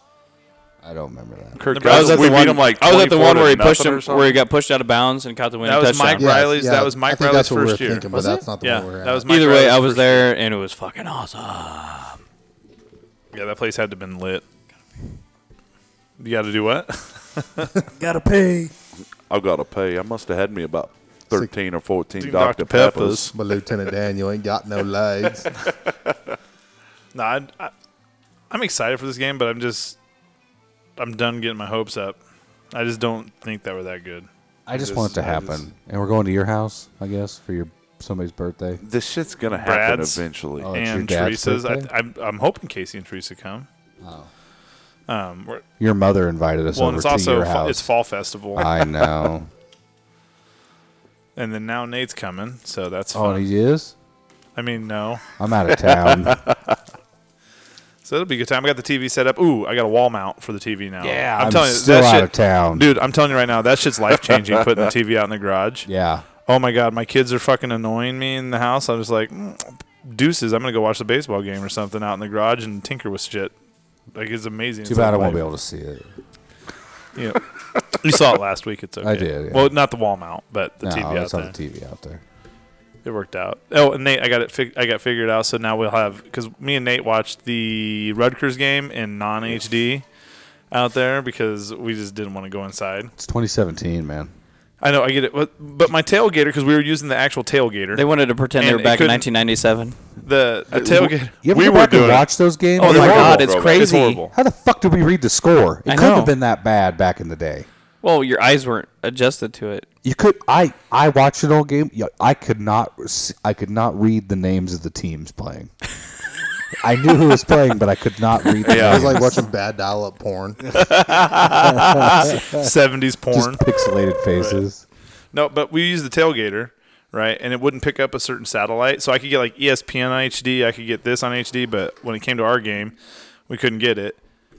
S4: I don't remember that.
S5: Kirk
S2: I was
S5: Cousins,
S2: at
S5: we
S2: the
S5: beat
S2: one-
S5: him like
S3: I was at the
S5: 24
S3: one
S5: to
S3: where he
S5: nothing
S3: pushed
S5: or
S3: him,
S5: something.
S3: where he got pushed out of bounds and caught the winning
S2: That was
S3: touchdown.
S2: Mike Riley's- that was Mike
S6: I think
S2: Riley's
S6: that's what we
S2: first
S6: were
S2: year.
S6: Thinking, but
S4: Was
S6: that's
S4: it?
S6: not the
S2: Yeah,
S6: one we were at.
S2: that was Mike
S3: Either way,
S2: Riley's
S3: I was
S2: first year.
S3: there and it was fucking awesome.
S2: Yeah, that place had to have been lit. You got to do what?
S4: Gotta pay.
S5: I gotta pay. I must have had me about thirteen or fourteen
S2: Dude,
S5: Dr.
S2: Dr.
S5: Peppers.
S6: But Lieutenant Daniel ain't got no legs.
S2: no, I, I, I'm excited for this game, but I'm just I'm done getting my hopes up. I just don't think that we're that good.
S4: I just
S2: This-
S4: want it to
S2: I
S4: happen,
S2: just-
S4: and we're going to your house, I guess, for your somebody's birthday.
S5: This shit's gonna happen
S2: Brad's.
S5: eventually.
S4: Oh, it's your
S2: and
S4: dad's
S2: Teresa's, I,
S4: birthday?
S2: I'm, I'm hoping Casey and Teresa come. Oh. Um, we're,
S4: Your mother invited us
S2: well, and
S4: over
S2: it's
S4: to
S2: also
S4: your
S2: fa-
S4: house. Uh,
S2: it's fall festival,
S4: I know.
S2: and then now Nate's coming, so that's
S4: oh,
S2: fun.
S4: and he is.
S2: I mean, no,
S4: I'm out of town.
S2: so it'll be a good time. I got the TV set up. Ooh, I got a wall mount for the TV now.
S4: Yeah,
S2: I'm,
S4: I'm
S2: telling
S4: still
S2: you, that
S4: out
S2: shit,
S4: of town.
S2: dude. I'm telling you right now, that shit's life changing. putting the TV out in the garage.
S4: yeah.
S2: oh my god, my kids are fucking annoying me in the house. I'm just like, mm, deuces. I'm gonna go watch the baseball game or something out in the garage and tinker with shit. Like it's amazing.
S4: Too bad I won't be able to see it.
S2: You, know, you saw it last week. It's okay.
S4: did, yeah.
S2: Well, not the wall mount, but the
S4: no,
S2: TV out
S4: it's
S2: there.
S4: on the TV out there.
S2: It worked out. Oh, and Nate, I got it. Fig- I got figured out. So now we'll have because me and Nate watched the Rutgers game in non HD out there because we just didn't want to go inside.
S4: It's 2017, man.
S2: I know I get it, but but my tailgater because we were using the actual tailgater.
S3: They wanted to pretend they
S2: And
S3: were
S2: it
S3: back in
S2: couldn't-
S3: 1997.
S2: the the tailgater.
S4: Uh, You ever
S5: We
S4: go
S5: were
S4: back and
S5: doing it.
S4: watch those games?
S2: Oh,
S4: I'm
S2: they're
S4: like,
S2: horrible,
S3: God, it's
S2: bro. It's
S3: crazy.
S2: horrible.
S4: How the fuck did we read the score? It
S3: I
S4: couldn't
S3: know.
S4: have been that bad back in the day.
S3: Well, your eyes weren't adjusted to it.
S4: You could I I watched an old game. yeah, I could not s- I could not read the names of the teams playing. I knew who was playing, but I could not read. The
S5: Yeah.
S6: It was
S4: names.
S6: like watching bad dial-up porn.
S2: 70s
S4: just
S2: porn.
S4: pixelated faces.
S2: No, but we used the tailgater, right? And it wouldn't pick up a certain satellite. So I could get like E ESPN on HD, I could get this on HD, but when it came to our game, we couldn't get it.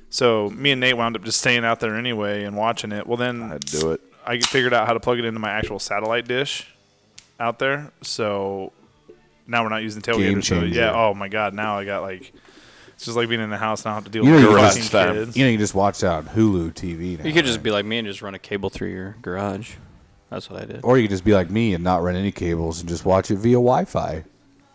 S2: So me and Nate wound up just staying out there anyway and watching it. Well, then
S5: I'd do it.
S2: I figured out how to plug it into my actual satellite dish out there. So now we're not using the
S4: Game
S2: tailgater. So
S4: changer.
S2: yeah, oh my god, now I got like it's just like being in the house and I don't have to deal
S4: You
S2: with
S4: know you
S2: 15
S5: just- time.
S2: kids.
S4: You know, you just watch it on Hulu TV. Now,
S3: You could just
S4: right?
S3: be like me and just run a cable through your garage. That's what I did.
S4: or you could just be like me and not run any cables and just watch it via Wi-Fi.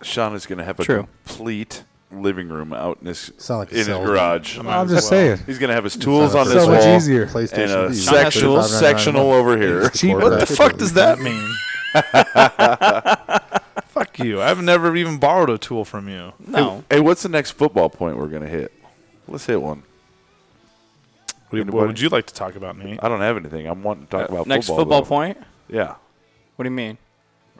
S5: Sean is gonna have a
S3: True.
S5: complete living room out in his
S6: Sound like a
S5: in his
S6: salesman.
S5: garage.
S4: I'm just saying,
S5: He's gonna have his tools on
S6: like a
S5: this
S4: so
S6: That's
S4: much
S5: wall
S4: easier.
S5: and
S6: PlayStation.
S5: a
S6: View.
S5: sectional
S6: $35.99
S5: sectional over here.
S4: Cheap.
S2: What the fuck does that mean? fuck you. I've never even borrowed a tool from you.
S3: No.
S5: Hey, what's the next football point we're gonna hit? Let's hit one.
S2: What,
S5: Anybody?
S2: would you like to talk about, Nate?
S5: I don't have anything. I'm wanting to talk about
S3: Uh, Next
S5: football,
S3: football
S5: though.
S3: point?
S5: Yeah.
S3: What do you mean?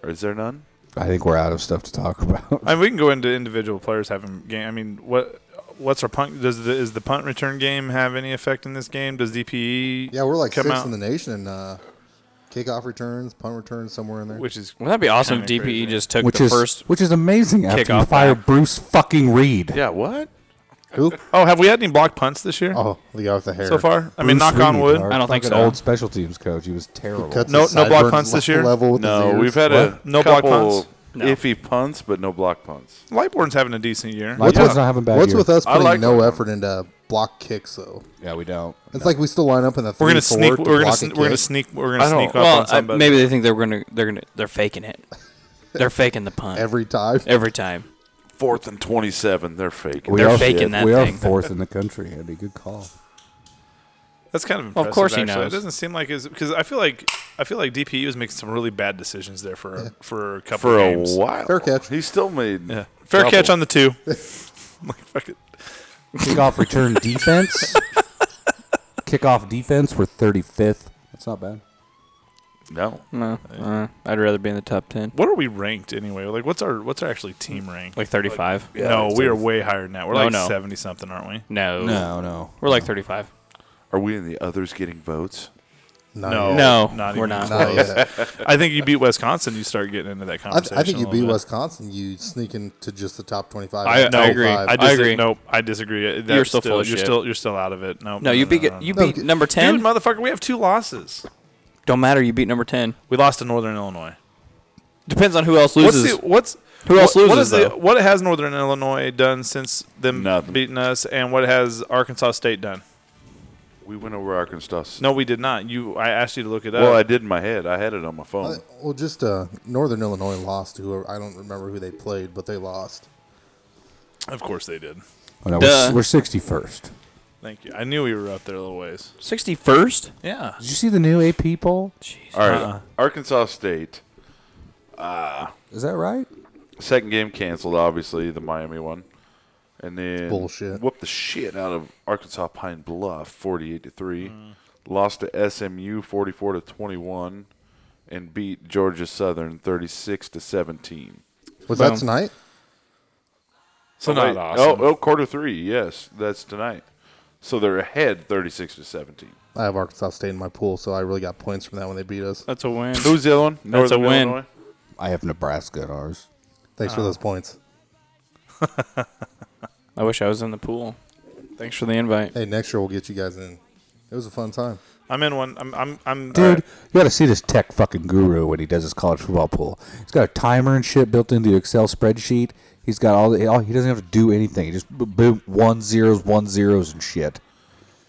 S5: Or is there none?
S4: I think we're out of stuff to talk about.
S2: I mean, we can go into individual players having game. I mean, what what's our punt? Does the, is the punt return game have any effect in this game? Does DPE?
S6: Yeah, we're like
S2: come
S6: sixth
S2: out,
S6: in the nation in uh, kickoff returns, punt returns, somewhere in there.
S2: which is
S3: Wouldn't that be awesome if DPE
S2: Kinda crazy.
S3: just took
S4: Which
S3: the
S4: is
S3: first
S4: which is amazing. After you
S3: kickoff
S4: fire
S3: back.
S4: Bruce fucking Reed,
S5: Yeah. What?
S6: Hoop.
S2: Oh, have we had any block punts this year
S6: Oh, the guy with the hair.
S2: so far? I mean, knock on
S4: Reed,
S2: wood.
S4: our
S3: I don't think
S4: fucking
S3: so.
S4: Old special teams coach. He was terrible.
S6: Cuts
S2: No-
S6: his
S2: no block
S6: sideburns
S2: punts this
S6: le-
S2: year?
S6: Level with his
S5: No,
S6: ears.
S5: we've had a
S2: What? No block
S5: couple
S2: punts?
S3: No.
S5: iffy punts, but no block punts.
S2: Lightborn's having a decent year.
S4: What's
S6: Yeah.
S4: with not having bad
S6: What's
S4: year?
S6: with us
S5: I
S6: putting
S5: like
S6: no
S5: that.
S6: effort into block kicks though?
S4: Yeah, we don't.
S6: It's like we still line up in the.
S2: We're gonna
S6: 3-4
S2: sneak.
S6: to
S2: We're gonna.
S6: block a
S2: Sn- we're gonna
S6: kick.
S2: sneak. We're
S5: I
S2: gonna
S5: don't-
S2: sneak up
S3: Well,
S2: on
S3: I,
S2: somebody.
S3: maybe they think they're gonna they're gonna they're faking it. They're faking the punt every,
S6: every time.
S3: time.
S5: Fourth and twenty-seven, they're faking.
S4: We
S3: They're
S4: are
S3: faking that
S4: We
S3: thing.
S4: are fourth in the country, Andy. Good call.
S2: That's kind of
S3: Well,
S2: impressive.
S3: of course he
S2: actually.
S3: knows.
S2: It doesn't seem like is because I feel like I feel like DPU was making some really bad decisions there for for a couple
S5: for a
S2: games.
S5: while.
S6: Fair catch.
S5: He still made
S2: Yeah. Fair
S5: double.
S2: catch on the two. like fuck it.
S4: Kickoff return defense. Kickoff defense. We're thirty fifth. That's not bad.
S5: no.
S3: No, uh, I'd rather be in the top ten,
S2: What are we ranked anyway? Like what's our what's our actually team
S5: Hmm.
S2: rank?
S3: like thirty-five.
S2: no, we are way higher than that. We're
S3: No,
S2: like
S3: no.
S2: seventy something, aren't we?
S3: no,
S4: no.
S3: we're like thirty-five.
S5: Are we in the others getting votes?
S6: Not
S2: No,
S6: yet.
S3: No,
S2: not
S3: we're
S2: even
S3: not.
S6: Not
S2: close.
S6: yet.
S2: I think you beat Wisconsin. You start getting into that
S6: I,
S2: conversation.
S6: th- I think
S2: a
S6: you beat
S2: little bit.
S6: Wisconsin. You sneak into just the top twenty-five.
S3: I-
S6: top
S2: No,
S3: agree.
S6: five.
S2: I,
S3: I
S2: dis-
S3: agree.
S2: Nope, I disagree. That's
S3: You're still full of
S2: You're
S3: shit.
S2: still you're still out of it. Nope.
S3: No, you beat
S2: no,
S3: you
S2: no.
S3: beat number ten.
S2: Dude, motherfucker, we have two losses.
S3: Don't matter. You beat number ten.
S2: We lost to Northern Illinois.
S3: Depends on who else
S2: What's
S3: loses.
S2: the, what's
S3: Who else
S2: what- What,
S3: loses,
S2: is the,
S3: though?
S2: what has Northern Illinois done since them
S5: Nothing.
S2: beating us, and what has Arkansas State done?
S5: We went over Arkansas.
S2: No, we did not. You, I asked you to look it up.
S5: Well, I did in my head. I had it on my phone.
S6: I- Well, just uh, Northern Illinois lost to whoever. I don't remember who they played, but they lost.
S2: of course they did.
S4: Oh, no
S3: Duh.
S4: we're, we're 61st.
S2: Thank you. I knew we were up there a little ways.
S3: sixty-first?
S2: Yeah.
S4: Did you see the new AP poll?
S6: Uh,
S5: All right,
S2: uh-uh.
S5: Arkansas State
S4: Is that right?
S5: second game canceled. Obviously, the Miami one, and then
S6: bullshit.
S5: Whooped the shit out of Arkansas Pine Bluff, forty-eight to three. Lost to SMU, forty-four to twenty-one, and beat Georgia Southern, thirty-six to seventeen.
S6: Was that tonight?
S2: So
S5: Wait,
S2: not awesome.
S5: Oh, oh, quarter three. Yes, that's tonight. So they're ahead, thirty-six to seventeen.
S6: I have Arkansas State in my pool, so I really got points from that when they beat us.
S3: That's a win.
S5: Who's the other one?
S3: That's a
S5: Northern
S3: win.
S5: Illinois?
S4: I have Nebraska in ours.
S6: Thanks for those points.
S3: I wish I was in the pool. Thanks for the invite.
S6: Hey, next year we'll get you guys in. It was a fun time.
S2: I'm in one. I'm. I'm. I'm
S4: Dude, you got to see this tech fucking guru when he does his college football pool. He's got a timer and shit built into the Excel spreadsheet. He's got all the. All, he doesn't have to do anything. He just b- boom one zeros, one zeros and shit,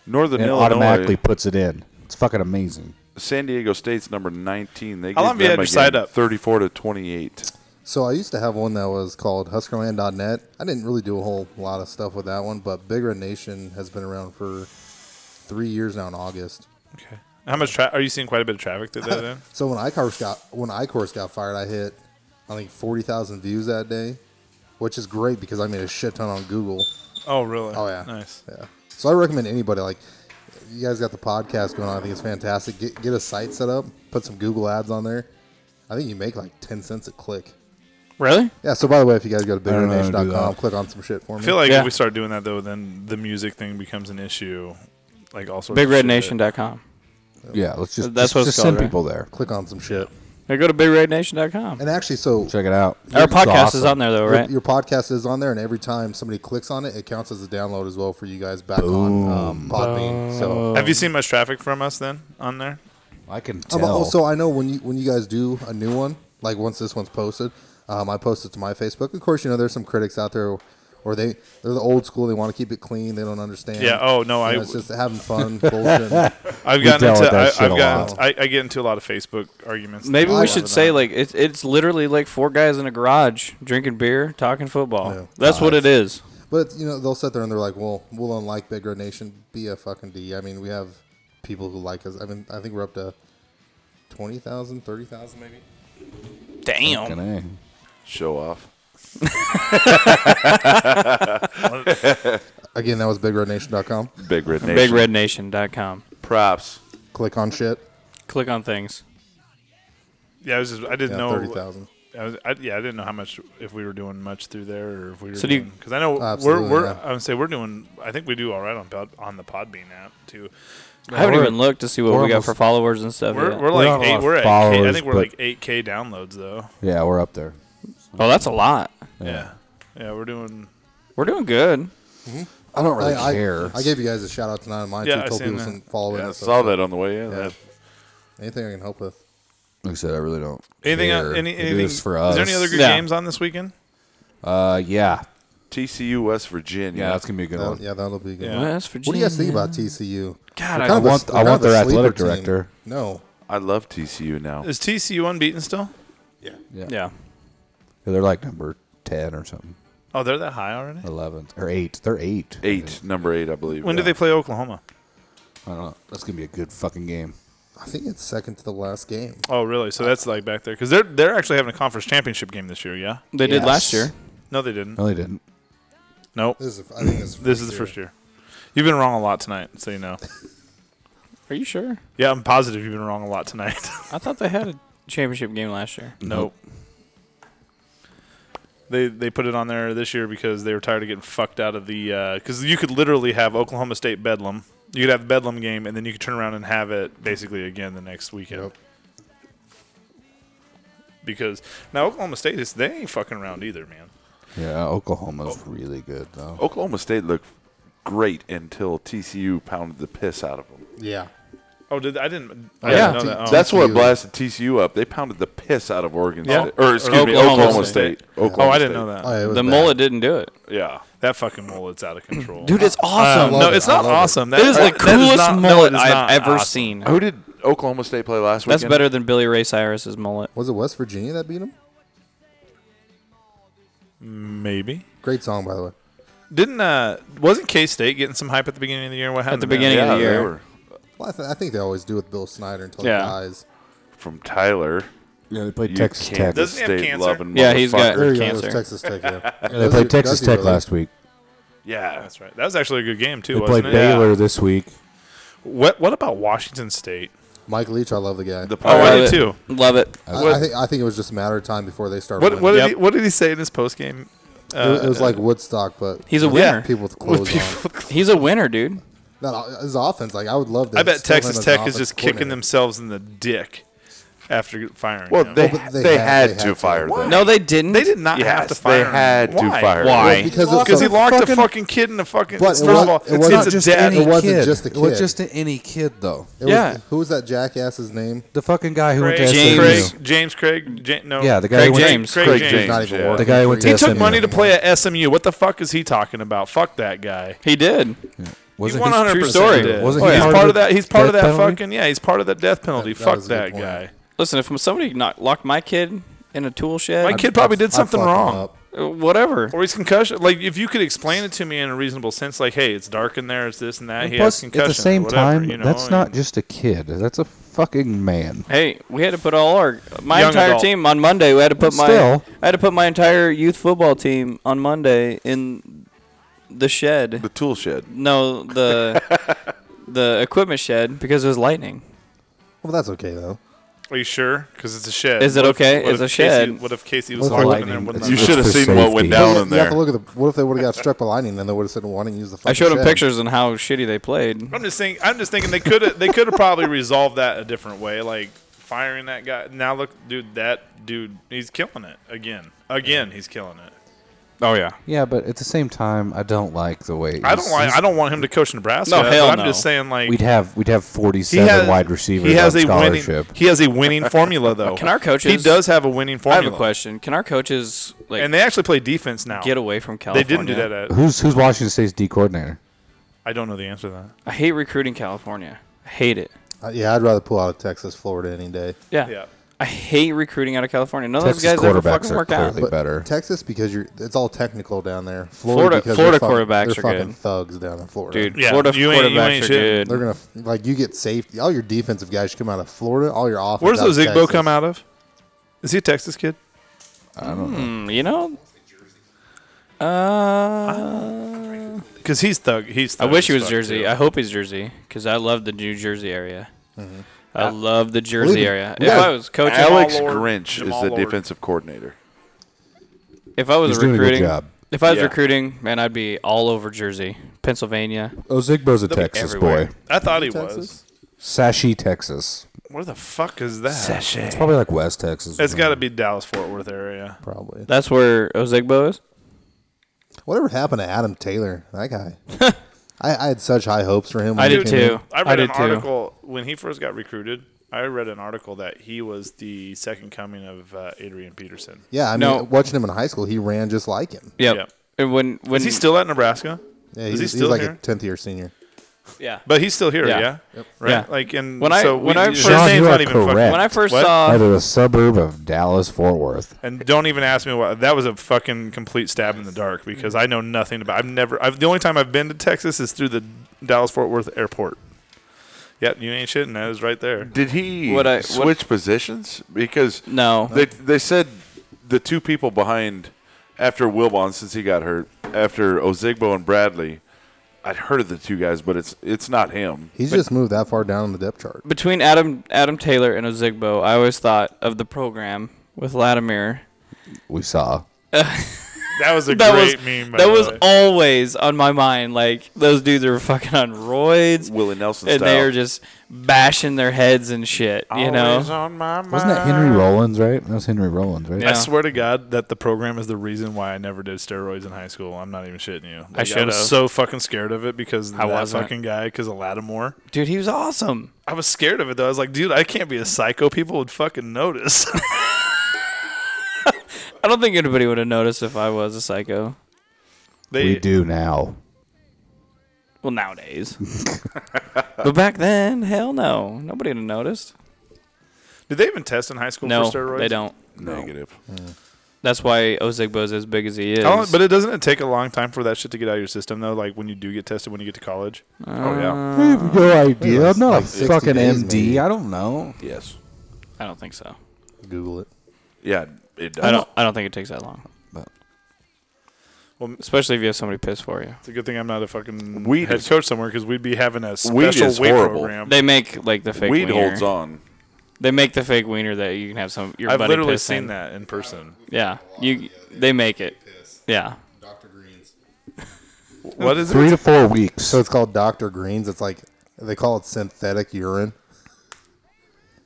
S5: Northern
S4: and
S5: Illinois
S4: automatically puts it in. It's fucking amazing.
S5: San Diego State's number 19. They
S2: How long
S5: gave
S2: have you
S5: them
S2: had your
S5: a
S2: side
S5: game
S2: up?
S5: 34 to 28.
S6: So I used to have one that was called Huskerland.net. I didn't really do a whole lot of stuff with that one, but Big Red Nation has been around for three years now in August.
S2: Okay. How much? Tra- are you seeing quite a bit of traffic through there? Then?
S6: So when iCourse got when iCourse got fired, I hit I think forty thousand views that day, which is great because I made a shit ton on Google.
S2: Oh, really?
S6: Oh yeah,
S2: Nice.
S6: Yeah. So I recommend anybody like you guys got the podcast going on. I think it's fantastic. Get get a site set up, put some Google ads on there. I think you make like ten cents a click.
S3: Really?
S6: Yeah. So by the way, if you guys go to
S4: don't know how to do
S6: biggerthanation.com,
S4: that.
S6: click on some shit for me.
S2: I feel like
S3: Yeah.
S2: if we start doing that though, then the music thing becomes an issue. Like all sorts. of shit that-
S3: BigRedNation.com.
S4: Yeah, let's just
S3: That's
S4: just,
S3: what it's
S4: just send
S3: called, right?
S4: people there.
S6: click on some shit.
S3: Yeah, go to BigRedNation.com.
S6: And actually, so
S4: Check it out.
S3: Our
S4: It's
S3: podcast is
S4: awesome.
S3: on there though,
S6: your-
S3: right?
S6: your, podcast is on there, and every time somebody clicks on it, it counts as a download as well for you guys back on um, Podbean. So
S2: Have you seen much traffic from us then on there?
S4: I can tell.
S6: Um, also, I know when you when you guys do a new one, like once this one's posted, um, I post it to my Facebook. Of course, you know there's some critics out there, or they they're the old school. They want to keep it clean. They don't understand.
S2: Yeah, oh, no,
S6: You
S2: I-
S6: know, it's just having fun. bullshit.
S2: I've gotten
S4: dealt
S2: into
S4: with that
S2: I,
S4: shit
S2: I've
S4: a
S2: gotten
S4: lot.
S2: I, I get into a lot of Facebook arguments.
S3: Maybe
S2: All
S3: we
S2: of
S3: should
S2: that.
S3: say like it's it's literally like four guys in a garage drinking beer, talking football.
S6: Yeah.
S3: That's what it is.
S6: But you know they'll sit there and they're like, "Well, we'll unlike Big Red Nation. Be a fucking D. I mean, we have people who like us. I mean, I think we're up to 20,000, 30,000 maybe.
S4: Fucking
S3: Damn.
S4: A.
S5: Show off.
S6: Again, that was BigRedNation.com.
S5: Big Red Nation.
S3: BigRedNation.com.
S5: Props.
S6: Click on shit.
S3: Click on things.
S2: yeah, I was just I didn't
S6: Yeah,
S2: know
S6: thirty thousand.
S2: I was, I, yeah, I didn't know how much if we were doing much through there or if we were
S3: So do you-
S2: because I know we're
S6: Absolutely,
S2: we're
S6: yeah.
S2: I would say we're doing I think we do all right on Pod, on the Podbean app too.
S3: I haven't
S4: we're-
S3: even looked to see what we got
S4: almost-
S3: for followers and stuff.
S2: We're
S3: yet.
S2: we're
S4: We don't
S2: like
S4: have a lot
S2: eight,
S4: of
S2: we're at K, I
S4: followers,
S2: think we're
S4: but-
S2: like eight k downloads though.
S4: Yeah, we're up there.
S3: oh, that's a lot.
S2: Yeah, yeah, we're doing
S3: We're doing good.
S4: I don't really
S6: I, I-
S4: care.
S6: I gave you guys a shout out tonight on mine
S2: Yeah, I
S6: too. Told
S2: seen
S6: people
S2: that.
S6: some follow
S5: Yeah, I
S6: in.
S5: saw that on the way in.
S6: Yeah.
S5: That-
S6: Anything I can help with?
S4: like I said, I really don't.
S2: Anything?
S4: Care.
S2: Any,
S4: They do
S2: anything?
S4: this for us?
S2: Is there any other good
S3: Yeah.
S2: games on this weekend?
S4: Uh, yeah,
S5: TCU West Virginia.
S4: yeah, that's gonna be a good
S6: That-
S4: one.
S6: Uh, yeah, that'll be good.
S2: Yeah.
S3: West Virginia.
S6: What do you guys think about TCU?
S3: God,
S6: They're
S3: I
S6: kind of a-
S4: want-
S6: they're
S4: I
S6: kind
S4: want
S6: of a
S4: their
S6: sleeper
S4: athletic
S6: team.
S4: director.
S6: No,
S5: I love TCU now.
S2: Is TCU unbeaten still?
S3: Yeah.
S4: They're like number ten or something,
S2: Oh, they're that high already.
S4: eleven or eight. They're eight.
S5: Eight, number eight, I believe.
S2: When do they play Oklahoma?
S4: I don't know. That's gonna be a good fucking game.
S6: I think it's second to the last game.
S2: Oh, really? So that's like back there because they're they're actually having a conference championship game this year. Yeah.
S3: They did
S4: Yes.
S3: last year.
S2: No, they didn't.
S4: No, they didn't.
S2: Nope.
S6: This is, I think this is,
S2: This is the first year. You've been wrong a lot tonight, so you know.
S3: Are you sure?
S2: Yeah, I'm positive you've been wrong a lot tonight.
S3: I thought they had a championship game last year.
S2: nope. They they put it on there this year because they were tired of getting fucked out of the because you could literally have Oklahoma State Bedlam. You could have the Bedlam game, and then you could turn around and have it basically again the next weekend.
S6: Yep.
S2: Because now Oklahoma State is they ain't fucking around either, man.
S4: Yeah, Oklahoma's really good though.
S5: Oklahoma State looked great until TCU pounded the piss out of them.
S6: Yeah.
S2: Oh, did I didn't? I
S6: Yeah.
S2: didn't know that. Oh.
S5: That's what
S6: TCU.
S5: blasted TCU up. They pounded the piss out of Oregon
S2: Yeah.
S5: State. Or, excuse me,
S3: Oklahoma
S5: Oklahoma
S2: State.
S5: State.
S2: oh,
S5: Oklahoma
S2: I didn't
S5: State.
S2: know that.
S6: Oh, yeah, it was
S3: The
S6: bad.
S3: mullet didn't do it.
S5: Yeah.
S2: That fucking mullet's out of control.
S8: Dude, it's awesome.
S2: Um,
S6: love
S2: no,
S6: it.
S2: it's
S6: I
S2: not
S6: love it.
S2: awesome. That
S3: It is the
S2: that- that is
S3: coolest
S2: not- no, it
S3: mullet
S2: is
S3: I've
S2: not
S3: ever
S2: awesome.
S3: seen.
S5: Who did Oklahoma State play last week?
S3: That's better than Billy Ray Cyrus's mullet.
S6: Was it West Virginia that beat them?
S2: Maybe
S6: Great song, by the way.
S2: didn't uh wasn't K State getting some hype at the beginning of the year? What happened
S3: the
S2: to them?
S3: beginning of
S5: Yeah,
S3: the
S5: they
S3: year.
S5: were
S6: Well, I, th- I think they always do with Bill Snyder until
S3: Yeah.
S6: he dies.
S5: from Tyler.
S4: Yeah, they played
S5: You
S4: Texas
S5: Kansas
S4: Tech.
S2: Doesn't he have
S5: State
S2: cancer?
S5: loving
S3: Yeah, he's got-
S5: motherfucker.
S6: There you go. It
S3: Cancer.
S6: was Texas Tech. Yeah.
S4: Yeah, they played Texas Tech last week.
S5: Yeah.
S2: That's right. That was actually a good game too,
S4: They
S2: wasn't
S4: played
S2: it?
S4: Baylor this week.
S2: What What about Washington State?
S6: Mike Leach, I love the guy.
S5: The
S2: Oh, I
S5: Pirates.
S2: did
S3: it.
S2: too.
S3: Love it.
S6: I, I, think, I think it was just a matter of time before they started.
S2: What
S6: winning.
S2: What did
S3: Yep.
S2: he, What did he say in his post game?
S6: It was- it was like Woodstock, but
S3: He's a
S2: Yeah.
S3: winner.
S6: people with clothes on.
S3: He's a winner, dude.
S6: No, his offense, like I would love. To
S2: I bet
S6: still have him
S2: Texas
S6: as an
S2: Tech is
S6: offensive
S2: just kicking
S6: coordinator.
S2: themselves in the dick after firing.
S5: Well,
S2: him.
S5: they,
S6: Well, but
S5: they,
S6: they
S5: had,
S6: had- they
S5: to
S6: had to.
S5: fire
S2: Why?
S5: them.
S3: No, they didn't.
S2: they did not have
S5: Yes,
S2: to fire.
S5: they
S2: him.
S5: had to
S2: Why?
S5: fire him.
S2: Why?
S6: Well, because it's
S2: because he
S6: a
S2: locked a
S4: fucking-
S2: fucking kid in a fucking.
S6: But it
S2: first of
S6: was-
S2: all,
S6: it wasn't
S2: it's a
S6: just
S2: dad.
S6: any It wasn't kid. just a
S4: It was
S6: kid.
S4: just to any kid though.
S6: It was-
S3: Yeah.
S6: who was that jackass's name?
S4: The fucking guy who
S2: Craig,
S4: went to
S2: James,
S4: SMU.
S2: Craig, James Craig, Ja- no,
S4: Yeah, the guy
S3: Craig
S4: who went
S3: James.
S2: Craig,
S5: Craig
S2: James.
S5: James.
S6: Not even
S5: yeah.
S6: working
S4: The guy
S6: for
S4: went
S6: you.
S2: He
S4: to
S2: took
S4: SMU.
S2: money to play at SMU. What the fuck is he talking about? Fuck that guy.
S3: He did.
S2: He's
S4: Wasn't
S2: one hundred
S3: true
S2: percent.
S3: story.
S2: Did.
S4: Wasn't
S2: Oh,
S4: he
S2: he's
S4: part
S2: part
S4: of
S2: of
S4: the
S2: that. He's part of that
S4: death penalty?
S2: fucking. Yeah, he's part of that death penalty.
S6: That- that
S2: fuck
S6: was a good
S2: that
S6: point.
S2: guy.
S3: Listen, if somebody knock, locked my kid in a tool shed,
S2: My kid probably
S6: I'd-
S2: did
S6: I'd
S2: something
S6: fuck him
S2: wrong,
S6: up.
S3: uh, whatever.
S2: or he's concussion. Like if you could explain it to me in a reasonable sense, like, hey, it's dark in there. It's this and that.
S4: And
S2: he has
S4: plus, at
S2: concussion.
S4: the same
S2: or whatever,
S4: time,
S2: you know,
S4: that's
S2: and-
S4: not just a kid. That's a fucking man.
S3: Hey, we had to put all our my
S2: Young
S3: entire
S2: adult.
S3: team on Monday. We had to put my
S4: Still.
S3: I had to put my entire youth football team on Monday in the shed.
S5: The tool shed.
S3: No, the the equipment shed because it was lightning.
S6: Well, that's okay though.
S2: Are you sure? Because it's a shed.
S3: Is it
S2: What if-
S3: okay?
S2: what
S3: It's
S2: if
S3: a shed.
S2: Casey- What if Casey
S6: What
S2: was
S6: if
S2: locked
S6: lightning-
S2: in there? and wouldn't
S4: it's
S2: let
S5: You
S2: him
S5: should have
S4: for
S5: seen what
S4: safety.
S5: went
S6: Well,
S5: down
S6: you,
S5: in
S6: you have
S5: there.
S6: to look at the. What if they would have got struck by lightning? Then they would have said, "Why didn't you use the?" Fucking
S3: I showed him
S6: shed?"
S3: pictures and how shitty they played.
S2: I'm just saying. I'm just thinking they could have. they could have probably resolved that a different way, like firing that guy. Now look, dude, that dude, he's killing it again. Again, he's killing it.
S3: Oh yeah.
S4: Yeah, but at the same time, I don't like the way.
S2: I don't like. I don't want him to coach Nebraska.
S3: No, hell
S2: but I'm
S3: no.
S2: just saying, like,
S4: We'd have we'd have
S2: he
S4: forty-seven
S2: has
S4: wide receivers
S2: He has
S4: on
S2: a
S4: scholarship.
S2: winning. He has a winning formula, though.
S3: Can our coaches-
S2: He does have a winning
S3: I
S2: formula.
S3: have a question. Can our coaches like
S2: And they actually play defense now.
S3: get away from
S2: They
S3: California?
S2: didn't do that. At,
S4: who's who's Washington State's D coordinator?
S2: I don't know the answer to that.
S3: I hate recruiting California. I hate it.
S6: Uh, yeah, I'd rather pull out of Texas, Florida any day.
S3: Yeah.
S2: Yeah.
S3: I hate recruiting out of California. None of those
S4: Texas
S3: guys ever
S4: quarterbacks
S3: fucking
S4: are
S3: work out.
S4: clearly better.
S6: Texas because you're it's all technical down there.
S3: Florida-
S6: because
S3: Florida
S6: they're fucking-
S3: quarterbacks
S6: they're
S3: are
S6: fucking
S3: good.
S6: thugs down in Florida,
S3: Dude,
S2: Yeah,
S3: Florida
S2: you ain't- you
S3: quarterbacks
S2: ain't
S3: are
S2: shit.
S3: good.
S6: They're gonna like you get safety. All your defensive guys should come out of Florida. All your offense.
S2: Where does
S6: out of
S2: Ozigbo
S6: Texas.
S2: come out of? Is he a Texas kid?
S3: Mm, you know. Uh,
S2: Because he's thug. He's.
S3: I
S2: Thug
S3: wish he
S2: as
S3: was
S2: fuck,
S3: Jersey.
S2: too.
S3: I hope he's Jersey because I love the New Jersey area.
S2: Mm-hmm.
S4: Ah,
S3: I love the Jersey
S6: Believe it-
S3: area.
S6: we
S3: If
S6: got
S3: I was coaching,
S5: Alex
S2: Lord-
S5: Grinch
S2: Jamal
S5: is the
S2: Lord.
S5: defensive coordinator.
S3: if I was
S4: He's doing a
S3: recruiting,
S4: good job.
S3: if I was
S5: Yeah.
S3: recruiting, man, I'd be all over Jersey, Pennsylvania.
S4: Ozigbo's a Texas
S3: everywhere.
S4: boy.
S2: I thought he
S6: Texas?
S2: was.
S4: Sashi, Texas.
S2: Where the fuck is that?
S4: It's probably like West Texas. or
S2: It's got to
S4: something.
S2: be Dallas Fort Worth area.
S6: Probably.
S3: That's where Ozigbo is.
S6: Whatever happened to Adam Taylor? That guy. I, I had such high hopes for him. When
S3: I
S6: he
S3: did
S6: came in.
S3: too.
S2: I read
S3: I did
S2: an
S3: too.
S2: article when he first got recruited. I read an article that he was the second coming of uh, Adrian Peterson.
S6: Yeah, I mean,
S3: No.
S6: watching him in high school, he ran just like him.
S3: Yep.
S2: Yep.
S3: And when when
S2: Is he still at Nebraska?
S6: Yeah,
S2: Is
S6: he's,
S2: he
S6: he's
S2: still
S6: like a
S2: here?
S6: tenth year senior.
S3: yeah.
S2: But he's still here,
S3: Yeah.
S2: yeah.
S6: Yep.
S2: Right.
S3: Yeah.
S2: Like and
S3: When I-
S2: so
S3: when I
S2: his
S3: first-
S2: name's
S4: you
S2: not
S4: are
S2: even fucking-
S4: correct.
S3: when I first
S2: What?
S3: saw
S4: Out of a suburb of Dallas, Fort Worth.
S2: and don't even ask me why that was a fucking complete stab in the dark because I know nothing about. I've never. I've the only time I've been to Texas is through the Dallas Fort Worth Airport. Yep, you ain't shitting. That is right there.
S5: Did he
S3: What I- what-
S5: switch positions? Because
S3: No.
S5: they they said the two people behind after Wilbon since he got hurt after Ozigbo and Bradley. I'd heard of the two guys, but it's it's not him.
S6: He's just moved that far down on the depth chart.
S3: between Adam Adam Taylor and Ozigbo, I always thought of the program with Latimer.
S4: We saw.
S2: That was a
S3: That
S2: great
S3: was
S2: meme. By
S3: that
S2: the
S3: was
S2: way.
S3: always on my mind. Like those dudes are fucking on roids,
S5: Willie Nelson
S3: and
S5: style.
S3: they are just bashing their heads and shit. You
S5: Always
S3: know,
S5: on my mind.
S4: Wasn't that Henry Rollins, right? That was Henry Rollins, right?
S2: I
S3: Yeah.
S2: swear to God that the program is the reason why I never did steroids in high school. I'm not even shitting you. Like, I
S3: should've.
S2: was so fucking scared of it because that
S3: wasn't.
S2: fucking guy, because of Lattimore.
S3: dude, he was awesome.
S2: I was scared of it though. I was like, dude, I can't be a psycho. People would fucking notice.
S3: I don't think anybody would have noticed if I was a psycho.
S2: they
S4: We do now.
S3: Well, nowadays, but back then, hell no, nobody would have noticed.
S2: did they even test in high school
S3: No,
S2: for steroids?
S3: they don't.
S5: Negative.
S3: That's why Ozigbo's as big as he is.
S2: How long- Oh, but it doesn't it take a long time for that shit to get out of your system though. Like when you do get tested when you get to college.
S5: Oh yeah.
S4: I have no idea.
S6: it's
S4: I'm not
S6: like
S4: a
S6: 60
S4: fucking MD.
S6: days, maybe.
S4: I don't know.
S5: Yes.
S3: I don't think so.
S6: Google it.
S5: Yeah. It does.
S3: I don't. I don't think it takes that long.
S4: But-
S2: Well,
S3: especially if you have somebody piss for you.
S2: It's a good thing I'm not a fucking
S5: Weed
S2: head
S5: is-
S2: coach somewhere because we'd be having a special
S5: Weed
S2: weight
S5: is horrible.
S2: program.
S3: They make like the fake
S5: Weed
S3: wiener.
S5: holds on.
S3: They make the fake wiener that you can have some. Your
S2: I've
S3: buddy
S2: literally
S3: piss
S2: seen
S3: in.
S2: that in person.
S3: Yeah, you. They make it. Yeah,
S6: Dr. Greens.
S2: What is
S4: Three
S2: it?
S4: to four weeks.
S6: So it's called Dr. Greens. It's like they call it synthetic urine.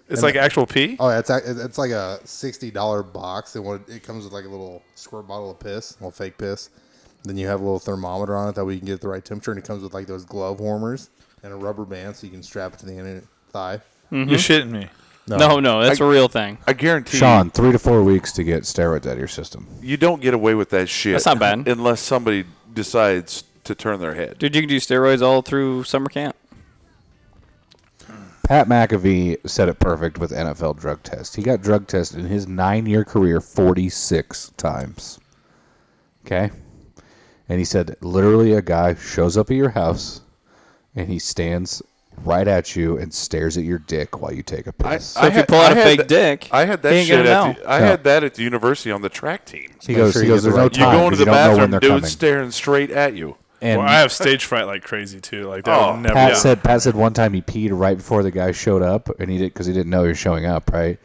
S2: It's like actual pee.
S6: Oh, yeah, it's ac- it's like a sixty dollar box, and what it comes with like a little squirt bottle of piss, a little fake piss. Then you have a little thermometer on it that way you can get the right temperature, and it comes with like those glove warmers and a rubber band so you can strap it to the end of your thigh.
S2: You're shitting me.
S4: Oh.
S3: no, no, that's a real thing.
S5: I guarantee
S4: Sean, three to four weeks to get steroids out of your system.
S5: you don't get away with that shit.
S3: That's not bad.
S5: Unless somebody decides to turn their head.
S3: Dude, you can do steroids all through summer camp.
S4: Pat McAfee said it perfect with NFL drug test. He got drug tested in his nine year career 46 times. Okay? And he said, literally, a guy shows up at your house and he stands right at you and stares at your dick while you take a piss.
S3: if you
S5: had-
S3: pull out a
S5: had
S3: fake
S5: th-
S3: dick,
S5: I had that
S3: he ain't
S5: shit.
S3: gonna
S5: At
S3: know.
S5: the, I
S4: Yeah.
S5: had that at the university on the track team.
S4: he goes,
S6: sure
S4: he
S6: you
S4: goes, there's
S6: get the
S4: no
S6: right-
S5: You go
S4: time.
S5: into
S4: 'cause
S5: the
S4: you don't know
S5: bathroom,
S4: when they're
S5: dude,
S4: coming.
S5: staring straight at you.
S4: and
S2: well, I have stage fright like crazy too. Like that
S5: Oh.
S2: would never.
S4: Mm-hmm. Pat
S2: yeah.
S4: said Pat said one time he peed right before the guy showed up, and he did because he didn't know he was showing up, right?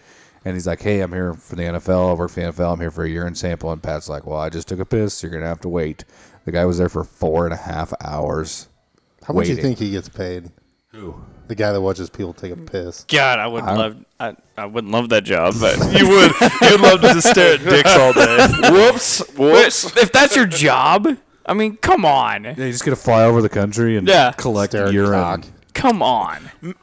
S4: And he's like, "Hey, I'm here for the NFL. I work for the NFL. I'm here for a urine sample." And Pat's like, "Well, I just took a piss. You're gonna have to wait." The guy was there for four and a half hours.
S6: How much do you
S4: waiting.
S6: think he gets paid? Who? The guy that watches people take a piss.
S3: God, I wouldn't love. I, I wouldn't love that job, but
S2: you would. You'd love to just stare at dicks all day.
S5: Whoops! Whoops!
S3: if that's your job, I mean, come on,
S4: Yeah, you just gonna fly over the country and
S3: Yeah.
S4: collect
S6: Stare at
S4: urine.
S6: cock.
S3: come on.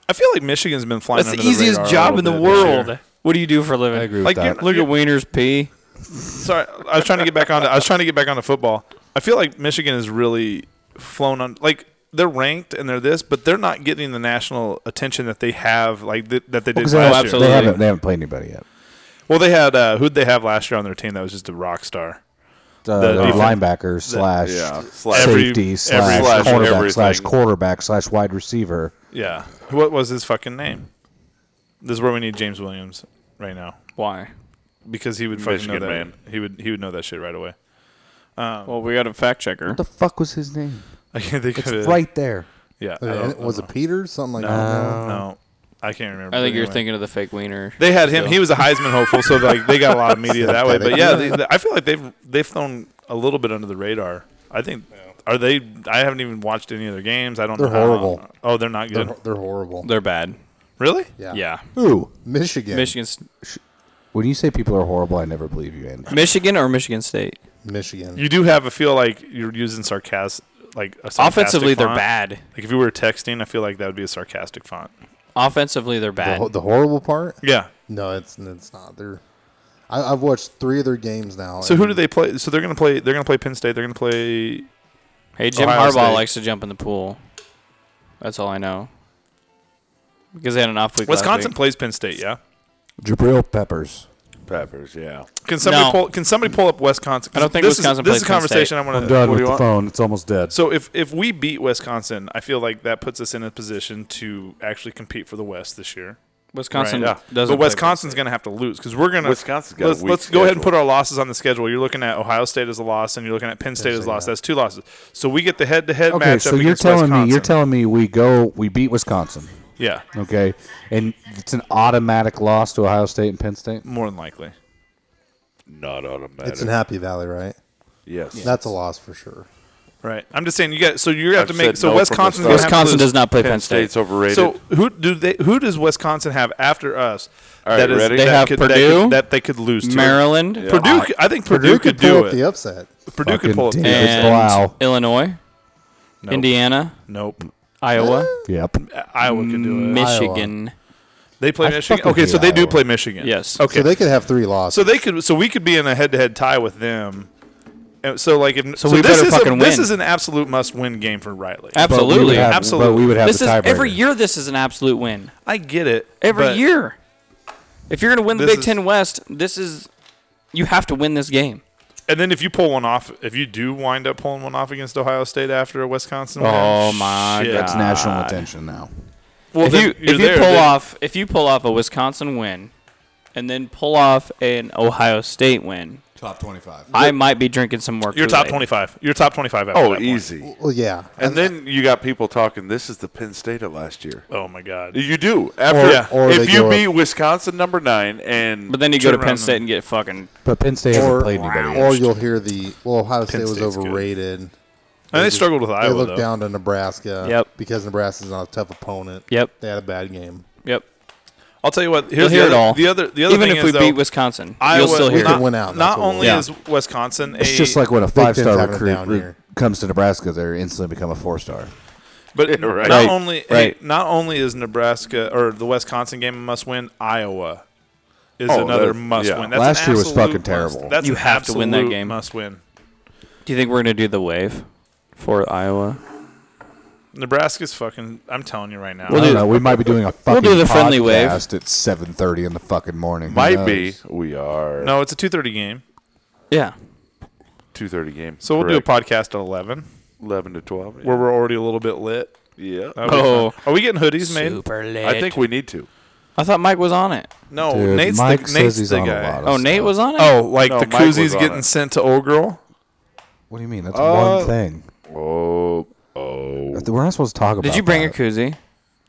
S2: I feel like Michigan's been flying.
S3: That's the
S2: under
S3: easiest
S2: radar a
S3: job
S2: little
S3: in the
S2: bit this year.
S3: world. What do you do for a living?
S4: I agree with
S2: Like,
S4: that.
S2: you're-
S3: Look at wieners pee.
S2: Sorry, I was trying to get back on. I was trying to get back onto football. I feel like Michigan has really flown on. Like they're ranked and they're this, but they're not getting the national attention that they have. Like th- that they did
S4: 'Cause they,
S2: last
S4: haven't-
S2: year.
S4: they
S3: absolutely.
S4: haven't they haven't played anybody yet.
S2: Well, they had uh, who'd they have last year on their team that was just a rock star.
S4: Uh,
S2: The
S4: the
S2: defense-
S4: linebacker slash
S5: Yeah, slash
S4: safety slash
S5: slash
S4: cornerback slash
S5: everything.
S4: quarterback slash wide receiver.
S2: Yeah, what was his fucking name? This is where we need James Williams right now
S3: Why?
S2: because he would fucking
S5: Michigan
S2: know that.
S5: man.
S2: He would he would know that shit right away. Um,
S3: Well, we got a fact checker.
S4: What the fuck was his name?
S2: I can't think of
S4: It's
S2: it.
S4: right there.
S2: Yeah. I
S6: Uh,
S2: don't-
S6: Was it Peters? Something like that.
S2: no, I can't remember.
S3: I think you're
S2: Anyway.
S3: thinking of the fake wiener.
S2: They had him. He was a Heisman hopeful, so like they got a lot of media that way. But yeah, they, I feel like they've they've thrown a little bit under the radar. I think are they? I haven't even watched any of their games. I don't.
S6: They're
S2: know how-
S6: horrible.
S2: Oh, they're not
S6: They're,
S2: good.
S6: they're horrible.
S3: They're bad.
S2: really?
S6: yeah.
S3: Yeah.
S4: Who?
S6: Michigan.
S3: Michigan's
S4: When you say people are horrible, I never believe you, Andy.
S3: Michigan or Michigan State?
S6: Michigan.
S2: You do have a feel like you're using sarcastic, like a sarcastic
S3: Offensively, they're
S2: font.
S3: bad.
S2: Like if you were texting, I feel like that would be a sarcastic font.
S3: Offensively, they're
S6: The,
S3: bad.
S6: ho- the horrible part?
S2: Yeah.
S6: No, it's it's not. They're I, I've watched three of their games now.
S2: So who do
S6: and
S2: they play? So they're gonna play. They're gonna play Penn State. They're gonna play.
S3: Hey, Jim
S2: Ohio
S3: Harbaugh
S2: State.
S3: likes to jump in the pool. That's all I know. Because they had an off week. last
S2: Wisconsin
S3: week.
S2: plays Penn State. Yeah.
S4: Jabril Peppers.
S5: Peppers, yeah.
S2: Can somebody
S3: No.
S2: pull? Can somebody pull up Wisconsin?
S3: I don't think
S2: this
S3: Wisconsin
S2: Is, this
S3: plays
S2: is a
S3: Penn
S2: conversation I want
S4: I'm
S2: to.
S4: done
S5: what do
S4: with
S5: you
S4: the
S5: want?
S4: phone. It's almost dead.
S2: So if if we beat Wisconsin, I feel like that puts us in a position to actually compete for the West this year.
S3: Wisconsin
S2: Right,
S3: doesn't.
S2: but
S3: play-
S2: Wisconsin's going to have to lose because we're going to.
S5: Wisconsin's got a
S2: let's,
S5: weak
S2: let's go ahead and
S5: schedule.
S2: put our losses on the schedule. You're looking at Ohio State as a loss, and you're looking at Penn State as a loss. That's two losses. So we get the head-to-head
S4: okay,
S2: matchup.
S4: so you're
S2: against
S4: telling me you're
S2: Wisconsin.
S4: telling me we go we beat Wisconsin,
S2: yeah,
S4: okay, and it's an automatic loss to Ohio State and Penn State.
S2: more than likely.
S5: Not automatic.
S6: It's in Happy Valley, right?
S5: yes.
S6: That's a loss for sure.
S2: Right. I'm just saying you got. So you're going
S5: I've
S2: to have to make.
S5: said
S2: So
S5: no from the start.
S2: Wisconsin's gonna have to
S3: Wisconsin
S2: lose.
S3: does not play
S5: Penn
S3: Penn State.
S5: State's overrated.
S2: So who do they? Who does Wisconsin have after us?
S5: All right,
S2: that is
S5: ready?
S2: that
S5: They
S3: have
S2: could, That,
S3: Purdue,
S2: could, that they could lose to
S3: Maryland,
S2: Purdue, could- I think Purdue, could
S6: pull
S2: do
S6: up
S2: it.
S6: the upset.
S2: Purdue could
S4: Fucking
S2: pull it.
S4: damn.
S3: and
S4: Wow.
S3: Illinois,
S2: Nope.
S3: Indiana,
S2: Nope.
S3: Iowa,
S4: Yep.
S2: Iowa could do it.
S3: Michigan.
S2: They play
S4: I
S2: Michigan.
S4: fucking
S2: Okay, so
S4: hate
S2: they do
S4: Iowa.
S2: play Michigan.
S3: Yes.
S2: Okay.
S6: So they could have three losses.
S2: So they could. So we could be in a head-to-head tie with them. And so like if
S3: So we
S2: this
S3: better
S2: is a,
S3: fucking
S2: this
S3: win.
S2: is an absolute must-win game for Riley.
S4: But we would
S3: Absolutely.
S4: have-
S2: Absolutely.
S4: But we would have
S3: This
S4: the
S3: is
S4: tiebreaker.
S3: every year. This is an absolute win.
S2: I get it
S3: Every
S2: but
S3: year. If you're going to win the
S2: This
S3: Big
S2: is-
S3: Ten West, this is you have to win this game.
S2: And then if you pull one off, if you do wind up pulling one off against Ohio State after a Wisconsin, win,
S3: Oh my
S2: shit.
S4: That's national attention now.
S2: Well,
S3: if
S2: then
S3: you
S2: you're
S3: if you
S2: there,
S3: pull
S2: then-
S3: off if you pull off a Wisconsin win, and then pull off an Ohio State win,
S4: Top twenty-five.
S3: I might be drinking some more.
S2: you're top
S3: Kool-Aid.
S2: twenty-five. You're top twenty-five. After that
S5: oh,
S2: point.
S5: easy.
S6: well, yeah.
S5: And then you got people talking. This is the Penn State of last year.
S2: Oh my God.
S5: You do after
S2: Yeah.
S6: or
S5: if
S6: they
S5: you
S6: go
S5: beat Wisconsin number nine and
S3: But then you
S2: Turn
S3: go to
S2: around
S3: Penn
S2: and-
S3: State and get fucking.
S4: But Penn State hasn't
S6: or,
S4: played anybody.
S6: or
S4: yet.
S6: you'll hear the well Ohio State was
S2: State's good.
S6: overrated.
S2: And they struggled with
S6: They
S2: Iowa
S6: looked
S2: though.
S6: down to Nebraska.
S3: Yep.
S6: Because Nebraska's not a tough opponent.
S3: Yep.
S6: They had a bad game.
S3: Yep.
S2: I'll tell you what. Here's
S3: hear it
S2: the, other,
S3: all.
S2: the other. The other
S3: Even
S2: thing
S3: if
S2: is,
S3: we
S2: though,
S3: beat Wisconsin,
S2: Iowa,
S3: you'll still hear.
S2: not,
S3: it.
S6: win out,
S2: Not
S6: that's what we-
S2: only
S3: Yeah.
S2: is Wisconsin a,
S4: It's just like when a
S6: Big Ten's
S4: five-star
S6: having it
S4: recruit
S6: down
S4: re-
S6: here.
S4: comes to Nebraska, they instantly become a four-star.
S2: but
S5: right.
S2: not
S5: Right,
S2: only
S5: right.
S2: not only is Nebraska or the Wisconsin game a must win, Iowa is
S5: Oh,
S2: another
S5: that-
S2: must
S5: yeah.
S2: win. That's
S4: Last
S2: an
S4: year was
S2: absolute
S4: fucking
S2: must.
S4: terrible.
S2: That's
S3: You
S2: an
S3: have to win that
S2: absolute
S3: game.
S2: Must win.
S3: Do you think we're gonna do the wave for Iowa?
S2: Nebraska's fucking. I'm telling you right now.
S4: I don't know. We might be doing a
S3: do
S4: fucking
S3: the
S4: podcast
S3: friendly wave.
S4: at seven thirty in the fucking morning. Who
S5: might
S4: knows?
S5: be we are
S2: no, it's a 2:30 game,
S3: Yeah.
S5: two thirty game.
S2: so we'll
S5: correct.
S2: do a podcast at 11
S5: eleven to twelve. yeah.
S2: where we're Uh, already a little bit lit.
S5: yeah,
S2: That'd be
S3: Oh.
S2: fun. are we getting hoodies made?
S3: lit.
S5: I think we need to.
S3: I thought Mike was on it.
S2: No,
S4: Dude,
S2: Oh, Nate's
S4: Mike
S2: the,
S4: says
S2: Nate's
S4: he's
S2: the
S4: on a
S2: guy.
S4: lot of
S3: Oh,
S4: stuff.
S3: Nate was on it.
S2: Oh, like
S5: No,
S2: the
S5: Mike was
S2: koozies
S5: on
S2: getting
S5: it.
S2: sent to old girl.
S4: What do you mean? That's
S5: Uh,
S4: one thing.
S5: Oh, oh,
S4: We're not supposed to talk about.
S3: Did you bring
S4: that.
S3: a koozie?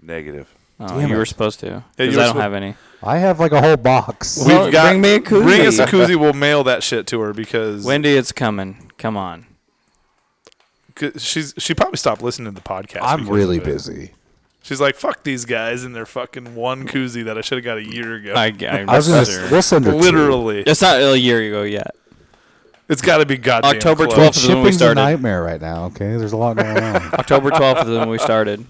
S5: negative.
S3: Oh,
S4: Damn
S3: you
S4: it.
S3: were supposed to.
S2: Yeah, you
S3: Because
S2: were
S3: I don't
S2: supposed-
S3: have any.
S4: I have like a whole box.
S2: We've
S3: Well,
S2: got
S3: bring me a koozie.
S2: Bring us a koozie. We'll mail that shit to her because
S3: Wendy, it's coming. Come on.
S2: 'cause she's she probably stopped listening to the podcast.
S4: I'm
S2: because
S4: really
S2: of it.
S4: busy.
S2: She's like, "Fuck these guys and their fucking one koozie that I should have got a year ago."
S3: I, I,
S4: I was gonna. We'll send her two.
S2: Literally,
S3: It's not a year ago yet.
S2: it's got to be goddamn
S3: October
S2: close.
S3: 12th. When we
S4: Shipping's a
S3: started.
S4: nightmare right now. Okay, there's a lot going on.
S3: October 12th is when we started.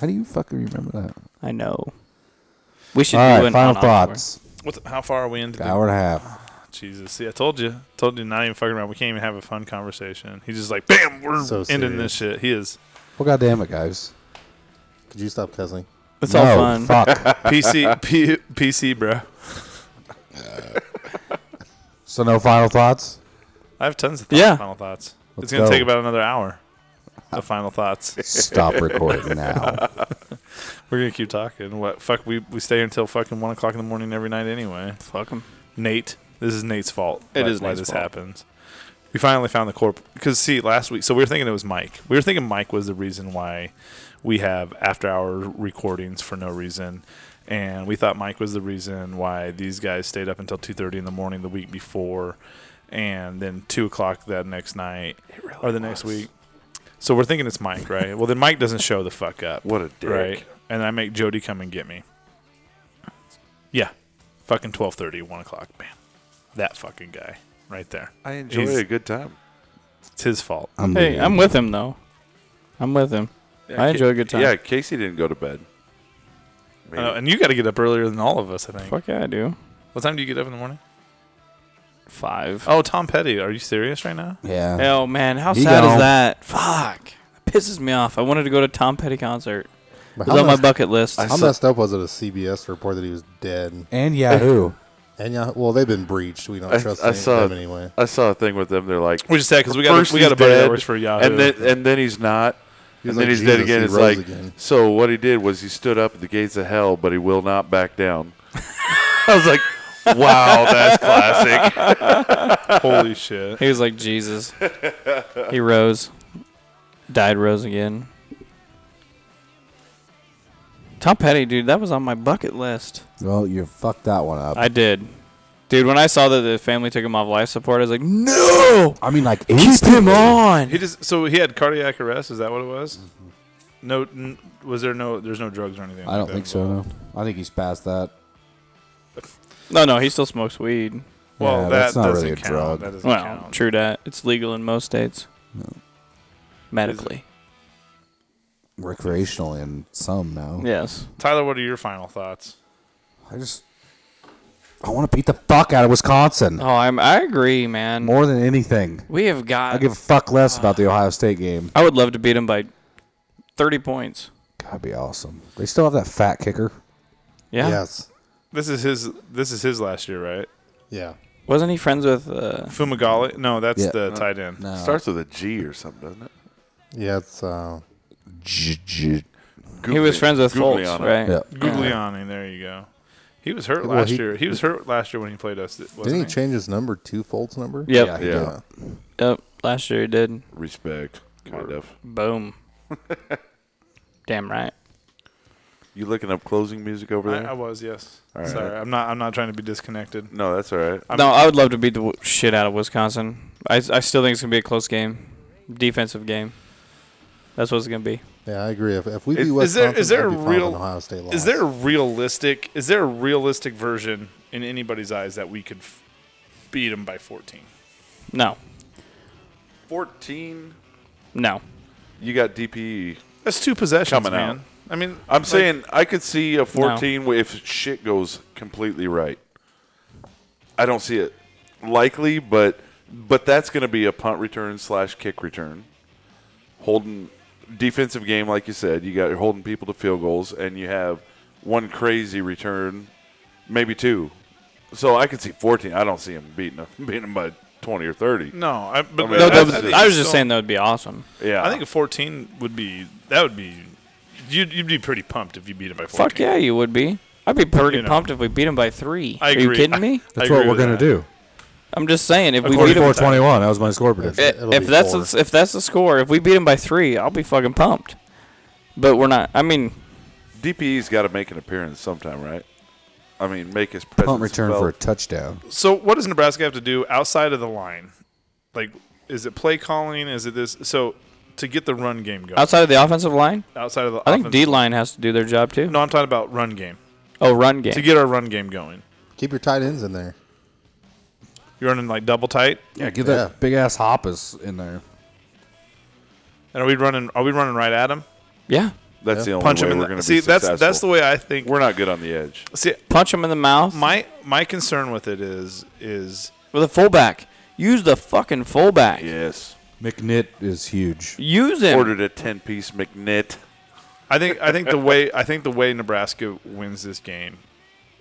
S4: How do you fucking remember that?
S3: I know. We should
S4: All
S3: do
S4: right,
S3: an
S4: final
S3: on October.
S4: thoughts.
S2: What's, how far are we into? The,
S4: Hour and a half.
S2: Jesus, see, I told you, told you, not even fucking around. We can't even have a fun conversation. He's just like, "Bam, we're
S6: So
S2: ending this shit." He is
S4: Well, goddamn it, guys.
S6: Could you stop cussing?
S3: It's
S4: no,
S3: all fun.
S4: fuck.
S2: PC, P, PC, bro.
S4: so no final thoughts.
S2: I have tons of thoughts,
S3: Yeah.
S2: final thoughts. it's
S4: Let's
S2: gonna
S4: go.
S2: take about another hour. The final thoughts.
S4: Stop recording now.
S2: We're gonna keep talking. What fuck? We we stay until fucking one o'clock in the morning every night anyway.
S3: Fuck 'em.
S2: Nate, this is Nate's fault.
S3: It
S2: It is
S3: is
S2: why
S3: Nate's
S2: this
S3: fault.
S2: happens. We finally found the corp because see last week. So we were thinking it was Mike. We were thinking Mike was the reason why we have after hour recordings for no reason, and we thought Mike was the reason why these guys stayed up until two thirty in the morning the week before, and then two o'clock that next night or the next week. So we're thinking it's Mike, right? well, then Mike doesn't show the fuck up.
S5: What a dick.
S2: Right. And I make Jody come and get me. Yeah. Fucking 12:30, 1 o'clock. Bam. That fucking guy. right there.
S5: I enjoy
S2: He's-
S5: a good time.
S2: It's his fault.
S4: I'm
S3: Hey,
S4: leaving.
S3: I'm with him though. I'm with him. I enjoy a good time.
S5: Yeah, Casey didn't go to bed.
S2: I know, and you got to get up earlier than all of us, I think.
S3: Fuck yeah, I do.
S2: What time do you get up in the morning?
S3: Five.
S2: Oh, Tom Petty. Are you serious right now?
S4: Yeah.
S3: Oh man, how
S4: He
S3: sad
S4: gone.
S3: is that? Fuck. That pisses me off. I wanted to go to Tom Petty concert.
S6: But
S3: It
S6: how
S3: was on my
S6: messed,
S3: bucket list.
S6: how messed up was it? A CBS report that he was dead,
S4: And Yahoo.
S6: and yeah, well, they've been breached. We don't
S5: I,
S6: trust
S5: I
S6: any-
S5: saw
S6: them anyway.
S5: I saw a thing with them. They're like,
S2: We just said because we got
S5: first
S2: a, we got
S5: he's
S2: a buddy
S5: dead,
S2: that works for Yahoo.
S5: and then and then he's not,
S6: He
S5: and
S6: was like,
S5: then he's
S6: "Jesus,
S5: dead again.
S6: he
S5: It's
S6: rose
S5: like,
S6: again."
S5: so what he did was he stood up at the gates of hell, but he will not back down. I was like, wow, that's classic.
S2: holy shit.
S3: he was like Jesus. he rose, died, rose again. Tom Petty, dude, that was on my bucket list.
S4: Well, you fucked that one up. I,
S3: I did, dude. When I saw that the family took him off life support, I was like, no,
S4: mean, like
S3: keep
S4: instantly.
S3: him on.
S2: He just so he had cardiac arrest. Is that what it was? No, n- was there no? There's no drugs or anything.
S4: I don't think so. No, I think he's past that.
S3: No, no, he still smokes weed.
S2: Well, that
S4: Yeah, that's not
S2: doesn't
S4: really a
S2: count.
S4: drug.
S2: That doesn't
S3: Well,
S2: count.
S3: true that. It's legal in most states. Medically.
S4: Recreational and some no.
S3: Yes.
S2: Tyler, what are your final thoughts?
S4: I just I want to beat the fuck out of Wisconsin
S2: Uh,
S3: Oh, I'm, I agree, man.
S4: more than anything.
S3: We have
S4: I
S3: got.
S4: give a fuck less about
S2: Uh,
S4: the Ohio State game.
S3: I would love to beat him by 30 points.
S4: That'd be awesome. They still have that fat kicker.
S3: Yeah.
S6: Yes,
S2: This is his. This is his last year, right?
S6: yeah.
S3: Wasn't he friends with. Uh,
S2: Fumigali? No, that's
S4: Yeah.
S2: the tight end.
S5: Starts with a G or something, doesn't it?
S6: Yeah, it's uh,
S3: he was
S5: Googly-
S3: friends with
S5: Googly
S3: Fultz,
S5: on it.
S3: right?
S4: Yeah.
S2: Gugliani. There you go. He was hurt
S6: Well,
S2: last
S6: he-
S2: year. He was hurt last year when he played us. Wasn't
S6: didn't he
S2: he?
S6: change his number to Folt's number?
S3: Yep.
S4: Yeah.
S5: Yeah,
S6: Yeah.
S3: Yep. Last year he did.
S5: respect, kind of.
S3: Boom. Damn right.
S5: You looking up closing music over
S2: I,
S5: there?
S2: I was. Yes.
S5: All right.
S2: Sorry, I'm not. I'm not trying to be disconnected.
S5: no, that's all right.
S3: no, I would love to beat the w- shit out of Wisconsin. I, I still think it's going to be a close game, defensive game. That's what it's going to be.
S6: Yeah, I agree. If, if we
S2: Is-
S6: beat
S2: is there-
S6: Wisconsin,
S2: is there
S6: I'd
S2: a
S6: be fine with
S2: real-
S6: an Ohio State loss?
S2: Is there a realistic? Is there a realistic version in anybody's eyes that we could f- beat him by 14?
S3: No.
S5: Fourteen.
S3: No.
S5: You got E. DPE.
S2: That's two possessions,
S5: Coming out.
S2: man. I mean,
S5: I'm saying I could see a 14 if shit goes completely right. I don't see it likely, but but that's going to be a punt return slash kick return, holding defensive game like you said. You got you're holding people to field goals, and you have one crazy return, maybe two. So I could see 14. I don't see him beating 'em- beating him by 20 or 30.
S2: no. I, but
S5: mean,
S3: No,
S5: that was-
S3: that was,
S2: I think
S3: I was
S2: so.
S3: just saying that would be awesome.
S5: Yeah,
S2: I think a 14 would be that would be you'd, you'd be pretty pumped if you beat him by 14.
S3: Fuck yeah, you would be. I'd be pretty
S2: You know.
S3: pumped if we beat him by three.
S2: I
S3: Are
S2: agree.
S3: you kidding me?
S2: I
S4: That's
S2: agree
S4: what we're
S2: with
S4: gonna
S2: that.
S4: do.
S3: I'm just saying if we beat him,
S4: 24 21. That was my score prediction.
S3: if,
S6: It'll be
S3: that's
S6: four.
S3: the- if that's the score, if we beat him by three, I'll be fucking pumped. But we're not. I mean,
S5: DPE's got to make an appearance sometime, right? I mean, make his presence
S4: Punt return for a
S5: felt.
S4: touchdown.
S2: So what does Nebraska have to do outside of the line? Like, is it play calling? Is it this? So to get the run game going
S3: outside of the offensive line,
S2: outside of the
S3: I think
S2: offense-
S3: D line has to do their job too.
S2: No, I'm talking about run game
S3: Oh, run game.
S2: to get our run game going.
S6: Keep your tight ends in there.
S2: You're running like double tight,
S4: Yeah, give
S6: that Yeah.
S4: big ass hoppus in there.
S2: and are we running? Are we running right at him?
S3: yeah,
S5: That's the only
S2: Punch
S5: way
S2: him in
S5: we're
S2: the
S5: going to
S2: see.
S5: be
S2: That's
S5: successful.
S2: that's the way I think.
S5: We're not good on the edge.
S2: see
S3: punch him in the mouth
S2: my my concern with it is is
S3: with a fullback. Use the fucking fullback.
S5: Yes.
S4: McNitt is huge.
S3: Use him.
S5: Ordered a 10 piece McNit.
S2: I think I think the way I think the way Nebraska wins this game,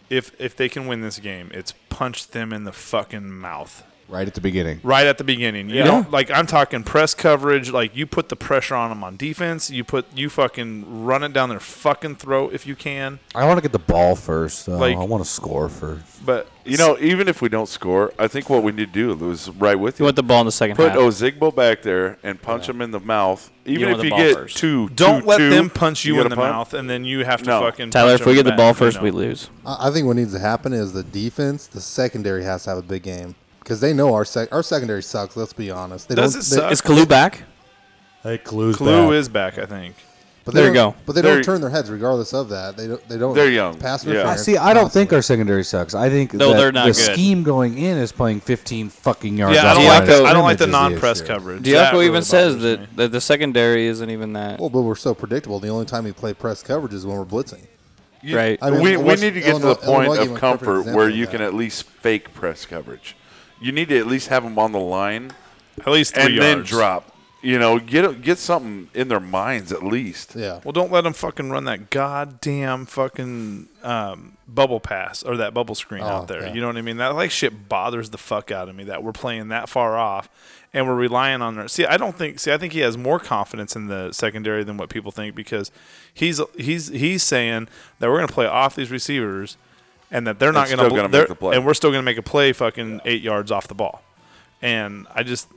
S2: if if they can win this game, it's punch them in the fucking mouth
S4: Right at the beginning.
S2: right at the beginning. You don't like I'm talking press coverage. Like you put the pressure on them on defense. You put you fucking run it down their fucking throat if you can.
S4: I want to get the ball first. Though.
S2: Like-
S4: I want to score first.
S2: But
S5: You know, even if we don't score, I think what we need to do is right with
S3: You
S5: you.
S3: want the ball in the second
S5: Put
S3: half.
S5: Ozigbo back there and punch him in the mouth. Even
S3: want
S5: if
S3: the
S5: you
S3: ball
S5: get
S3: first.
S5: two,
S2: don't
S5: two,
S2: let
S5: two,
S2: them punch you, in
S5: gotta
S2: the
S5: punt.
S2: mouth, and then you have to
S5: No.
S2: fucking
S3: Tyler,
S2: punch
S3: if we
S2: them
S3: get the
S2: back.
S3: ball first,
S2: You know.
S3: we lose.
S6: I I think what needs to happen is the defense, the secondary has to have a big game because they know our sec- our secondary sucks. Let's be honest. They
S2: Does
S6: don't,
S2: it
S6: they-
S2: suck?
S3: Is Kalu back?
S4: Hey, Clue's
S2: Clue is back, I think.
S6: But
S3: There
S6: they
S3: you
S6: don't-
S3: go.
S6: But they
S5: There-
S6: don't turn their heads regardless of that. They don't. They don't.
S5: They're young.
S6: Pass
S5: Yeah.
S4: I
S6: interference.
S4: see. I don't think our secondary sucks. I think
S3: No,
S4: that
S3: they're not
S4: the
S3: good.
S4: scheme going in is playing 15 fucking yards.
S2: Yeah, I
S4: off
S2: don't
S4: the
S2: like
S4: line of
S2: the, I don't like
S4: scrimmage
S2: the
S4: is
S2: non-press
S4: issue.
S2: coverage. That
S3: Diaco
S2: really
S3: even says
S2: bothers me.
S3: that, that the secondary isn't even that.
S6: Well, but we're so predictable. The only time we play press coverage is when we're blitzing.
S5: You-
S3: Right.
S6: I mean,
S5: we we
S6: what's-
S5: need to get to the
S6: Illinois-
S5: point
S6: Illinois gave
S5: of
S6: a perfect
S5: comfort
S6: example
S5: where
S6: of
S5: you
S6: that.
S5: can at least fake press coverage. You need to at least have them on the line
S2: at least three
S5: and then
S2: yards.
S5: drop. You know, get get something in their minds at least.
S6: Yeah.
S2: Well, don't let them fucking run that goddamn fucking um, bubble pass or that bubble screen
S5: Oh,
S2: out there.
S6: yeah.
S2: You know what I mean? That like shit bothers the fuck out of me that we're playing that far off and we're relying on their. See, I don't think. See, I think he has more confidence in the secondary than what people think because he's he's he's saying that we're gonna play off these receivers and that they're not
S5: still
S2: gonna,
S5: gonna
S2: they're-
S5: make the play.
S2: and we're still gonna make a play fucking eight yards off the ball. And I just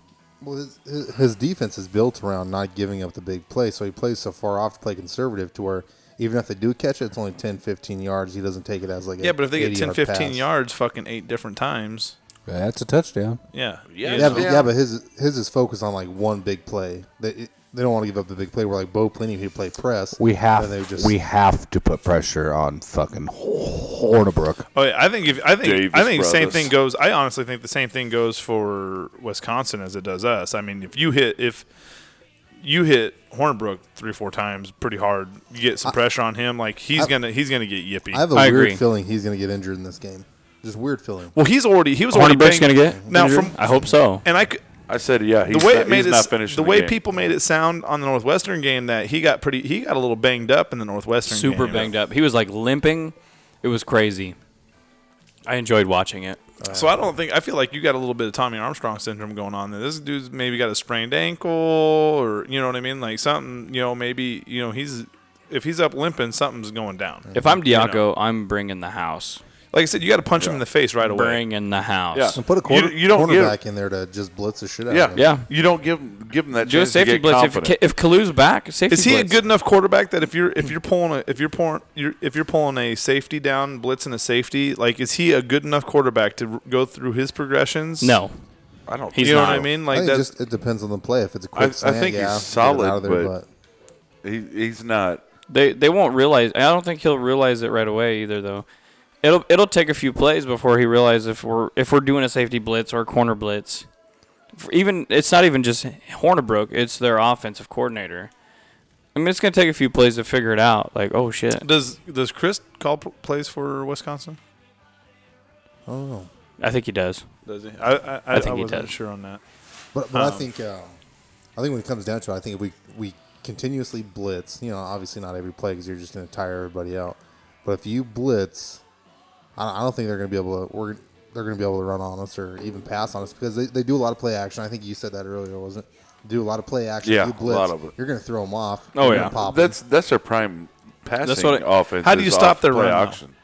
S6: Well, his- his, his defense is built around not giving up the big play, so he plays so far off to play conservative to where even if they do catch it, it's only 10, 15 yards. He doesn't take it as like a
S2: yeah, but if they get 10,
S6: 80-yard
S2: 15
S6: pass.
S2: yards, fucking eight different times,
S4: That's a touchdown.
S2: yeah,
S5: Yeah,
S6: Yeah, but, yeah, but his his is focused on like one big play. They they don't want to give up the big play. Where like Bo Pliny, he play press.
S4: We have
S6: and they just
S4: we have to put pressure on fucking Hornibrook.
S2: Oh, yeah, I think if I think
S5: Davis
S2: I think same
S5: Brothers.
S2: thing goes. I honestly think the same thing goes for Wisconsin as it does us. I mean, if you hit if you hit Hornbrook three four times pretty hard, you get some pressure on him. Like he's gonna he's gonna get yippy.
S6: I have a
S3: I
S6: weird
S3: agree.
S6: feeling he's going to get injured in this game. Just weird feeling.
S2: well, he's already he was already
S3: Hornibrook's
S2: banged-
S3: gonna get
S2: now
S3: injured?
S2: from
S3: I hope so.
S2: and I c-
S5: I said, yeah. He's
S2: the way
S5: not,
S2: it made
S5: he's
S2: it
S5: not
S2: s-
S5: finished.
S2: the way
S5: game.
S2: people made it sound on the Northwestern game that he got pretty he got a little banged up in the Northwestern
S3: Super
S2: game.
S3: banged up. He was like limping. It was crazy. I enjoyed watching it.
S2: So I don't think I feel like you got a little bit of Tommy Armstrong syndrome going on. There. This dude's maybe got a sprained ankle, or you know what I mean, like something. You know, maybe you know he's if he's up limping, something's going down.
S3: If I'm
S2: know.
S3: Diaco, I'm bringing the house.
S2: Like I said, you got to punch him in the face right away.
S3: Bringing the house.
S5: Yeah.
S6: And put a quarter,
S5: You- you don't give-
S6: cornerback in there to just blitz the shit out
S5: yeah,
S6: of him.
S3: Yeah.
S5: You don't give 'em- give them that
S3: Do a
S5: chance
S3: safety
S5: to get
S3: blitz if,
S5: confident.
S3: Ka- if Kalu's back. Safety
S2: Is he a
S3: blitz.
S2: good enough quarterback that if you're if you're pulling a, if you're pulling you're, if you're pulling a safety down blitz and a safety like is he a good enough quarterback to r- go through his progressions?
S3: No.
S5: I don't.
S3: He's
S2: you know
S3: not.
S2: what I mean.
S6: I
S2: Like
S6: think it
S2: that's
S6: just it depends on the play. If it's a
S5: I-
S6: quick
S5: I
S6: slant,
S5: think he's
S6: yeah, get it
S5: solid,
S6: out of there,
S5: but- He, he's not.
S3: They they won't realize. I don't think he'll realize it right away either, though. It'll it'll take a few plays before he realizes if we're if we're doing a safety blitz or a corner blitz. For even it's not even just Hornibrook; it's their offensive coordinator. I mean, it's gonna take a few plays to figure it out. Like, oh shit,
S2: does does Chris call p- plays for Wisconsin?
S6: oh,
S3: I think he does.
S2: Does he? I I, I,
S3: I think
S2: I
S3: he
S2: wasn't
S3: does.
S2: sure on that.
S6: but but I
S2: Um,
S6: think uh, I think when it comes down to it, I think if we we continuously blitz, you know, obviously not every play because you're just going to tire everybody out. But if you blitz, I don't, I don't think they're going to be able to. We're they're going to be able to run on us or even pass on us because they, they do a lot of play action. I think you said that earlier, wasn't it? Do a lot of play action.
S5: Yeah,
S6: you
S5: a
S6: blitz,
S5: lot of it.
S6: You're going to throw them off.
S3: Oh,
S6: you're
S3: yeah.
S6: gonna pop 'em.
S5: That's that's their prime passing
S3: what I-
S5: offense.
S2: How do you
S5: is
S2: stop
S5: off
S2: their
S5: play
S2: run, though?
S5: action?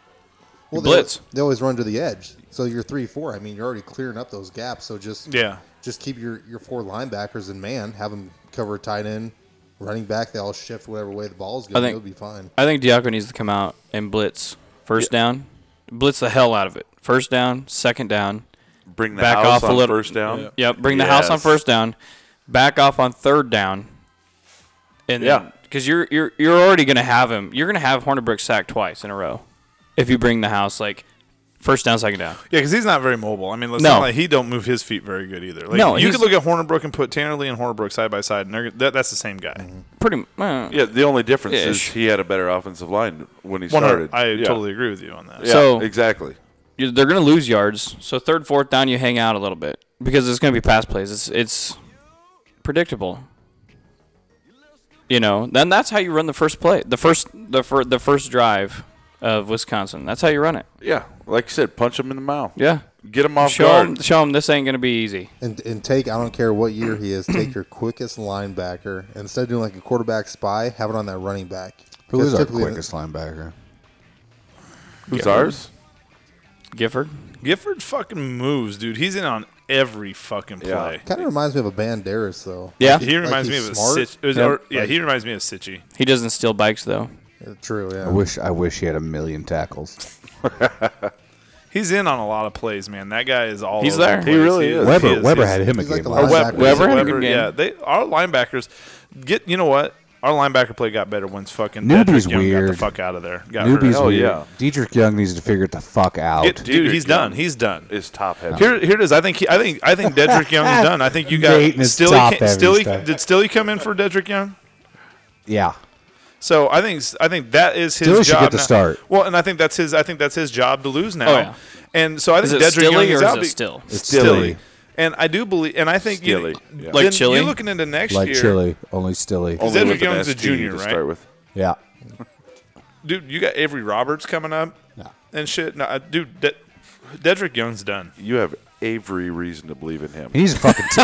S6: Well,
S3: Blitz.
S6: They always, they always run to the edge. So you're three four. I mean, you're already clearing up those gaps. So just
S2: Yeah.
S6: just keep your your four linebackers in man. Have them cover a tight end, running back. They all shift whatever way the ball's going.
S3: think-
S6: It'll be fine.
S3: I think Diaco needs to come out and blitz first down, blitz the hell out of it. First down, second down.
S5: Bring the
S3: Back
S5: house
S3: off a
S5: on
S3: little-
S5: first down.
S3: Yep, bring the house on
S5: Yes.
S3: first down, back off on third down, and
S5: Yeah.
S3: because you're you're you're already gonna have him. You're gonna have Hornibrook sacked twice in a row if you bring the house like first down, second down.
S2: Yeah, because he's not very mobile. I mean, let's
S3: No.
S2: not like he don't move his feet very good either. Like,
S3: No,
S2: you could look
S3: he's-
S2: at Hornibrook and put Tanner Lee and Hornibrook side by side, and they're, that, that's the same guy.
S5: Mm-hmm.
S3: Pretty m- uh,
S5: Yeah, the only difference is
S3: Ish.
S5: he had a better offensive line when he
S2: One
S5: started.
S2: hundred- I
S5: Yeah.
S2: totally agree with you on that.
S5: Yeah,
S3: So-
S5: exactly.
S3: you- they're gonna lose yards. So third, fourth down, you hang out a little bit because it's gonna be pass plays. It's it's predictable. You know, then that's how you run the first play, the first the fir- the first drive of Wisconsin. That's how you run it.
S5: Yeah, like you said, punch him in the mouth.
S3: Yeah.
S5: Get him off
S3: Show
S5: guard.
S3: them, show them this ain't gonna be easy.
S6: And and take. I don't care what year he is. Take your quickest linebacker and instead of doing like a quarterback spy. Have it on that running back.
S4: Who is
S6: Because
S4: our
S6: typically-
S4: quickest linebacker?
S5: Who's ours?
S3: Gifford.
S2: Gifford fucking moves, dude. He's in on every fucking
S5: Yeah.
S2: play.
S6: Kind of reminds me of a Banderas though.
S3: Yeah.
S2: He reminds
S6: he's
S2: me of
S6: smart?
S2: a Sitch. it was-
S3: Yeah.
S2: or- yeah, he reminds me of Sitchy.
S3: He doesn't steal bikes though.
S6: Uh, True. Yeah.
S4: I wish I wish he had a million tackles.
S2: He's in on a lot of plays, man. That guy is all.
S3: He's
S2: over the
S3: there. He
S2: place.
S5: really is.
S4: Weber
S2: He
S4: Weber
S2: he's-
S4: had him a
S6: he's like
S4: game.
S6: the
S4: last
S6: last-
S4: year.
S2: Weber,
S6: Weber
S3: had a good game.
S2: Yeah, they our linebackers get. You know what? Our linebacker play got better once fucking
S4: Newbie's
S2: Dedrick Young got
S4: weird.
S2: the fuck out of there. Got hurt. Oh,
S4: Newbie's
S5: hell
S4: weird.
S5: yeah.
S4: Dietrich Young needs to figure it the fuck out.
S2: Get- dude,
S5: Dedrick
S2: he's done.
S5: Young.
S2: He's done.
S5: is top heavy.
S2: Here, here it is. I think he, I think I think Dedrick Young is done. I think you got
S4: Nate and his top
S2: Stilly.
S4: heavy
S2: Stilly
S4: stuff.
S2: did Stilly come in for Dedrick Young?
S4: yeah.
S2: So I think I think that is his
S4: Stilly should
S2: job.
S4: get the
S2: now.
S4: start.
S2: Well, and I think that's his I think that's his job to lose now.
S3: Oh, yeah.
S2: And so I think
S3: Is it
S2: Dedrick
S3: Stilly
S2: Young
S3: or
S2: is
S3: is
S2: out
S3: it
S2: be-
S3: Still?
S4: It's Stilly.
S2: And I do believe, and I think
S5: Stilly,
S2: You,
S5: yeah.
S2: then
S3: Like Chile?
S2: You're looking into next
S4: Like
S2: year,
S4: Chili, only Stilly.
S5: Only
S2: Dedrick
S5: with an
S2: Young's a
S5: ST
S2: junior,
S5: to
S2: right?
S5: Start with.
S4: Yeah.
S2: dude. You got Avery Roberts coming up
S4: No.
S2: and shit. No, I- dude, De- Dedrick Young's done.
S5: You have every reason to believe in him.
S4: He needs a fucking t-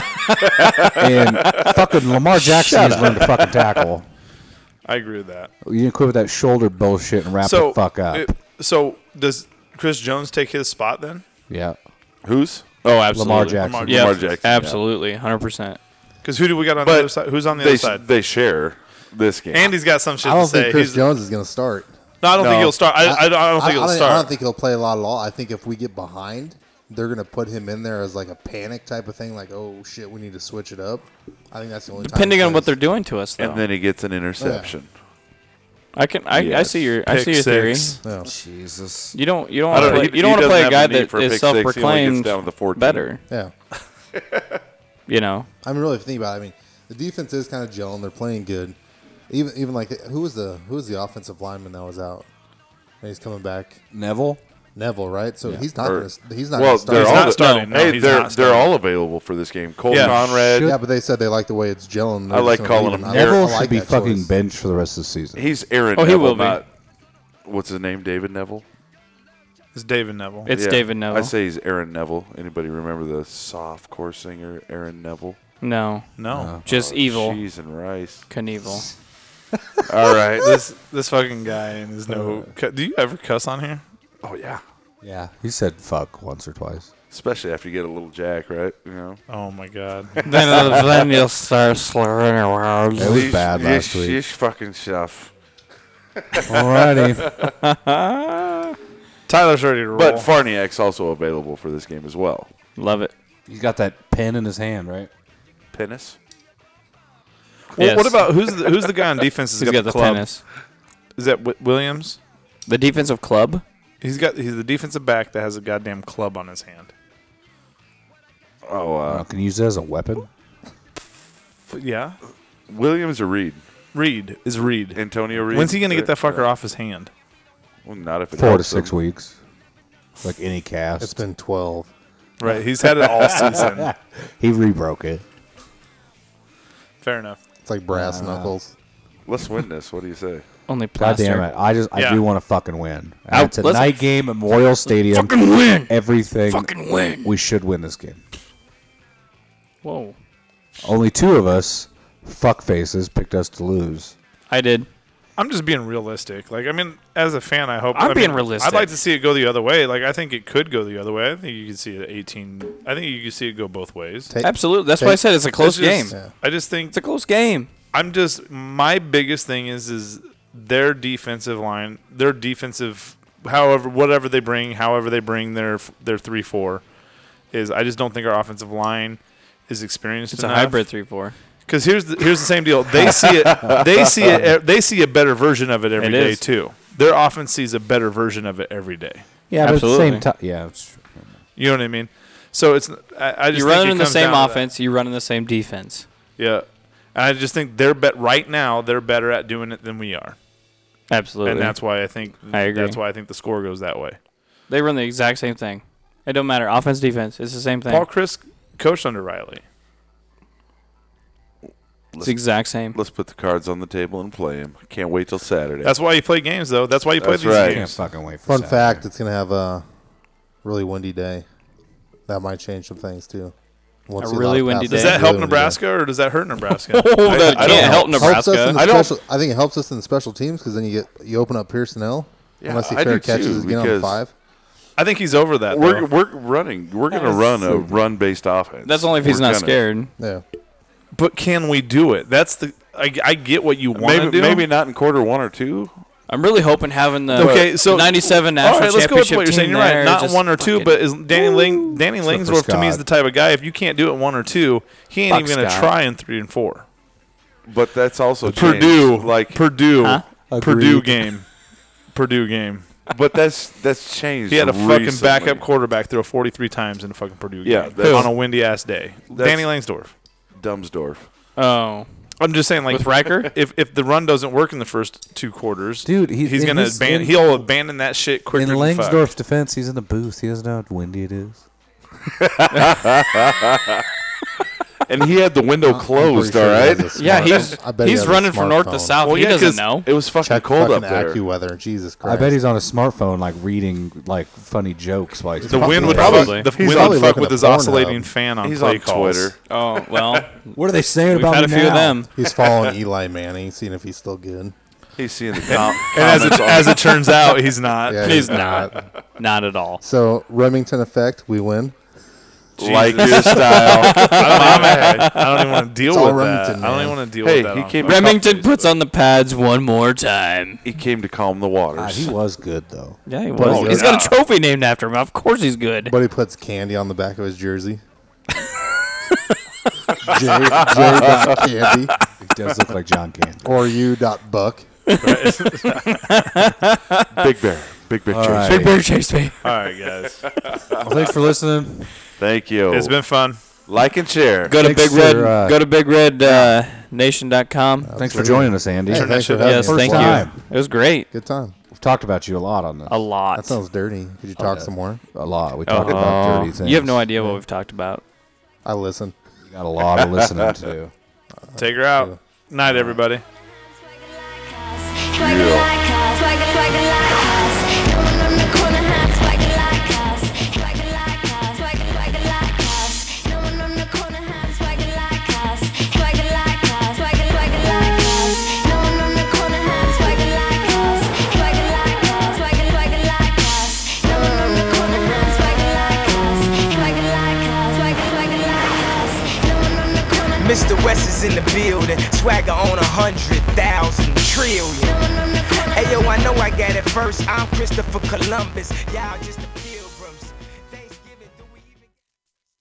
S4: and fucking Lamar Jackson needs to learn to fucking tackle.
S2: I agree with that.
S4: You need to quit with that shoulder bullshit and wrap
S2: so
S4: the fuck up.
S2: it- so does Chris Jones take his spot then?
S4: yeah.
S5: Who's?
S3: Oh, absolutely.
S4: Lamar Jackson.
S2: Lamar-
S3: Yeah,
S5: Lamar Jackson, yeah.
S3: absolutely, hundred percent.
S2: Because who do we got on the
S5: But
S2: other side? Who's on the
S5: They,
S2: other side?
S5: they share this game.
S2: Andy's got some shit
S6: I don't
S2: to say.
S6: think Chris
S2: He's-
S6: Jones is going to start.
S2: no, I don't
S5: No.
S2: think he'll start. I, I, don't- I don't think he'll
S6: I,
S2: start.
S6: I don't think he'll play a lot at all. I think if we get behind, they're going to put him in there as like a panic type of thing. Like, oh shit, we need to switch it up. I think that's the only.
S3: Depending
S6: time he
S3: on what they're
S6: plays.
S3: doing to us, though.
S5: and then he gets an interception.
S3: I can. I, I
S5: Yes.
S3: see your. I
S2: Pick
S3: see your theory.
S2: six.
S6: Yeah.
S4: Jesus.
S3: You don't. You don't.
S5: I
S3: Wanna
S5: don't know,
S3: play,
S5: he-
S3: you
S5: he
S3: don't want to
S5: doesn't
S3: play a
S5: have
S3: guy
S5: the need
S3: that
S5: for pick
S3: is
S5: six. He only gets
S3: self-proclaimed
S5: down to the 14.
S3: better.
S6: Yeah.
S3: You know.
S6: I'm really thinking about. it. I mean, the defense is kind of gelling. They're playing good. Even even like who was the who was the offensive lineman that was out? And he's coming back.
S4: Neville?
S6: Neville, right? So he's not
S5: Or-
S6: going to he's not
S5: well,
S6: going to start.
S5: they're all
S2: not
S5: the-
S2: starting. No,
S5: hey,
S2: he's
S5: they're
S2: not
S5: they're
S2: starting.
S5: all available for this game. Cole
S2: Yeah.
S5: Conrad.
S6: yeah, but they said they like the way it's gelling. They're
S5: I
S6: just
S5: like
S6: gonna
S5: calling
S6: leave
S5: him
S6: I like-
S5: Neville
S4: Neville
S6: I
S4: should
S6: like
S4: be
S6: that
S4: fucking
S6: choice.
S4: benched for the rest of the season.
S5: He's Aaron.
S3: Oh, he
S5: Neville,
S3: will be.
S5: Not, what's his name? David Neville.
S2: It's David Neville.
S3: It's
S5: Yeah.
S3: David Neville.
S5: I say he's Aaron Neville. Anybody remember the soft core singer Aaron Neville?
S3: no.
S2: no.
S5: Oh,
S3: Just evil.
S5: Cheese and rice.
S3: Knievel.
S5: All right. This.
S2: This fucking guy and his no. cu- Do you ever cuss on here?
S5: Oh yeah.
S4: yeah. He said fuck once or twice.
S5: Especially after you get a little jack, right? You know.
S2: Oh my god.
S3: then, then you'll start slurring around.
S4: It was bad last
S5: Yeesh,
S4: week.
S5: yeesh, fucking stuff.
S4: Alrighty.
S2: Tyler's ready to roll.
S5: But Farniak's also available for this game as well.
S3: Love it.
S4: He's got that pen in his hand, right?
S5: Pennis.
S2: Well,
S3: Yes.
S2: What about who's the, who's the guy on defense? that's
S3: He's got the
S2: club?
S3: tennis.
S2: Is that Wi- Williams?
S3: The defensive club.
S2: He's got he's the defensive back that has a goddamn club on his hand.
S5: Oh, uh,
S4: Wow, can you use that as a weapon?
S2: Yeah.
S5: Williams or Reed?
S2: Reed is Reed.
S5: Antonio Reed.
S2: When's he gonna get that fucker off his hand?
S5: Well, not if it
S4: Four to
S5: helps
S4: six
S5: him.
S4: weeks. Like any cast.
S6: It's been twelve.
S2: Right. He's had it all season.
S4: he rebroke it.
S2: Fair enough.
S6: It's like brass knuckles.
S5: Let's win this. What do you say?
S3: Only
S4: God
S3: plaster.
S4: damn it! I just I
S2: Yeah.
S4: do want to fucking win. And
S3: Out-
S4: it's a
S3: let's-
S4: night game at Memorial Stadium. Fucking win everything.
S8: Fucking win.
S4: We should win this game.
S3: Whoa.
S4: Only two of us, fuck faces, picked us to lose.
S3: I did.
S2: I'm just being realistic. Like, I mean, as a fan, I hope
S3: I'm
S2: I
S3: being
S2: mean,
S3: realistic.
S2: I'd like to see it go the other way. Like, I think it could go the other way. I think you could see it 18. I think you could see it go both ways.
S6: Take-
S3: Absolutely. That's why I said it's a close
S2: It's just-
S3: game.
S6: Yeah.
S2: I just think
S3: It's a close game.
S2: I'm just my biggest thing is is their defensive line, their defensive, however whatever they bring, however they bring their their three four, is I just don't think our offensive line is experienced.
S3: It's a hybrid three-four.
S2: Because here's the, here's the same deal. They see it. They see it. e, They see a better version of it every
S3: It
S2: day
S3: is.
S2: too. Their offense sees a better version of it every day.
S4: Yeah,
S3: Absolutely.
S4: but at the same time, yeah, it's true.
S2: You know what I mean? So it's I, I just
S3: You're
S2: think it
S3: running the
S2: comes
S3: same
S2: down to that.
S3: offense. You're running the same defense.
S2: Yeah, and I just think they're bet right now. They're better at doing it than we are.
S3: Absolutely.
S2: and that's why I think
S3: I agree.
S2: that's why I think the score goes that way.
S3: They run the exact same thing. It don't matter. Offense, defense. It's the same thing.
S2: Paul Chris coached under Riley.
S3: it's the exact same.
S5: Let's put the cards on the table and play him. Can't wait till Saturday.
S2: That's why you play games though. That's why you play
S5: That's
S2: these
S5: right.
S4: Can't
S2: games.
S4: fucking wait. For
S6: Fun
S4: Saturday.
S6: fact: It's going to have a really windy day. That might change some things too. Won't
S3: A
S6: see lot
S3: really
S6: of
S3: windy
S6: passes.
S2: Does
S3: day.
S2: that
S6: Really
S2: help
S6: windy day.
S2: Nebraska or does that hurt Nebraska?
S3: Oh, that
S2: I don't
S3: can't
S2: know.
S3: help
S6: Helps us
S3: Nebraska.
S6: in the
S5: I don't-
S6: special, I think it helps us in the special teams because then you get you open up Pearson L.
S5: Yeah,
S6: unless he
S5: I
S6: fair
S5: do
S6: catches
S5: too,
S6: his again on
S5: because-
S6: five.
S2: I think he's over that.
S5: we're,
S2: Though.
S5: we're running. We're going to run a run based offense.
S3: That's only if he's
S5: We're
S3: not
S5: gonna.
S3: scared.
S6: Yeah.
S2: But can we do it? That's the I, I get what you want to
S5: Maybe
S2: do.
S5: maybe not in quarter one or two.
S3: I'm really hoping having the
S2: Okay, so
S3: 97 national
S2: All right, let's go with
S3: championship
S2: what you're saying.
S3: team
S2: You're right.
S3: there
S2: Not
S3: just
S2: one or two,
S3: fucking-
S2: but is Danny Ling, Danny
S4: for
S2: Langsworth to me is
S4: Scott.
S2: the type of guy. If you can't do it one or two, he ain't
S3: Fuck
S2: even going to
S3: Scott.
S2: try in three and four.
S5: but that's also changed.
S2: Purdue,
S5: Like,
S2: Purdue,
S3: Huh?
S2: Purdue
S4: Agreed.
S2: game, Purdue game.
S5: but that's that's changed.
S2: He had a fucking
S5: recently.
S2: backup quarterback throw 43 times in a fucking Purdue
S5: Yeah,
S2: game
S5: that's-
S2: on a windy ass day.
S5: That's-
S2: Danny Langsdorf.
S5: Dumbsdorf.
S3: Oh,
S2: I'm just saying, like
S3: With Riker?
S2: if if the run doesn't work in the first two quarters,
S4: Dude, he-
S2: he's
S4: in
S2: gonna
S4: his-
S2: abandon.
S4: in-
S2: he'll abandon that shit quicker.
S4: In
S2: than fuck.
S4: Langsdorf's defense, he's in the booth. He doesn't know how windy it is.
S5: And he had the window closed, all right?
S3: yeah, he's he's running from north to south.
S5: Well,
S3: he
S5: yeah,
S3: doesn't
S5: 'cause
S3: know.
S5: It was fucking
S6: Check
S5: cold up there.
S6: fucking AccuWeather. Jesus
S4: I
S6: Christ.
S4: bet he's on a smartphone, like reading like funny jokes. Like
S2: The wind would
S6: Probably.
S2: probably the
S6: He's
S2: wind
S6: probably
S2: would fuck
S6: looking
S2: with
S6: at
S2: his
S6: Pornhub.
S2: oscillating fan on
S5: He's
S2: play
S5: on
S2: calls.
S5: Twitter.
S3: Oh well,
S4: What are they saying
S3: we've
S4: about
S3: had a
S4: me
S3: few of
S4: now?
S3: them.
S6: He's following Eli Manning, seeing if he's still good.
S5: He's seeing the com-
S2: And as
S5: comments
S2: it,
S5: on
S2: as it turns out, he's not.
S6: Yeah,
S3: He's not. Not at all.
S6: So Remington effect, we win.
S5: like your style.
S2: I, don't even, I don't even want to deal
S6: all
S2: with that.
S6: Remington,
S2: I don't
S6: man.
S2: even want to deal
S5: Hey,
S2: with that.
S5: he
S2: on
S5: came-
S2: fucking-
S3: Remington puts on the pads one more time.
S5: he came to calm the waters.
S4: Ah, he was good though.
S3: Yeah, he
S6: was.
S3: was. He's got a trophy named after him. Of course, he's good.
S6: But he puts candy on the back of his jersey. J, J dot candy
S4: He does look like John Candy.
S6: or U dot buck.
S5: Big Bear. Big Bear.
S4: All
S5: Chase.
S4: right.
S5: Big-
S3: Bird chased me.
S2: All right, guys,
S4: Well, thanks for listening.
S5: Thank you.
S2: it's been fun.
S5: like and share.
S3: Go to
S4: Thanks
S3: Big
S4: for,
S3: Red.
S4: uh,
S3: go to BigRedNation.com. Uh,
S4: Thanks for joining us, Andy.
S6: Hey, thanks for
S2: shit
S6: having
S3: yes,
S6: me.
S4: first
S3: thank
S4: time.
S3: you. It was great.
S6: Good time.
S4: We've talked about you a lot on this.
S3: A lot.
S6: That sounds dirty. Could you talk some more?
S4: A lot. We talked about dirty things.
S3: Uh-huh. You have no idea what we've talked about.
S6: I listen.
S4: You got a lot of listening to do.
S2: Take her out. Night, everybody.
S9: Swagger like us, swagger, swagger like us. No one on the corner had swagger like us, swagger like us, swagger, swagger like us. No one on the corner had swagger like us, swagger like us, swagger, swagger like us. No one on the corner had swagger like us, swagger like us, swagger, swagger like us. No one on the corner had swagger like us, swagger like us, swagger, swagger like us. No one on the corner.
S1: Mr. West is in the building, swagger on a hundred thousand trillion. Hey yo, I know I got it first. I'm Christopher Columbus. Y'all just.